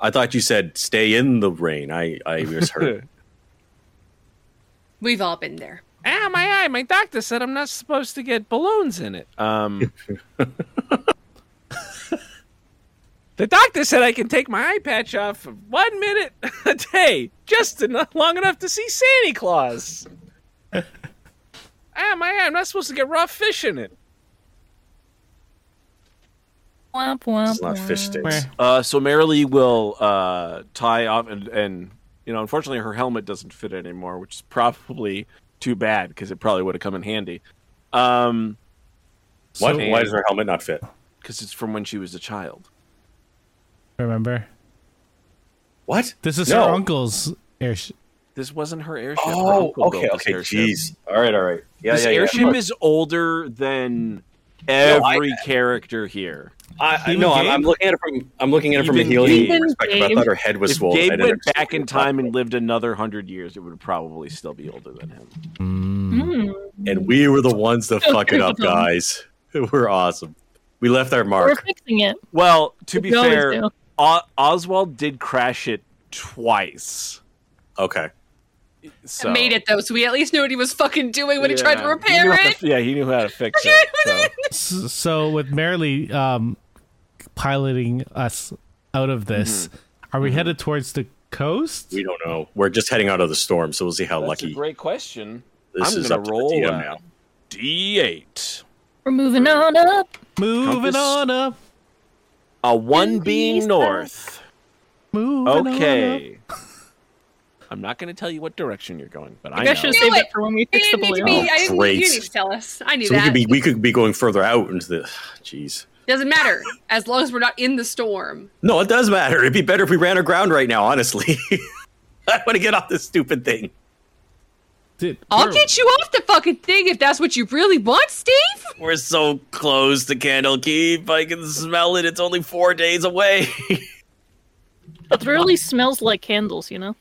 Speaker 2: I thought you said stay in the rain. I I misheard.
Speaker 4: We've all been there.
Speaker 6: ah, my eye! My doctor said I'm not supposed to get balloons in it. Um. The doctor said I can take my eye patch off for one minute a day, just enough, long enough to see Santa Claus. ah, my eye! I'm not supposed to get raw fish in it.
Speaker 5: Womp womp.
Speaker 2: It's not fish
Speaker 5: womp.
Speaker 2: sticks.
Speaker 6: Uh, so Marilee will uh, tie off, and, and you know, unfortunately, her helmet doesn't fit anymore, which is probably too bad because it probably would have come in handy. Um,
Speaker 2: What? Why does her helmet not fit?
Speaker 6: Because it's from when she was a child.
Speaker 3: Remember,
Speaker 2: What?
Speaker 3: this is
Speaker 2: No.
Speaker 3: her uncle's airship.
Speaker 6: This wasn't her airship. Her
Speaker 2: Oh,
Speaker 6: uncle
Speaker 2: okay,
Speaker 6: built this
Speaker 2: okay.
Speaker 6: airship.
Speaker 2: Jeez. All right, all right. Yeah,
Speaker 6: this
Speaker 2: yeah, yeah.
Speaker 6: airship is older than
Speaker 2: I-
Speaker 6: every character here.
Speaker 2: I, I,
Speaker 3: Even
Speaker 2: no, I'm,
Speaker 3: Gabe?
Speaker 2: I'm looking at it from I'm looking at it from a
Speaker 6: Even
Speaker 2: healing
Speaker 5: Gabe?
Speaker 2: perspective. I
Speaker 5: Gabe?
Speaker 2: thought her head was
Speaker 6: if
Speaker 2: swollen. I
Speaker 6: Gabe
Speaker 2: didn't
Speaker 6: went
Speaker 2: understand
Speaker 6: back in
Speaker 2: what it was.
Speaker 6: time and lived another hundred years, it would probably still be older than him.
Speaker 5: Mm.
Speaker 2: and we were the ones that
Speaker 5: So
Speaker 2: fuck it up,
Speaker 5: dumb.
Speaker 2: guys. We're awesome. We left our
Speaker 5: We're
Speaker 2: mark.
Speaker 5: fixing it.
Speaker 6: Well, to be
Speaker 5: We always
Speaker 6: fair,
Speaker 5: do.
Speaker 6: O- Oswald did crash it twice.
Speaker 2: Okay.
Speaker 6: So.
Speaker 4: Made it though, so we at least knew what he was fucking doing when he tried
Speaker 6: Yeah.
Speaker 4: to
Speaker 6: He
Speaker 4: repair
Speaker 6: knew how
Speaker 4: it.
Speaker 6: to- yeah, he knew how to fix it. so.
Speaker 3: S- so with Marilee um, piloting us out of this,
Speaker 6: Mm-hmm.
Speaker 3: are we headed towards the coast?
Speaker 2: We don't know. We're just heading out of the storm, so we'll see how
Speaker 6: That's a
Speaker 2: lucky
Speaker 6: great question.
Speaker 2: this
Speaker 6: I'm
Speaker 2: is
Speaker 6: gonna
Speaker 2: up to the
Speaker 6: roll
Speaker 2: DM
Speaker 6: a
Speaker 2: now.
Speaker 6: D8.
Speaker 5: We're moving on up.
Speaker 3: Moving
Speaker 6: Compass.
Speaker 3: on up.
Speaker 6: A Uh, one being
Speaker 5: East
Speaker 6: north.
Speaker 3: Moving on up.
Speaker 6: Okay. I'm not going to tell you what direction you're going, but I
Speaker 5: I,
Speaker 6: know.
Speaker 5: should
Speaker 4: You
Speaker 5: save
Speaker 4: know
Speaker 5: it
Speaker 4: what?
Speaker 5: for when we
Speaker 4: It
Speaker 5: fix the
Speaker 4: didn't need to
Speaker 5: balloon.
Speaker 4: be.
Speaker 2: balloon.
Speaker 4: I didn't.
Speaker 2: Oh,
Speaker 4: You
Speaker 2: great.
Speaker 4: didn't need to tell us. I knew
Speaker 2: So we
Speaker 4: that.
Speaker 2: could be we could be going further out into the jeez.
Speaker 4: Doesn't matter as long as we're not in the storm.
Speaker 2: No, it does matter. It'd be better if we ran aground right now, honestly. I want to get off this stupid thing.
Speaker 3: Dude,
Speaker 4: I'll
Speaker 3: we're-
Speaker 4: get you off the fucking thing if that's what you really want, Steve.
Speaker 2: We're so close to Candle Keep. I can smell it. It's only four days away.
Speaker 5: It really smells like candles, you know?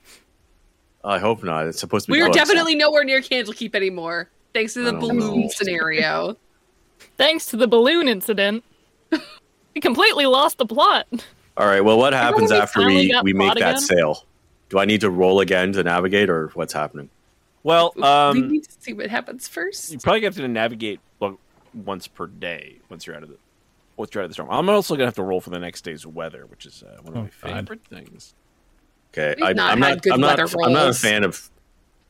Speaker 2: I hope not. It's supposed to be.
Speaker 4: We are
Speaker 2: close.
Speaker 4: definitely nowhere near Candlekeep anymore, thanks to the
Speaker 2: I don't
Speaker 4: balloon
Speaker 2: know.
Speaker 4: scenario.
Speaker 5: Thanks to the balloon incident, we completely lost the plot.
Speaker 2: All right. Well, what happens
Speaker 5: Everyone be
Speaker 2: after we
Speaker 5: filing up
Speaker 2: we make
Speaker 5: plot
Speaker 2: that
Speaker 5: again?
Speaker 2: sale? Do I need to roll again to navigate, or what's happening?
Speaker 6: Well,
Speaker 4: we
Speaker 6: um,
Speaker 4: need to see what happens first.
Speaker 6: you probably have to navigate well, once per day once you're out of the once you're out of the storm. I'm also gonna have to roll for the next day's weather, which is uh, one of
Speaker 3: Oh,
Speaker 6: my
Speaker 3: God.
Speaker 6: favorite things.
Speaker 2: Okay.
Speaker 4: We've
Speaker 2: I,
Speaker 4: not
Speaker 2: I'm
Speaker 4: had
Speaker 2: not.
Speaker 4: good
Speaker 2: I'm not.
Speaker 4: weather
Speaker 2: I'm not a
Speaker 4: rolls.
Speaker 2: fan of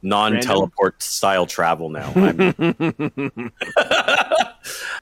Speaker 2: non-teleport style travel now. I'm,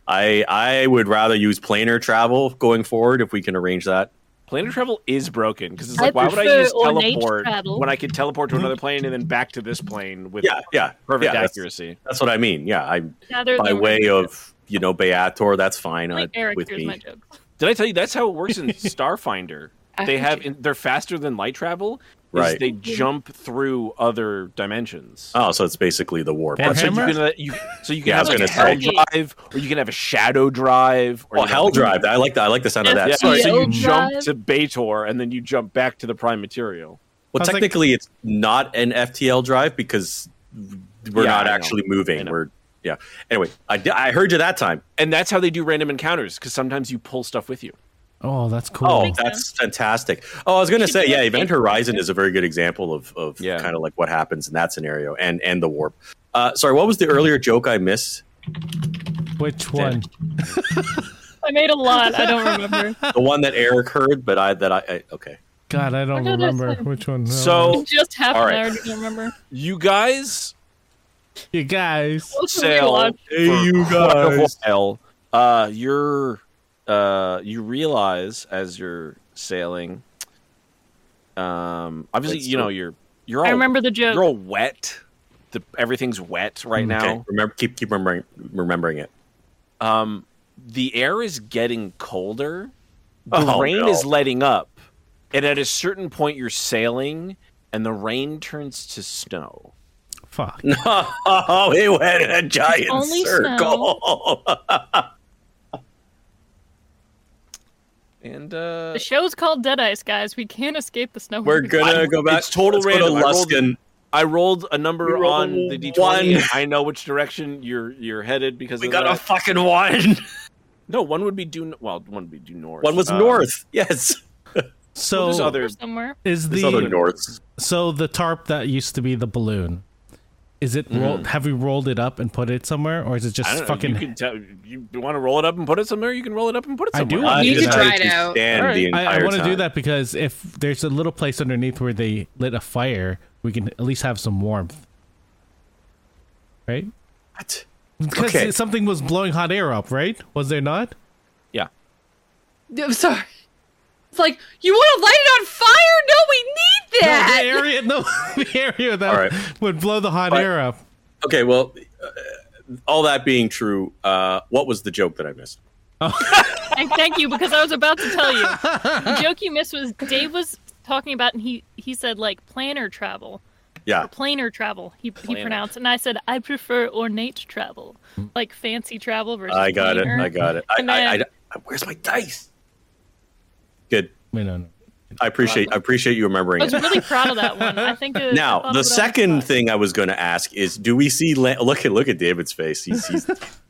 Speaker 2: I I would rather use planar travel going forward if we can arrange that.
Speaker 6: Planar travel is broken because it's
Speaker 5: I
Speaker 6: like, why would I
Speaker 5: prefer
Speaker 6: use
Speaker 5: ornate
Speaker 6: teleport
Speaker 5: travel.
Speaker 6: when I could teleport to another plane and then back to this plane with
Speaker 2: Yeah. Yeah.
Speaker 6: perfect
Speaker 2: yeah, that's-
Speaker 6: accuracy?
Speaker 2: That's, what I mean. Yeah. I
Speaker 5: Rather
Speaker 2: by
Speaker 5: than-
Speaker 2: way of you know Beator. That's fine uh,
Speaker 5: Like, Eric,
Speaker 2: with
Speaker 5: here's my
Speaker 2: me.
Speaker 5: joke.
Speaker 6: Did I tell you that's how it works in Starfinder?
Speaker 4: I
Speaker 6: They
Speaker 4: heard
Speaker 6: have
Speaker 4: you.
Speaker 6: in, they're faster than light travel. is
Speaker 2: Right.
Speaker 6: They jump through other dimensions.
Speaker 2: Oh, so it's basically the warp.
Speaker 3: Warhammer?
Speaker 2: That's
Speaker 6: So you
Speaker 3: Hammer?
Speaker 6: can, uh, you, so you can
Speaker 2: Yeah, I
Speaker 6: have
Speaker 2: was
Speaker 6: like a hell
Speaker 2: gonna
Speaker 5: say.
Speaker 6: drive, or you can have a shadow drive. Or
Speaker 2: Oh,
Speaker 6: you can
Speaker 2: Hell
Speaker 6: have-
Speaker 2: Drive. I like that. I like the sound of that.
Speaker 6: Yeah,
Speaker 5: Sorry.
Speaker 6: so you
Speaker 5: Hell
Speaker 6: jump
Speaker 5: drive.
Speaker 6: to Beator, and then you jump back to the prime material.
Speaker 2: Well,
Speaker 3: Sounds like-
Speaker 2: technically, it's not an FTL drive because we're
Speaker 6: Yeah, I
Speaker 2: not
Speaker 6: know.
Speaker 2: actually
Speaker 6: I
Speaker 2: moving.
Speaker 6: know.
Speaker 2: We're yeah. Anyway, I, di- I heard you that time.
Speaker 6: And that's how they do random encounters, because sometimes you pull stuff with you.
Speaker 3: Oh, that's cool.
Speaker 2: Oh,
Speaker 5: Makes
Speaker 2: that's fantastic. Oh, I was going to
Speaker 5: Should
Speaker 2: say,
Speaker 5: do
Speaker 2: yeah,
Speaker 5: it.
Speaker 2: Event Horizon is a very good example of of
Speaker 6: Yeah.
Speaker 2: kind of like what happens in that scenario and and the warp. Uh, sorry, what was the earlier joke I missed?
Speaker 6: Oh.
Speaker 3: Which one?
Speaker 5: I made a lot. I don't remember.
Speaker 2: the one that Eric heard, but I that I, I okay.
Speaker 3: God, I don't
Speaker 5: I don't know, it's
Speaker 3: remember
Speaker 5: fine.
Speaker 3: which one. that
Speaker 6: So-
Speaker 3: was.
Speaker 5: It just happened.
Speaker 2: All right.
Speaker 5: I already don't remember.
Speaker 6: You guys
Speaker 3: you guys,
Speaker 5: Let's
Speaker 6: sail.
Speaker 5: relaunch.
Speaker 2: Hey,
Speaker 6: for
Speaker 2: you
Speaker 6: quite a
Speaker 2: guys.
Speaker 6: while. Uh, you're, uh, you realize as you're sailing. Um, obviously,
Speaker 2: Wait,
Speaker 6: you know
Speaker 2: so-
Speaker 6: you're you're all
Speaker 5: I remember the joke.
Speaker 6: you're all wet. The, everything's wet right now.
Speaker 2: Mm, Okay, remember, keep keep remembering remembering it.
Speaker 6: um, the air is getting colder. The
Speaker 2: Oh,
Speaker 6: rain
Speaker 2: no.
Speaker 6: is letting up, and at a certain point, you're sailing, and the rain turns to snow.
Speaker 3: fuck.
Speaker 2: Oh, it went in a giant
Speaker 5: only
Speaker 2: circle.
Speaker 6: And uh,
Speaker 5: The show's called Dead Ice, guys. We can't escape the snow.
Speaker 2: We're gonna
Speaker 6: I-
Speaker 2: go back.
Speaker 6: it's total
Speaker 2: Let's go to
Speaker 6: random. I rolled-
Speaker 2: Luskin.
Speaker 6: I rolled a number
Speaker 2: We rolled
Speaker 6: on
Speaker 2: a
Speaker 6: the d
Speaker 2: one.
Speaker 6: twenty. and I know which direction you're you're headed because
Speaker 2: We
Speaker 6: of
Speaker 2: got a
Speaker 6: that.
Speaker 2: fucking one.
Speaker 6: no one would be due. Well, one would be due north.
Speaker 2: One was
Speaker 6: Uh,
Speaker 2: north. Yes.
Speaker 3: So
Speaker 6: there's other-
Speaker 5: Or somewhere.
Speaker 3: is
Speaker 2: There's
Speaker 3: the
Speaker 2: other norths.
Speaker 3: so the tarp that used to be the balloon? Is it rolled? Have we rolled it up and put it somewhere, or is
Speaker 6: Mm.
Speaker 3: it
Speaker 6: I
Speaker 3: just
Speaker 6: don't know.
Speaker 3: fucking?
Speaker 6: You can tell. You want to roll it up and put it somewhere? You can roll it up and put it
Speaker 3: I
Speaker 6: somewhere.
Speaker 3: do. I
Speaker 4: need to
Speaker 2: decided
Speaker 4: try it out.
Speaker 2: stand
Speaker 6: All right.
Speaker 2: the
Speaker 3: I,
Speaker 2: entire
Speaker 3: I want to do
Speaker 2: time.
Speaker 3: that because if there's a little place underneath where they lit a fire, we can at least have some warmth, right?
Speaker 2: What?
Speaker 3: Because
Speaker 2: Okay.
Speaker 3: something was blowing hot air up, right? Was there not?
Speaker 6: Yeah.
Speaker 4: I'm sorry. It's like you want to light it on fire? No, we need
Speaker 3: No,
Speaker 4: that.
Speaker 3: the area, no, the area that
Speaker 2: All right.
Speaker 3: would blow the hot
Speaker 2: All right.
Speaker 3: air up.
Speaker 2: Okay, well, uh, all that being true, uh, what was the joke that I missed?
Speaker 5: Thank, thank you, because I was about to tell you. The joke you missed was Dave was talking about, and he he said like planner travel,
Speaker 2: Yeah,
Speaker 5: planar travel. He he
Speaker 6: Planar.
Speaker 5: pronounced, and I said I prefer ornate travel, like fancy travel versus.
Speaker 2: I got it.
Speaker 5: planar.
Speaker 2: I got it. I,
Speaker 5: And
Speaker 2: I, I,
Speaker 5: then-
Speaker 2: I- where's my dice? Good.
Speaker 3: Wait, no, no.
Speaker 2: I appreciate. I appreciate you remembering
Speaker 5: I was
Speaker 2: it.
Speaker 5: really proud of that one. I think. It, I
Speaker 2: Now,
Speaker 5: thought
Speaker 2: the
Speaker 5: of it on
Speaker 2: second
Speaker 5: spot.
Speaker 2: thing I was going to ask is, do we see? La- look at look at David's face. He's he's,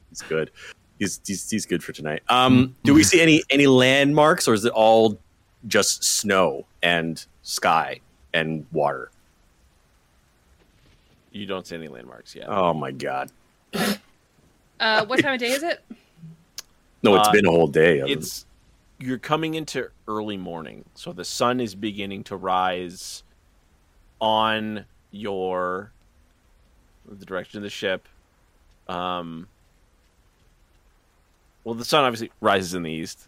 Speaker 2: he's good. He's, he's he's good for tonight.
Speaker 6: Mm-hmm.
Speaker 2: Um, do we see any any landmarks, or is it all just snow and sky and water?
Speaker 6: You don't see any landmarks yet.
Speaker 2: Oh my god!
Speaker 4: Uh, what time of day is it?
Speaker 2: No, it's
Speaker 6: Uh,
Speaker 2: been a whole day. I was-
Speaker 6: it's you're coming into early morning, so the sun is beginning to rise on your the direction of the ship. Um, well, the sun obviously rises in the east,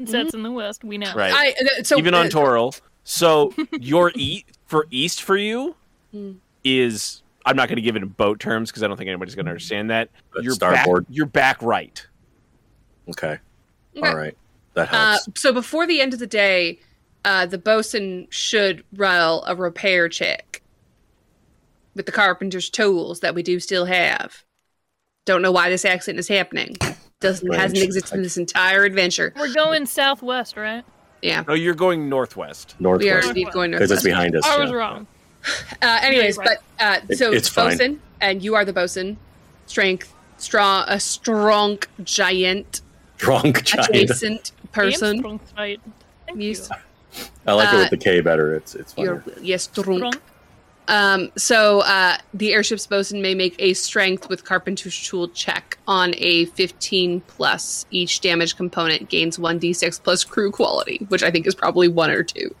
Speaker 5: It sets in the west. We know.
Speaker 6: right?
Speaker 4: I uh, so
Speaker 6: Even on
Speaker 4: uh,
Speaker 6: Toril. So your e for east for you
Speaker 4: Hmm.
Speaker 6: is I'm not going to give it in boat terms because I don't think anybody's going to understand that.
Speaker 2: But
Speaker 6: You're
Speaker 2: starboard.
Speaker 6: back. You're back right.
Speaker 2: okay.
Speaker 4: Okay.
Speaker 2: All right, that
Speaker 4: Uh,
Speaker 2: helps.
Speaker 4: so before the end of the day, uh, the bosun should roll a repair check with the carpenter's tools that we do still have. Don't know why this accident is happening. Doesn't hasn't
Speaker 2: Strange.
Speaker 4: existed in this entire adventure.
Speaker 5: We're going southwest, right?
Speaker 4: Yeah,
Speaker 6: No, you're going northwest.
Speaker 4: we are
Speaker 2: Northwest,
Speaker 4: indeed going
Speaker 2: because it's
Speaker 4: northwest.
Speaker 2: behind us.
Speaker 5: I
Speaker 2: yeah.
Speaker 5: was wrong.
Speaker 4: Uh, anyways,
Speaker 5: Yeah, you're right.
Speaker 4: but uh,
Speaker 2: It-
Speaker 4: so
Speaker 2: it's fine.
Speaker 4: bosun, and you are the bosun. Strength, strong, a strong giant,
Speaker 2: Drunk giant.
Speaker 4: adjacent
Speaker 5: Game
Speaker 4: person.
Speaker 5: strong fight. Thank
Speaker 4: Yes.
Speaker 5: you.
Speaker 2: I like it
Speaker 4: Uh,
Speaker 2: with the K better. It's it's
Speaker 4: You're
Speaker 2: funnier.
Speaker 4: yes, strong.
Speaker 5: Strong.
Speaker 4: Um, so uh, the airship's bosun may make a strength with carpenter's tool check on a 15 plus. Each damage component gains 1d6 plus crew quality, which I think is probably one or two.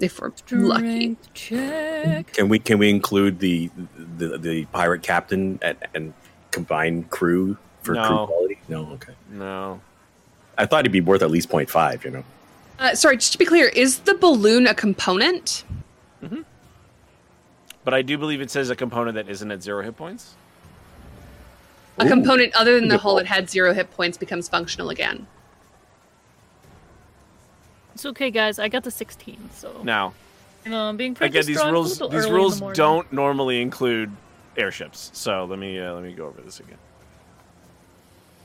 Speaker 4: If we're lucky.
Speaker 5: Strength check.
Speaker 2: Can we can we include the the, the pirate captain and, and combine crew for crew
Speaker 6: No.
Speaker 2: quality? No, okay.
Speaker 6: No.
Speaker 2: I thought it'd be worth at least 0.5, You know,
Speaker 4: Uh, sorry, just to be clear, is the balloon a component?
Speaker 6: But I do believe it says a component that isn't at zero hit points.
Speaker 4: A
Speaker 2: Ooh.
Speaker 4: component other than the
Speaker 2: Good
Speaker 4: hull
Speaker 2: call.
Speaker 4: that had zero hit points becomes functional again.
Speaker 5: It's okay, guys. I got the 16, so
Speaker 6: Now,
Speaker 5: you know, I'm being pretty
Speaker 6: again, these
Speaker 5: strong.
Speaker 6: rules
Speaker 5: It's a little
Speaker 6: these
Speaker 5: early in the
Speaker 6: rules
Speaker 5: morning.
Speaker 6: don't normally include airships. So let me uh, let me go over this again.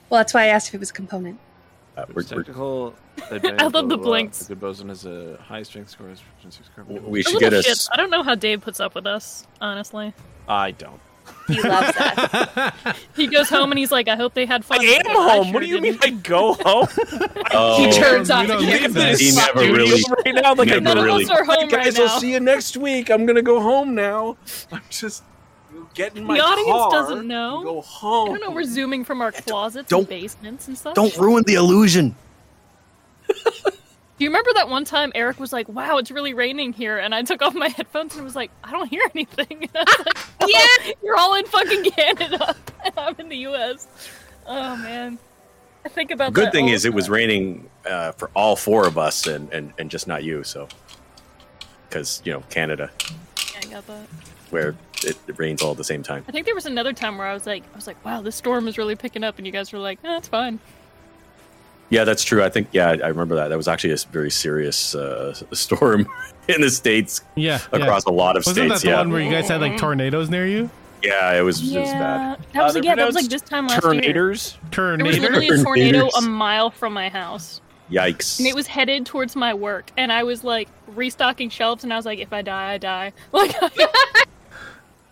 Speaker 4: Well, that's why I asked if it was a component.
Speaker 2: uh, we're, we're,
Speaker 6: technical
Speaker 5: I love the blinks.
Speaker 6: The boson has a high strength score. is 106 carbon.
Speaker 2: we
Speaker 5: The
Speaker 2: should
Speaker 5: little
Speaker 2: get a
Speaker 5: shit.
Speaker 2: s-
Speaker 5: I don't know how Dave puts up with us, honestly.
Speaker 6: I don't.
Speaker 4: He loves us.
Speaker 5: He goes home and he's like, I hope they had fun.
Speaker 6: I am
Speaker 5: Like,
Speaker 6: home.
Speaker 5: sure
Speaker 6: what do you mean
Speaker 5: didn't.
Speaker 6: I go home?
Speaker 4: he
Speaker 2: oh,
Speaker 4: turns off
Speaker 3: We
Speaker 4: the
Speaker 3: don't
Speaker 4: camera.
Speaker 3: need that.
Speaker 2: He never
Speaker 6: Studio
Speaker 2: really-
Speaker 6: right now. Like I
Speaker 2: never
Speaker 5: None of
Speaker 2: really-
Speaker 5: us are home right
Speaker 6: guys,
Speaker 5: now.
Speaker 6: I'll see you next week. I'm gonna go home now. I'm just getting my
Speaker 5: The audience
Speaker 6: car
Speaker 5: doesn't
Speaker 6: and
Speaker 5: know.
Speaker 6: Go
Speaker 5: I
Speaker 6: home.
Speaker 5: don't know. We're zooming from our closets
Speaker 2: Oh. don't-
Speaker 5: and basements and stuff.
Speaker 2: don't ruin the illusion.
Speaker 5: Do you remember that one time Eric was like, "Wow, it's really raining here," and I took off my headphones and was like, "I don't hear anything." And I was like, "Yeah, you're all in fucking Canada, and I'm in the U.S." Oh man, I think about.
Speaker 2: Good
Speaker 5: that
Speaker 2: thing
Speaker 5: all
Speaker 2: is
Speaker 5: the
Speaker 2: it was
Speaker 5: time.
Speaker 2: raining uh, for all four of us and, and, and just not you. So, because you know Canada,
Speaker 5: Yeah, I got that.
Speaker 2: where it, it rains all at the same time.
Speaker 5: I think there was another time where I was like, "I was like, wow, this storm is really picking up," and you guys were like, "That's it's fine."
Speaker 2: Yeah, that's true. I think yeah, I I remember that. That was actually a s- very serious uh, storm in the states
Speaker 3: Yeah,
Speaker 2: across a lot of
Speaker 3: Wasn't
Speaker 2: states.
Speaker 3: that the
Speaker 2: yeah,
Speaker 3: one where you guys had
Speaker 4: Mm.
Speaker 3: like tornadoes near you?
Speaker 2: yeah, it was it was bad.
Speaker 5: that was
Speaker 6: Uh, they're
Speaker 5: yeah, that was like
Speaker 6: pronounced
Speaker 5: this time last year.
Speaker 6: Tornadoes.
Speaker 5: There was
Speaker 3: Tornado.
Speaker 5: literally a tornado
Speaker 2: Tornadoes.
Speaker 5: a mile from my house.
Speaker 2: Yikes!
Speaker 5: And it was headed towards my work, and I was like restocking shelves, and I was like, if I die, I die. Like, I,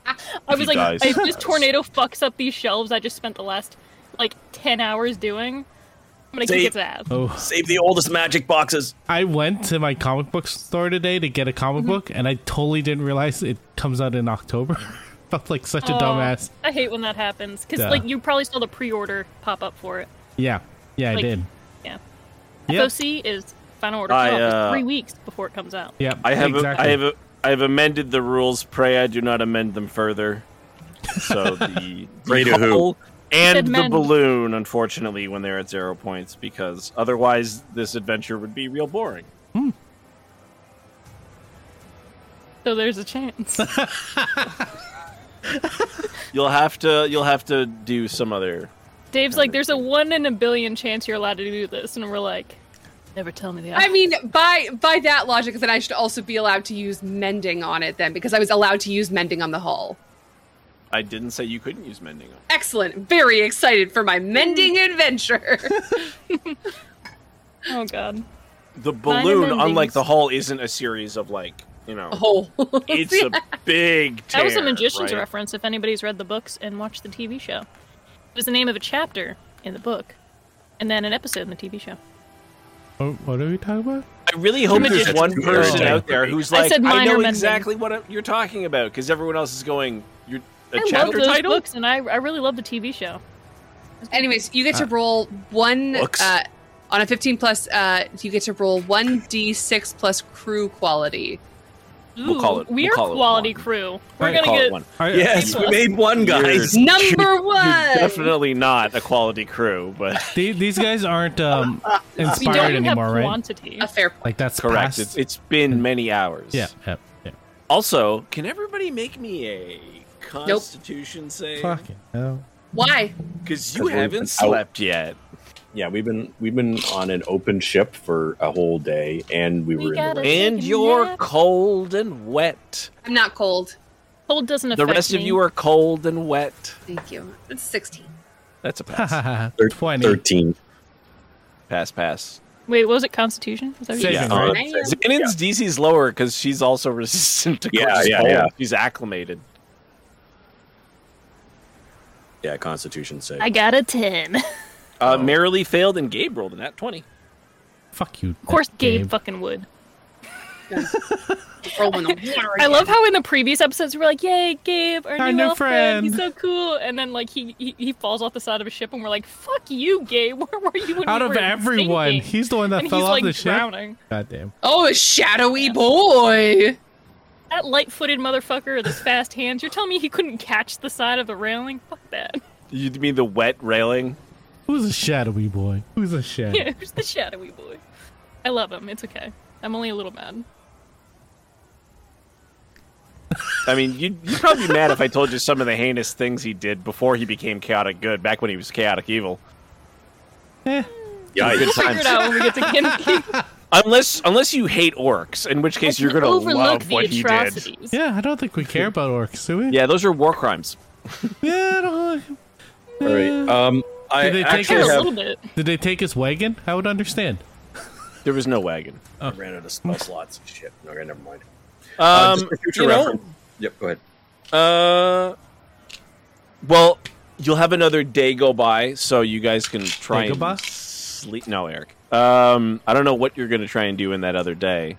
Speaker 5: I
Speaker 2: He
Speaker 5: was like,
Speaker 2: dies.
Speaker 5: if this tornado fucks up these shelves, I just spent the last like ten hours doing. I'm gonna
Speaker 2: See-
Speaker 5: kick its ass.
Speaker 3: Oh,
Speaker 2: Save the oldest magic boxes.
Speaker 3: I went to my comic book store today to get a comic
Speaker 5: Mm-hmm.
Speaker 3: book, and I totally didn't realize it comes out in October. Felt like such a
Speaker 5: Aw,
Speaker 3: dumbass.
Speaker 5: I hate when that happens because
Speaker 3: Yeah.
Speaker 5: like you probably saw the pre-order pop up for it.
Speaker 3: Yeah, yeah, I
Speaker 5: Like-
Speaker 3: did.
Speaker 5: Yeah.
Speaker 3: Yep.
Speaker 5: FOC is final order.
Speaker 6: I,
Speaker 5: cut off is
Speaker 6: uh,
Speaker 5: three weeks before it comes out.
Speaker 3: Yep,
Speaker 6: I have.
Speaker 3: exactly.
Speaker 6: I have. I have amended the rules. Pray I do not amend them further. So the
Speaker 2: Pray
Speaker 6: the
Speaker 2: to who?
Speaker 6: hull-
Speaker 5: said
Speaker 6: and the
Speaker 5: men.
Speaker 6: balloon, unfortunately, when they're at zero points, because otherwise this adventure would be real boring.
Speaker 5: So there's a chance.
Speaker 6: You'll have to you'll have to do some other.
Speaker 5: Dave's like, there's a one in a billion chance you're allowed to do this, and we're like, never tell me the
Speaker 4: I mean, by by that logic, then I should also be allowed to use mending on it then, because I was allowed to use mending on the hull.
Speaker 6: I didn't say you couldn't use mending.
Speaker 4: Excellent. Very excited for my mending adventure.
Speaker 5: Oh god.
Speaker 6: The
Speaker 5: Mine are
Speaker 6: balloon, unlike
Speaker 5: mendings.
Speaker 6: the hull, isn't a series of like you know.
Speaker 4: oh.
Speaker 6: It's a big. Tear,
Speaker 5: that was a magician's
Speaker 6: right?
Speaker 5: reference. If anybody's read the books and watched the TV show, it was the name of a chapter in the book, and then an episode in the TV show.
Speaker 3: Oh, what are we talking about? Oh,
Speaker 6: I really hope
Speaker 5: Image-
Speaker 6: there's one
Speaker 2: That's too
Speaker 6: person
Speaker 3: early.
Speaker 6: out there who's
Speaker 5: I
Speaker 6: like, I,
Speaker 5: said minor
Speaker 6: know
Speaker 5: mending."
Speaker 6: exactly what I- you're talking about because everyone else is going, you're a
Speaker 5: I love
Speaker 6: chapter
Speaker 5: those
Speaker 6: title?
Speaker 5: books, and I, I really love the TV show.
Speaker 4: Anyways, you get to roll one
Speaker 6: Ah. Looks.
Speaker 4: uh, on a 15 plus. Uh, you get to roll one d6 plus crew quality.
Speaker 6: We'll call it-
Speaker 5: Ooh, We
Speaker 6: we'll
Speaker 5: are
Speaker 6: call it
Speaker 5: quality
Speaker 6: one.
Speaker 5: crew. We're
Speaker 3: Right.
Speaker 5: gonna
Speaker 6: Call it
Speaker 5: get
Speaker 6: one.
Speaker 3: Are-
Speaker 2: Yes, we made one, guys.
Speaker 4: Number one.
Speaker 6: Definitely not a quality crew, but
Speaker 3: the- these guys aren't um,
Speaker 5: we don't
Speaker 3: inspired
Speaker 5: even have
Speaker 3: anymore, right?
Speaker 5: quantity.
Speaker 4: A fair point.
Speaker 3: Like that's
Speaker 6: correct.
Speaker 3: past-
Speaker 6: It's, it's been many hours.
Speaker 3: yeah, yeah, yeah.
Speaker 6: Also, can everybody make me a Constitution save?
Speaker 3: Fucking hell.
Speaker 4: Why?
Speaker 6: Because
Speaker 2: Cause
Speaker 6: you
Speaker 2: we've been
Speaker 6: haven't
Speaker 2: out.
Speaker 6: slept yet.
Speaker 2: Yeah, we've been we've been on an open ship for a whole day, and we,
Speaker 5: We
Speaker 2: were in
Speaker 5: gotta-
Speaker 2: the rain.
Speaker 6: And
Speaker 5: taking a
Speaker 6: you're
Speaker 5: nap.
Speaker 6: cold and wet.
Speaker 4: I'm not cold.
Speaker 5: Cold doesn't
Speaker 6: The
Speaker 5: affect
Speaker 6: rest of
Speaker 5: me.
Speaker 6: you are cold and wet.
Speaker 4: Thank you. It's 16.
Speaker 6: That's a
Speaker 3: Ha, ha,
Speaker 6: pass.
Speaker 3: ha, ha.
Speaker 2: Thir-
Speaker 3: 20.
Speaker 2: Thirteen.
Speaker 6: pass, pass.
Speaker 5: Wait, what was it Constitution? Is that what you
Speaker 3: Saving
Speaker 5: said?
Speaker 6: Yeah.
Speaker 3: throw.
Speaker 2: Alright.
Speaker 4: Damn.
Speaker 6: Xanon's DC's lower because she's also resistant to
Speaker 2: Yeah,
Speaker 6: corpse
Speaker 2: yeah,
Speaker 6: cold.
Speaker 2: yeah.
Speaker 6: She's acclimated.
Speaker 2: Yeah, Constitution save.
Speaker 7: I got a 10.
Speaker 6: Uh, Merrily failed and Gabe rolled in that 20.
Speaker 3: Fuck you.
Speaker 5: Of course, Gabe fucking would.
Speaker 4: Roll one on water
Speaker 5: I
Speaker 4: again.
Speaker 5: love how in the previous episodes we were like, "Yay, Gabe, our,
Speaker 3: Our
Speaker 5: new,
Speaker 3: new
Speaker 5: elf friend. he's so
Speaker 3: friend."
Speaker 5: cool," and then like he, he he falls off the side of a ship, and we're like, "Fuck you, Gabe, where were you?" When
Speaker 3: Out
Speaker 5: we
Speaker 3: of
Speaker 5: were
Speaker 3: everyone,
Speaker 5: sinking?"
Speaker 3: he's the one that
Speaker 5: and
Speaker 3: fell
Speaker 5: he's
Speaker 3: off
Speaker 5: like
Speaker 3: the ship.
Speaker 5: drowning.
Speaker 3: Goddamn.
Speaker 4: Oh, a shadowy boy.
Speaker 5: That light-footed motherfucker with his fast hands. You're telling me he couldn't catch the side of the railing? Fuck that.
Speaker 6: You mean the wet railing?
Speaker 3: Who's a shadowy boy? Who's a shadow?
Speaker 5: Yeah, who's the shadowy boy? I love him. It's okay. I'm only a little mad.
Speaker 6: I mean, you'd, you'd probably be mad if I told you some of the heinous things he did before he became chaotic good, back when he was chaotic evil.
Speaker 3: Eh,
Speaker 2: Yeah,
Speaker 5: We'll figure it out when we get to Kincaid.
Speaker 6: Unless unless you hate orcs, in which case you're going to
Speaker 5: overlook
Speaker 6: love
Speaker 5: the
Speaker 6: what he did.
Speaker 5: atrocities.
Speaker 3: yeah, I don't think we care about orcs, do we?
Speaker 6: Yeah, those are war crimes.
Speaker 3: Yeah, I don't-
Speaker 2: All right. Um, I
Speaker 3: Did they take
Speaker 2: actually
Speaker 5: Kinda
Speaker 3: us-
Speaker 5: a
Speaker 2: have
Speaker 5: little bit.
Speaker 3: Did they take his wagon? I would understand.
Speaker 6: There was no wagon.
Speaker 2: I ran out of spell slots. Shit. Okay, never mind. Uh,
Speaker 6: Um,
Speaker 2: just for future
Speaker 6: you know,
Speaker 2: reference. Yep. Go ahead.
Speaker 6: Uh, well, you'll have another day go by, so you guys can try
Speaker 3: Day go
Speaker 6: and
Speaker 3: by?
Speaker 6: sleep. No, Eric. Um, I don't know what you're gonna try and do in that other day,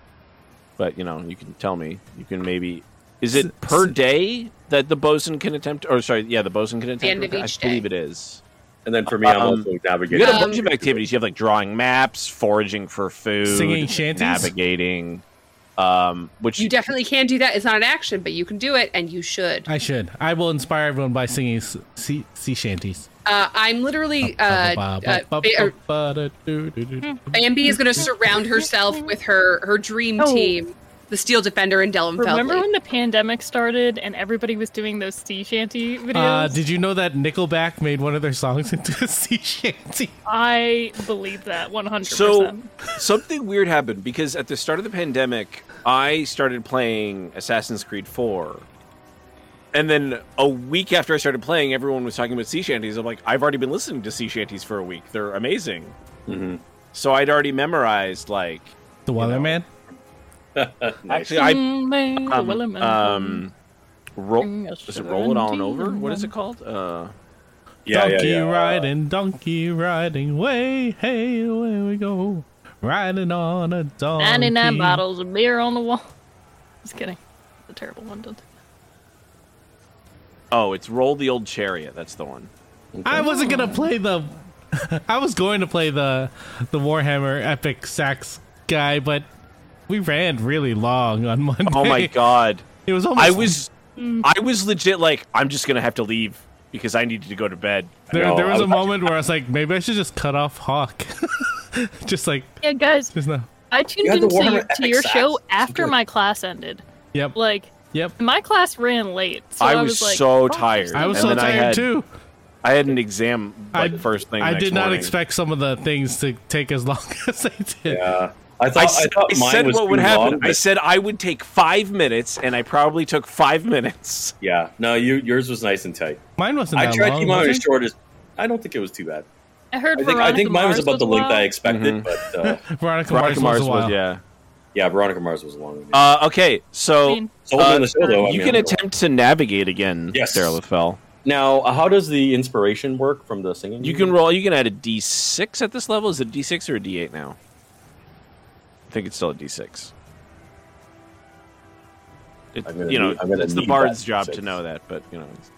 Speaker 6: but you know, you can tell me. You can maybe. Is
Speaker 3: S-
Speaker 6: it per
Speaker 3: s-
Speaker 6: day that the bosun can attempt? Or sorry, yeah, the bosun can attempt.
Speaker 4: end of
Speaker 6: to- I
Speaker 4: each day.
Speaker 6: believe it is.
Speaker 2: And then for me, I'm
Speaker 6: Um,
Speaker 2: also
Speaker 6: You
Speaker 2: navigating.
Speaker 6: got a
Speaker 4: Um,
Speaker 6: bunch of activities. You have like drawing maps, foraging for food,
Speaker 3: Singing shanties?
Speaker 6: navigating. Um, which
Speaker 4: You definitely can do that. It's not an action, but you can do it, and you should.
Speaker 3: I should. I will inspire everyone by singing s- sea, sea shanties.
Speaker 4: Uh, I'm literally. Uh, uh, ba- or Bambi is going to surround herself with her her dream
Speaker 5: Oh.
Speaker 4: team, the Steel Defender and Dellum
Speaker 5: Remember
Speaker 4: Feldley.
Speaker 5: when the pandemic started and everybody was doing those sea shanty videos?
Speaker 3: Uh, did you know that Nickelback made one of their songs into a sea shanty?
Speaker 5: I believe that 100%.
Speaker 6: So
Speaker 5: Hmm,
Speaker 6: something weird happened because at the start of the pandemic, I started playing Assassin's Creed 4. And then a week after I started playing, everyone was talking about sea shanties. I'm like, I've already been listening to sea shanties for a week. They're amazing. Mm-hmm. So I'd already memorized like
Speaker 3: The Weatherman?
Speaker 6: actually I
Speaker 5: Mm,
Speaker 6: um,
Speaker 5: well, I'm-
Speaker 6: um roll
Speaker 5: Bring a
Speaker 6: is it roll it on over? What is
Speaker 5: seventeen.
Speaker 6: it called? Uh
Speaker 2: yeah, yeah,
Speaker 3: donkey
Speaker 2: yeah.
Speaker 3: riding, donkey riding, way, hey, away we go. Riding on a donkey.
Speaker 5: 99 bottles of beer on the wall. Just kidding. The terrible one. Don't do
Speaker 6: oh, it's roll the old chariot. That's the one.
Speaker 3: I wasn't gonna play the. I was going to play the the Warhammer Epic Sax guy, but we ran really long on Monday.
Speaker 6: Oh my god.
Speaker 3: It was almost.
Speaker 6: I was I was legit like I'm just gonna have to leave because I needed to go to bed.
Speaker 3: There,
Speaker 2: No,
Speaker 3: there was
Speaker 2: I
Speaker 3: a
Speaker 2: was-
Speaker 3: moment where I was like, maybe I should just cut off Hawk. just like,
Speaker 5: Yeah, guys,
Speaker 3: there's no.
Speaker 5: I tuned
Speaker 2: had the
Speaker 5: into
Speaker 2: Warhammer
Speaker 5: your, to
Speaker 2: Epic
Speaker 5: your
Speaker 2: Sax.
Speaker 5: show
Speaker 2: It's
Speaker 5: after
Speaker 2: good.
Speaker 5: my class ended.
Speaker 3: Yep.
Speaker 5: Like,
Speaker 3: Yep.
Speaker 5: my class ran late, so I,
Speaker 6: I was
Speaker 5: like, "Oh,
Speaker 6: so
Speaker 5: "Fuck
Speaker 6: tired.
Speaker 3: I was
Speaker 6: And
Speaker 3: so
Speaker 6: then I
Speaker 3: tired
Speaker 6: had-
Speaker 3: too.
Speaker 6: I had an exam like
Speaker 3: I-
Speaker 6: first thing.
Speaker 3: I
Speaker 6: next
Speaker 3: did not
Speaker 6: morning.
Speaker 3: expect some of the things to take as long as they did.
Speaker 2: Yeah. Uh, I
Speaker 6: I,
Speaker 2: thought, I,
Speaker 6: s-
Speaker 2: thought
Speaker 6: I
Speaker 2: mine
Speaker 6: said
Speaker 2: was
Speaker 6: what would
Speaker 2: too
Speaker 6: happen.
Speaker 2: long,
Speaker 6: I
Speaker 2: but-
Speaker 6: said I would take five minutes, and I probably took five minutes.
Speaker 2: yeah. No, you, yours was nice and tight.
Speaker 3: Mine wasn't
Speaker 2: I
Speaker 3: that
Speaker 2: tried to
Speaker 3: long.
Speaker 2: keep mine
Speaker 3: was
Speaker 2: as
Speaker 3: it?
Speaker 2: short as. I don't think it was too bad.
Speaker 5: I heard
Speaker 2: I think I
Speaker 5: Veronica
Speaker 2: think mine was
Speaker 5: Mars
Speaker 2: about the length
Speaker 5: wild.
Speaker 2: I expected,
Speaker 6: Mm-hmm.
Speaker 2: but uh,
Speaker 3: Veronica,
Speaker 6: Veronica
Speaker 3: Mars, was a while.
Speaker 6: yeah.
Speaker 2: yeah, Veronica Mars was long.
Speaker 6: Uh, okay,
Speaker 5: I
Speaker 6: so
Speaker 5: mean,
Speaker 2: so hold
Speaker 6: uh,
Speaker 2: on the show though. I
Speaker 6: you
Speaker 2: mean,
Speaker 6: can
Speaker 2: I-
Speaker 6: attempt to navigate again,
Speaker 2: Yes.
Speaker 6: Sarah LaFell.
Speaker 2: now. uh, How does the inspiration work from the singing?
Speaker 6: You can roll. You can add a d6 at this level. Is it a d6 or a d8 now? I think it's still a d6. It,
Speaker 2: I'm gonna
Speaker 6: you know,
Speaker 2: need- I'm gonna
Speaker 6: it's the
Speaker 2: need
Speaker 6: bard's
Speaker 2: that
Speaker 6: job to
Speaker 2: d6.
Speaker 6: know that, but you know, it's-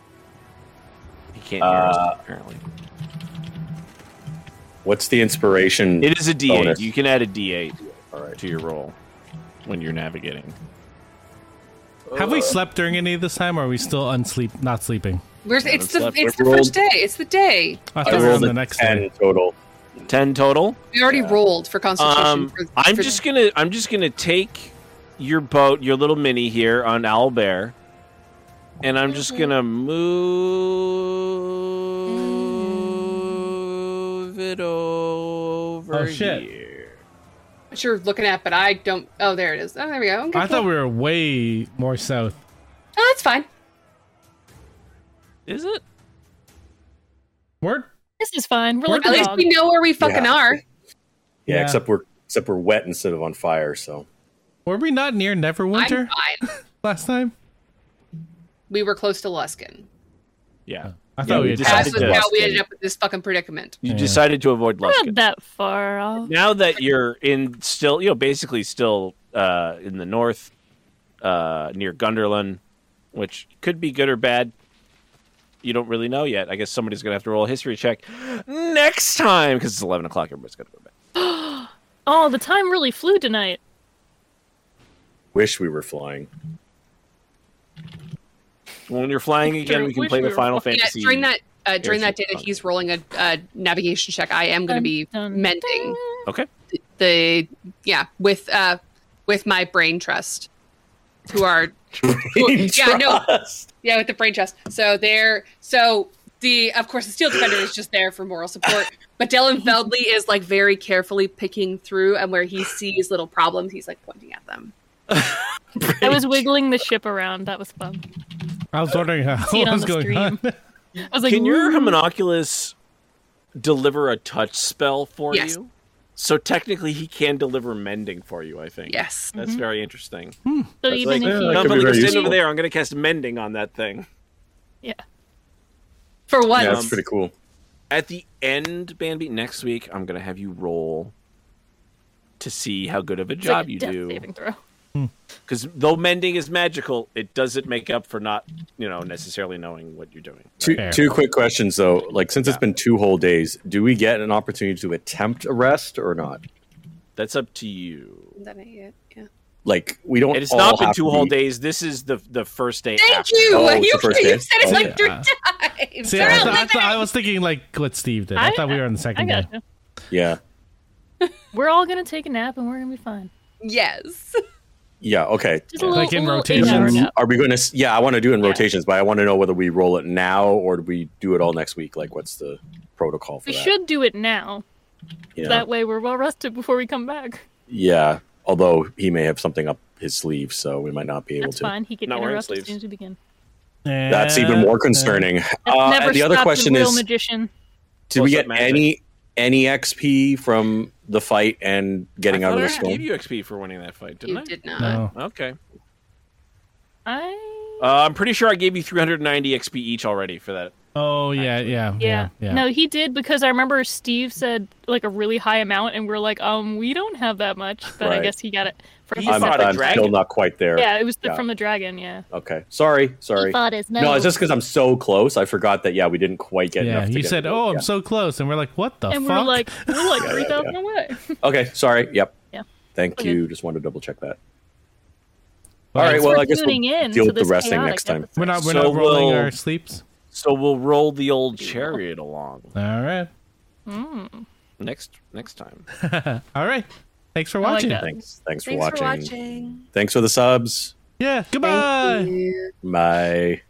Speaker 6: he can't hear
Speaker 2: Uh,
Speaker 6: us apparently.
Speaker 2: What's the inspiration?
Speaker 6: It is a d8.
Speaker 2: bonus.
Speaker 6: You can add a d8
Speaker 2: All right.
Speaker 6: to your roll when you're navigating.
Speaker 3: Have we slept during any of this time, or are we still unsleep, not sleeping?
Speaker 4: We're,
Speaker 6: Yeah,
Speaker 4: it's
Speaker 6: that's
Speaker 4: the
Speaker 6: left.
Speaker 4: it's the
Speaker 2: We've
Speaker 4: first day. It's the day.
Speaker 3: I
Speaker 2: I
Speaker 3: thought we were on
Speaker 2: rolled
Speaker 3: the
Speaker 2: a
Speaker 3: next
Speaker 2: ten
Speaker 3: day.
Speaker 2: total.
Speaker 6: Ten total.
Speaker 4: We already rolled for Constitution.
Speaker 6: Um,
Speaker 4: for,
Speaker 6: I'm
Speaker 4: for-
Speaker 6: just gonna I'm just gonna take your boat, your little mini here on Owlbear, and I'm just gonna move it over
Speaker 3: Oh, shit.
Speaker 6: here.
Speaker 4: what you're looking at, but I don't. Oh, there it is. Oh, there we go. Okay,
Speaker 3: I thought
Speaker 4: cool.
Speaker 3: we were way more south.
Speaker 4: Oh, that's fine.
Speaker 6: Is it?
Speaker 3: We're
Speaker 5: this is fine. We're
Speaker 3: We're
Speaker 5: like
Speaker 4: At
Speaker 5: a
Speaker 4: least
Speaker 5: dog.
Speaker 4: we know where we fucking
Speaker 2: Yeah.
Speaker 4: are.
Speaker 2: Yeah,
Speaker 3: Yeah.
Speaker 2: except we're except we're wet instead of on fire. So
Speaker 3: were we not near Neverwinter
Speaker 4: I'm fine.
Speaker 3: last time?
Speaker 4: We were close to Luskin.
Speaker 6: Yeah.
Speaker 3: I
Speaker 2: Yeah,
Speaker 3: thought
Speaker 2: we
Speaker 3: we had
Speaker 2: just-
Speaker 3: just
Speaker 4: That's
Speaker 6: think that's
Speaker 4: how we
Speaker 6: good.
Speaker 4: ended up with this fucking predicament.
Speaker 6: You
Speaker 3: Yeah.
Speaker 6: decided to avoid
Speaker 5: We're
Speaker 6: Luskin.
Speaker 5: not that far off.
Speaker 6: Now that you're in still you know, basically still uh, in the north, uh, near Gunderland, which could be good or bad. You don't really know yet. I guess somebody's gonna have to roll a history check next time because it's eleven o'clock. Everybody's gonna go back.
Speaker 5: Oh, the time really flew tonight.
Speaker 2: wish we were flying.
Speaker 6: When you're flying again,
Speaker 5: Sure,
Speaker 6: we can
Speaker 5: wish
Speaker 6: play
Speaker 5: we
Speaker 6: Oh, the
Speaker 5: were
Speaker 6: Final
Speaker 4: Yeah,
Speaker 6: Fantasy.
Speaker 4: during that uh, during that
Speaker 6: Airship
Speaker 4: day that
Speaker 6: fun.
Speaker 4: he's rolling a uh, navigation check, I am going
Speaker 5: Dun,
Speaker 4: to be
Speaker 5: dun,
Speaker 4: mending
Speaker 6: Okay.
Speaker 4: the yeah with uh with my brain trust, who are who- yeah no Yeah, with the brain trust. So there. So the of course the steel defender is just there for moral support, but Dylan Feldley is like very carefully picking through, and where he sees little problems, he's like pointing at them.
Speaker 5: I was wiggling the ship around. That was fun.
Speaker 3: I was wondering how
Speaker 5: See it
Speaker 3: what
Speaker 5: on
Speaker 3: was
Speaker 5: the
Speaker 3: going
Speaker 5: stream.
Speaker 3: on.
Speaker 5: I was like,
Speaker 6: Can your
Speaker 5: "Ooh."
Speaker 6: homunculus deliver a touch spell for
Speaker 4: Yes.
Speaker 6: you? So technically, he can deliver mending for you. I think.
Speaker 4: Yes. Mm-hmm.
Speaker 6: That's very interesting.
Speaker 5: So
Speaker 2: That's like-
Speaker 5: even if
Speaker 2: yeah,
Speaker 5: you
Speaker 2: that
Speaker 6: I'm
Speaker 2: could be
Speaker 6: gonna
Speaker 2: very
Speaker 6: stand
Speaker 2: useful.
Speaker 6: over there. I'm gonna cast mending on that thing.
Speaker 4: For
Speaker 6: Um,
Speaker 2: Yeah,
Speaker 4: once,
Speaker 2: that's pretty cool.
Speaker 6: At the end, Bambi, next week, I'm gonna have you roll to see how good of a
Speaker 5: it's like
Speaker 6: job
Speaker 5: a
Speaker 6: you
Speaker 5: death
Speaker 6: do.
Speaker 5: Saving throw.
Speaker 6: Because though mending is magical, it doesn't make up for not, you know, necessarily knowing what you're doing.
Speaker 2: Two,
Speaker 3: Fair.
Speaker 2: two quick questions though. Like since it's
Speaker 6: Yeah.
Speaker 2: been two whole days, do we get an opportunity to attempt a rest or not?
Speaker 6: That's up to you.
Speaker 4: That ain't it, yeah.
Speaker 2: Like we don't.
Speaker 6: And it's
Speaker 2: all
Speaker 6: not been
Speaker 2: have
Speaker 6: two
Speaker 2: to
Speaker 6: whole
Speaker 2: be-
Speaker 6: days. This is the the first day.
Speaker 4: Thank
Speaker 6: after.
Speaker 4: you.
Speaker 2: Oh, it's
Speaker 4: you,
Speaker 2: the first
Speaker 4: you
Speaker 2: day?
Speaker 4: said it
Speaker 2: Oh,
Speaker 4: like
Speaker 2: yeah.
Speaker 4: three times.
Speaker 3: See,
Speaker 4: They're
Speaker 3: I,
Speaker 4: all
Speaker 3: thought- I
Speaker 4: like-
Speaker 3: thought- I was thinking like what Steve did. I,
Speaker 5: I-
Speaker 3: thought we were on the second
Speaker 5: I
Speaker 3: day.
Speaker 5: got you.
Speaker 2: Yeah.
Speaker 5: We're all gonna take a nap and we're gonna be fine.
Speaker 4: yes.
Speaker 2: Yeah. Okay.
Speaker 5: Just a
Speaker 6: Yeah.
Speaker 5: little,
Speaker 3: Like in
Speaker 5: a little
Speaker 3: rotation.
Speaker 5: eight-hour
Speaker 3: Yeah.
Speaker 5: nap.
Speaker 2: Are we going to? Yeah, I want to do it in rotations, but I want to know whether we roll it now or do we do it all next week. Like, what's the protocol for
Speaker 5: We
Speaker 2: that?
Speaker 5: should do it now.
Speaker 2: yeah.
Speaker 5: That way we're well rested before we come back.
Speaker 2: yeah. Although he may have something up his sleeve, so we might not be able
Speaker 5: That's
Speaker 2: to.
Speaker 5: fine. He can
Speaker 6: Not wearing
Speaker 5: interrupt as
Speaker 6: sleeves.
Speaker 5: soon as we begin.
Speaker 2: That's even more concerning.
Speaker 5: That's
Speaker 2: Uh,
Speaker 5: never
Speaker 2: and the other
Speaker 5: stopped a
Speaker 2: question
Speaker 5: real
Speaker 2: is:
Speaker 5: magician.
Speaker 2: Did we
Speaker 6: Close-up
Speaker 2: get
Speaker 6: magic.
Speaker 2: any any XP from the fight and getting
Speaker 6: I
Speaker 2: out
Speaker 6: thought
Speaker 2: of
Speaker 6: I
Speaker 2: the
Speaker 6: already gave
Speaker 2: storm?
Speaker 6: you XP for winning that fight, didn't
Speaker 4: You
Speaker 6: I?
Speaker 4: did not.
Speaker 3: Uh, No.
Speaker 6: Okay.
Speaker 5: I
Speaker 6: Uh, I'm pretty sure I gave you 390 XP each already for that.
Speaker 3: Oh yeah, yeah,
Speaker 5: yeah.
Speaker 3: yeah, yeah.
Speaker 5: No, he did because I remember Steve said like a really high amount, and we're like, um, we don't have that much, but I
Speaker 2: Right.
Speaker 5: guess he got it from
Speaker 6: He
Speaker 5: his
Speaker 2: I'm,
Speaker 6: fought a
Speaker 5: separate-
Speaker 2: I'm still
Speaker 6: dragon.
Speaker 2: not quite there.
Speaker 5: Yeah, it was the,
Speaker 2: Yeah.
Speaker 5: from the dragon. Yeah.
Speaker 2: Okay. Sorry. Sorry. No, it's just because I'm so close. I forgot that. Yeah, we didn't quite get
Speaker 3: Yeah,
Speaker 2: enough. to
Speaker 3: you
Speaker 2: get
Speaker 3: said,
Speaker 2: it.
Speaker 3: "Oh, I'm
Speaker 2: Yeah.
Speaker 3: so close," and we're like, "What the
Speaker 5: and
Speaker 3: fuck?"
Speaker 5: we're like, we're like
Speaker 2: Yeah,
Speaker 5: three
Speaker 2: yeah,
Speaker 5: thousand away.
Speaker 2: Okay, sorry. Yep.
Speaker 5: Yeah.
Speaker 2: Thank
Speaker 5: Okay.
Speaker 2: you. Just wanted to double check that. All
Speaker 3: Well,
Speaker 2: right.
Speaker 5: Thanks
Speaker 2: Well,
Speaker 5: for
Speaker 2: I guess we'll
Speaker 5: tuning in
Speaker 2: deal
Speaker 5: to
Speaker 2: with the
Speaker 5: this
Speaker 2: resting
Speaker 5: chaotic
Speaker 2: next time.
Speaker 5: episode.
Speaker 3: we're not we're
Speaker 6: So
Speaker 3: not rolling
Speaker 6: we'll-
Speaker 3: our sleeps.
Speaker 6: So we'll roll the old chariot along
Speaker 3: All right.
Speaker 5: hmm.
Speaker 6: next next time.
Speaker 3: All right. Thanks for
Speaker 5: like
Speaker 3: watching.
Speaker 5: that.
Speaker 2: Thanks. Thanks,
Speaker 4: Thanks for watching.
Speaker 2: Thanks for the subs.
Speaker 3: Yeah. Goodbye.
Speaker 4: Yeah.
Speaker 2: Bye.